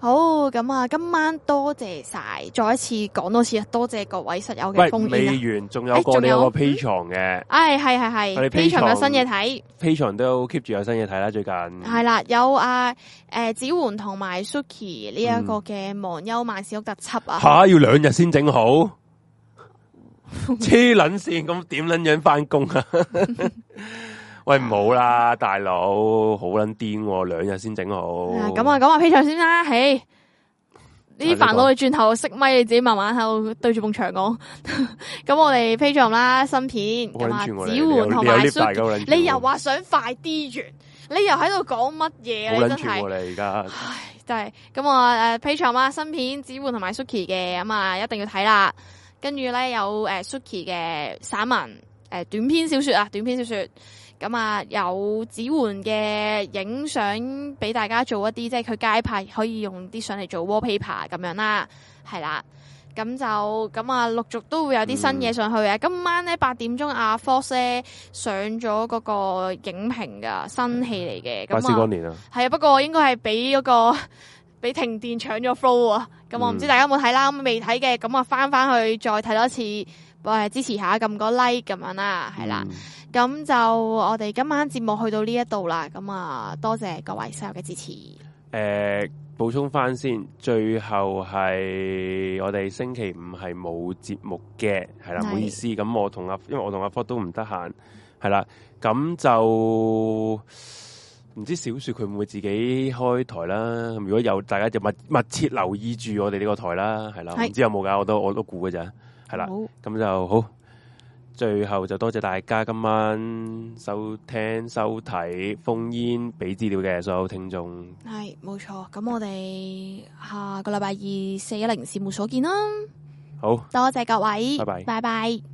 Speaker 1: 好，咁啊，今晚多謝晒，再一次講多次，啊多謝各位室友嘅
Speaker 2: 喂，
Speaker 1: 奉
Speaker 2: 未
Speaker 1: 獻啊！
Speaker 2: 完，仲有
Speaker 1: 哎
Speaker 2: 個
Speaker 1: 仲
Speaker 2: 你有
Speaker 1: 有
Speaker 2: 個
Speaker 1: 嗯
Speaker 2: P 床嘅
Speaker 1: 唉，係係係
Speaker 2: 我哋
Speaker 1: p a t r o
Speaker 2: Patreon-
Speaker 1: 有新嘢睇，
Speaker 2: P 床都 keep 住有新嘢睇啦，最近
Speaker 1: 係啦，有啊诶子媛同埋 Suki 呢一個嘅忘憂萬事屋特輯啊，
Speaker 2: 吓、要兩日先整好，黐撚線咁點撚樣翻工
Speaker 1: [LAUGHS]
Speaker 2: 啊？喂，唔好啦，大佬，好撚癲喎，兩日先整好。
Speaker 1: 啊咁啊，，講下 p a t r o 先啦，唉，呢啲煩
Speaker 2: 啊
Speaker 1: 惱你轉頭熄咪，你自己慢慢喺度對住埲牆講。 [LAUGHS] 咁我哋 p a t r o 啦，新片
Speaker 2: 好
Speaker 1: 咁啊，
Speaker 2: 撚串我哋，
Speaker 1: 子
Speaker 2: 你有
Speaker 1: 媛同
Speaker 2: 你有
Speaker 1: 埋
Speaker 2: lift 大鳩
Speaker 1: Suki，
Speaker 2: 撚串
Speaker 1: 你又話想快啲完，你又喺度講乜嘢
Speaker 2: 好
Speaker 1: 啊？你
Speaker 2: 撚
Speaker 1: 真
Speaker 2: 串
Speaker 1: 係
Speaker 2: 我。哋而家，
Speaker 1: 唉，真系咁啊！诶 p a t r o n 啊，新片子焕同埋 Suki 嘅咁啊，一定要睇啦。跟住咧有诶、呃 Suki 嘅散文诶、呃短篇小说啊，短篇小说咁啊，有子焕嘅影相俾大家做一啲，即系佢街拍可以用啲相嚟做 wallpaper 咁樣啦，係啦。咁就咁啊，陸續都會有啲新嘢上去嘅。今晚咧八點鐘，阿 Force 咧上咗嗰個影評噶新戲嚟嘅。
Speaker 2: 百
Speaker 1: 咁
Speaker 2: 思
Speaker 1: 啊
Speaker 2: 光。年啊，
Speaker 1: 系啊，不過應該係俾嗰個 [LAUGHS] 俾停電搶咗 flow 啊。咁我唔知
Speaker 2: 嗯
Speaker 1: 大家有冇睇啦，咁未睇嘅咁啊翻翻去再睇多次，誒支持下，撳個 like 咁樣啦，係
Speaker 2: 嗯
Speaker 1: 啦。咁、就我哋今晚節目去到呢一度啦，咁啊多謝各位室友嘅支持。
Speaker 2: 诶、補充翻先，最後係我哋星期五係冇節目嘅，係啦，唔
Speaker 1: 係
Speaker 2: 好意思，咁我同阿，因為我同阿 Ford 都唔得閒，係啦，咁就唔知小雪佢會唔會自己開台啦？如果有，大家就密密切留意住我哋呢個台啦，係啦，
Speaker 1: 係
Speaker 2: 唔知有冇㗎，我都我都估嘅咋，係啦，
Speaker 1: 好，
Speaker 2: 咁就好。最後就多謝大家今晚收聽、收睇、封煙、俾資料嘅所有聽眾。
Speaker 1: 係冇錯。咁我哋下個禮拜二四一零事務所見啦，
Speaker 2: 好，
Speaker 1: 多謝各位，
Speaker 2: 拜拜
Speaker 1: 拜拜。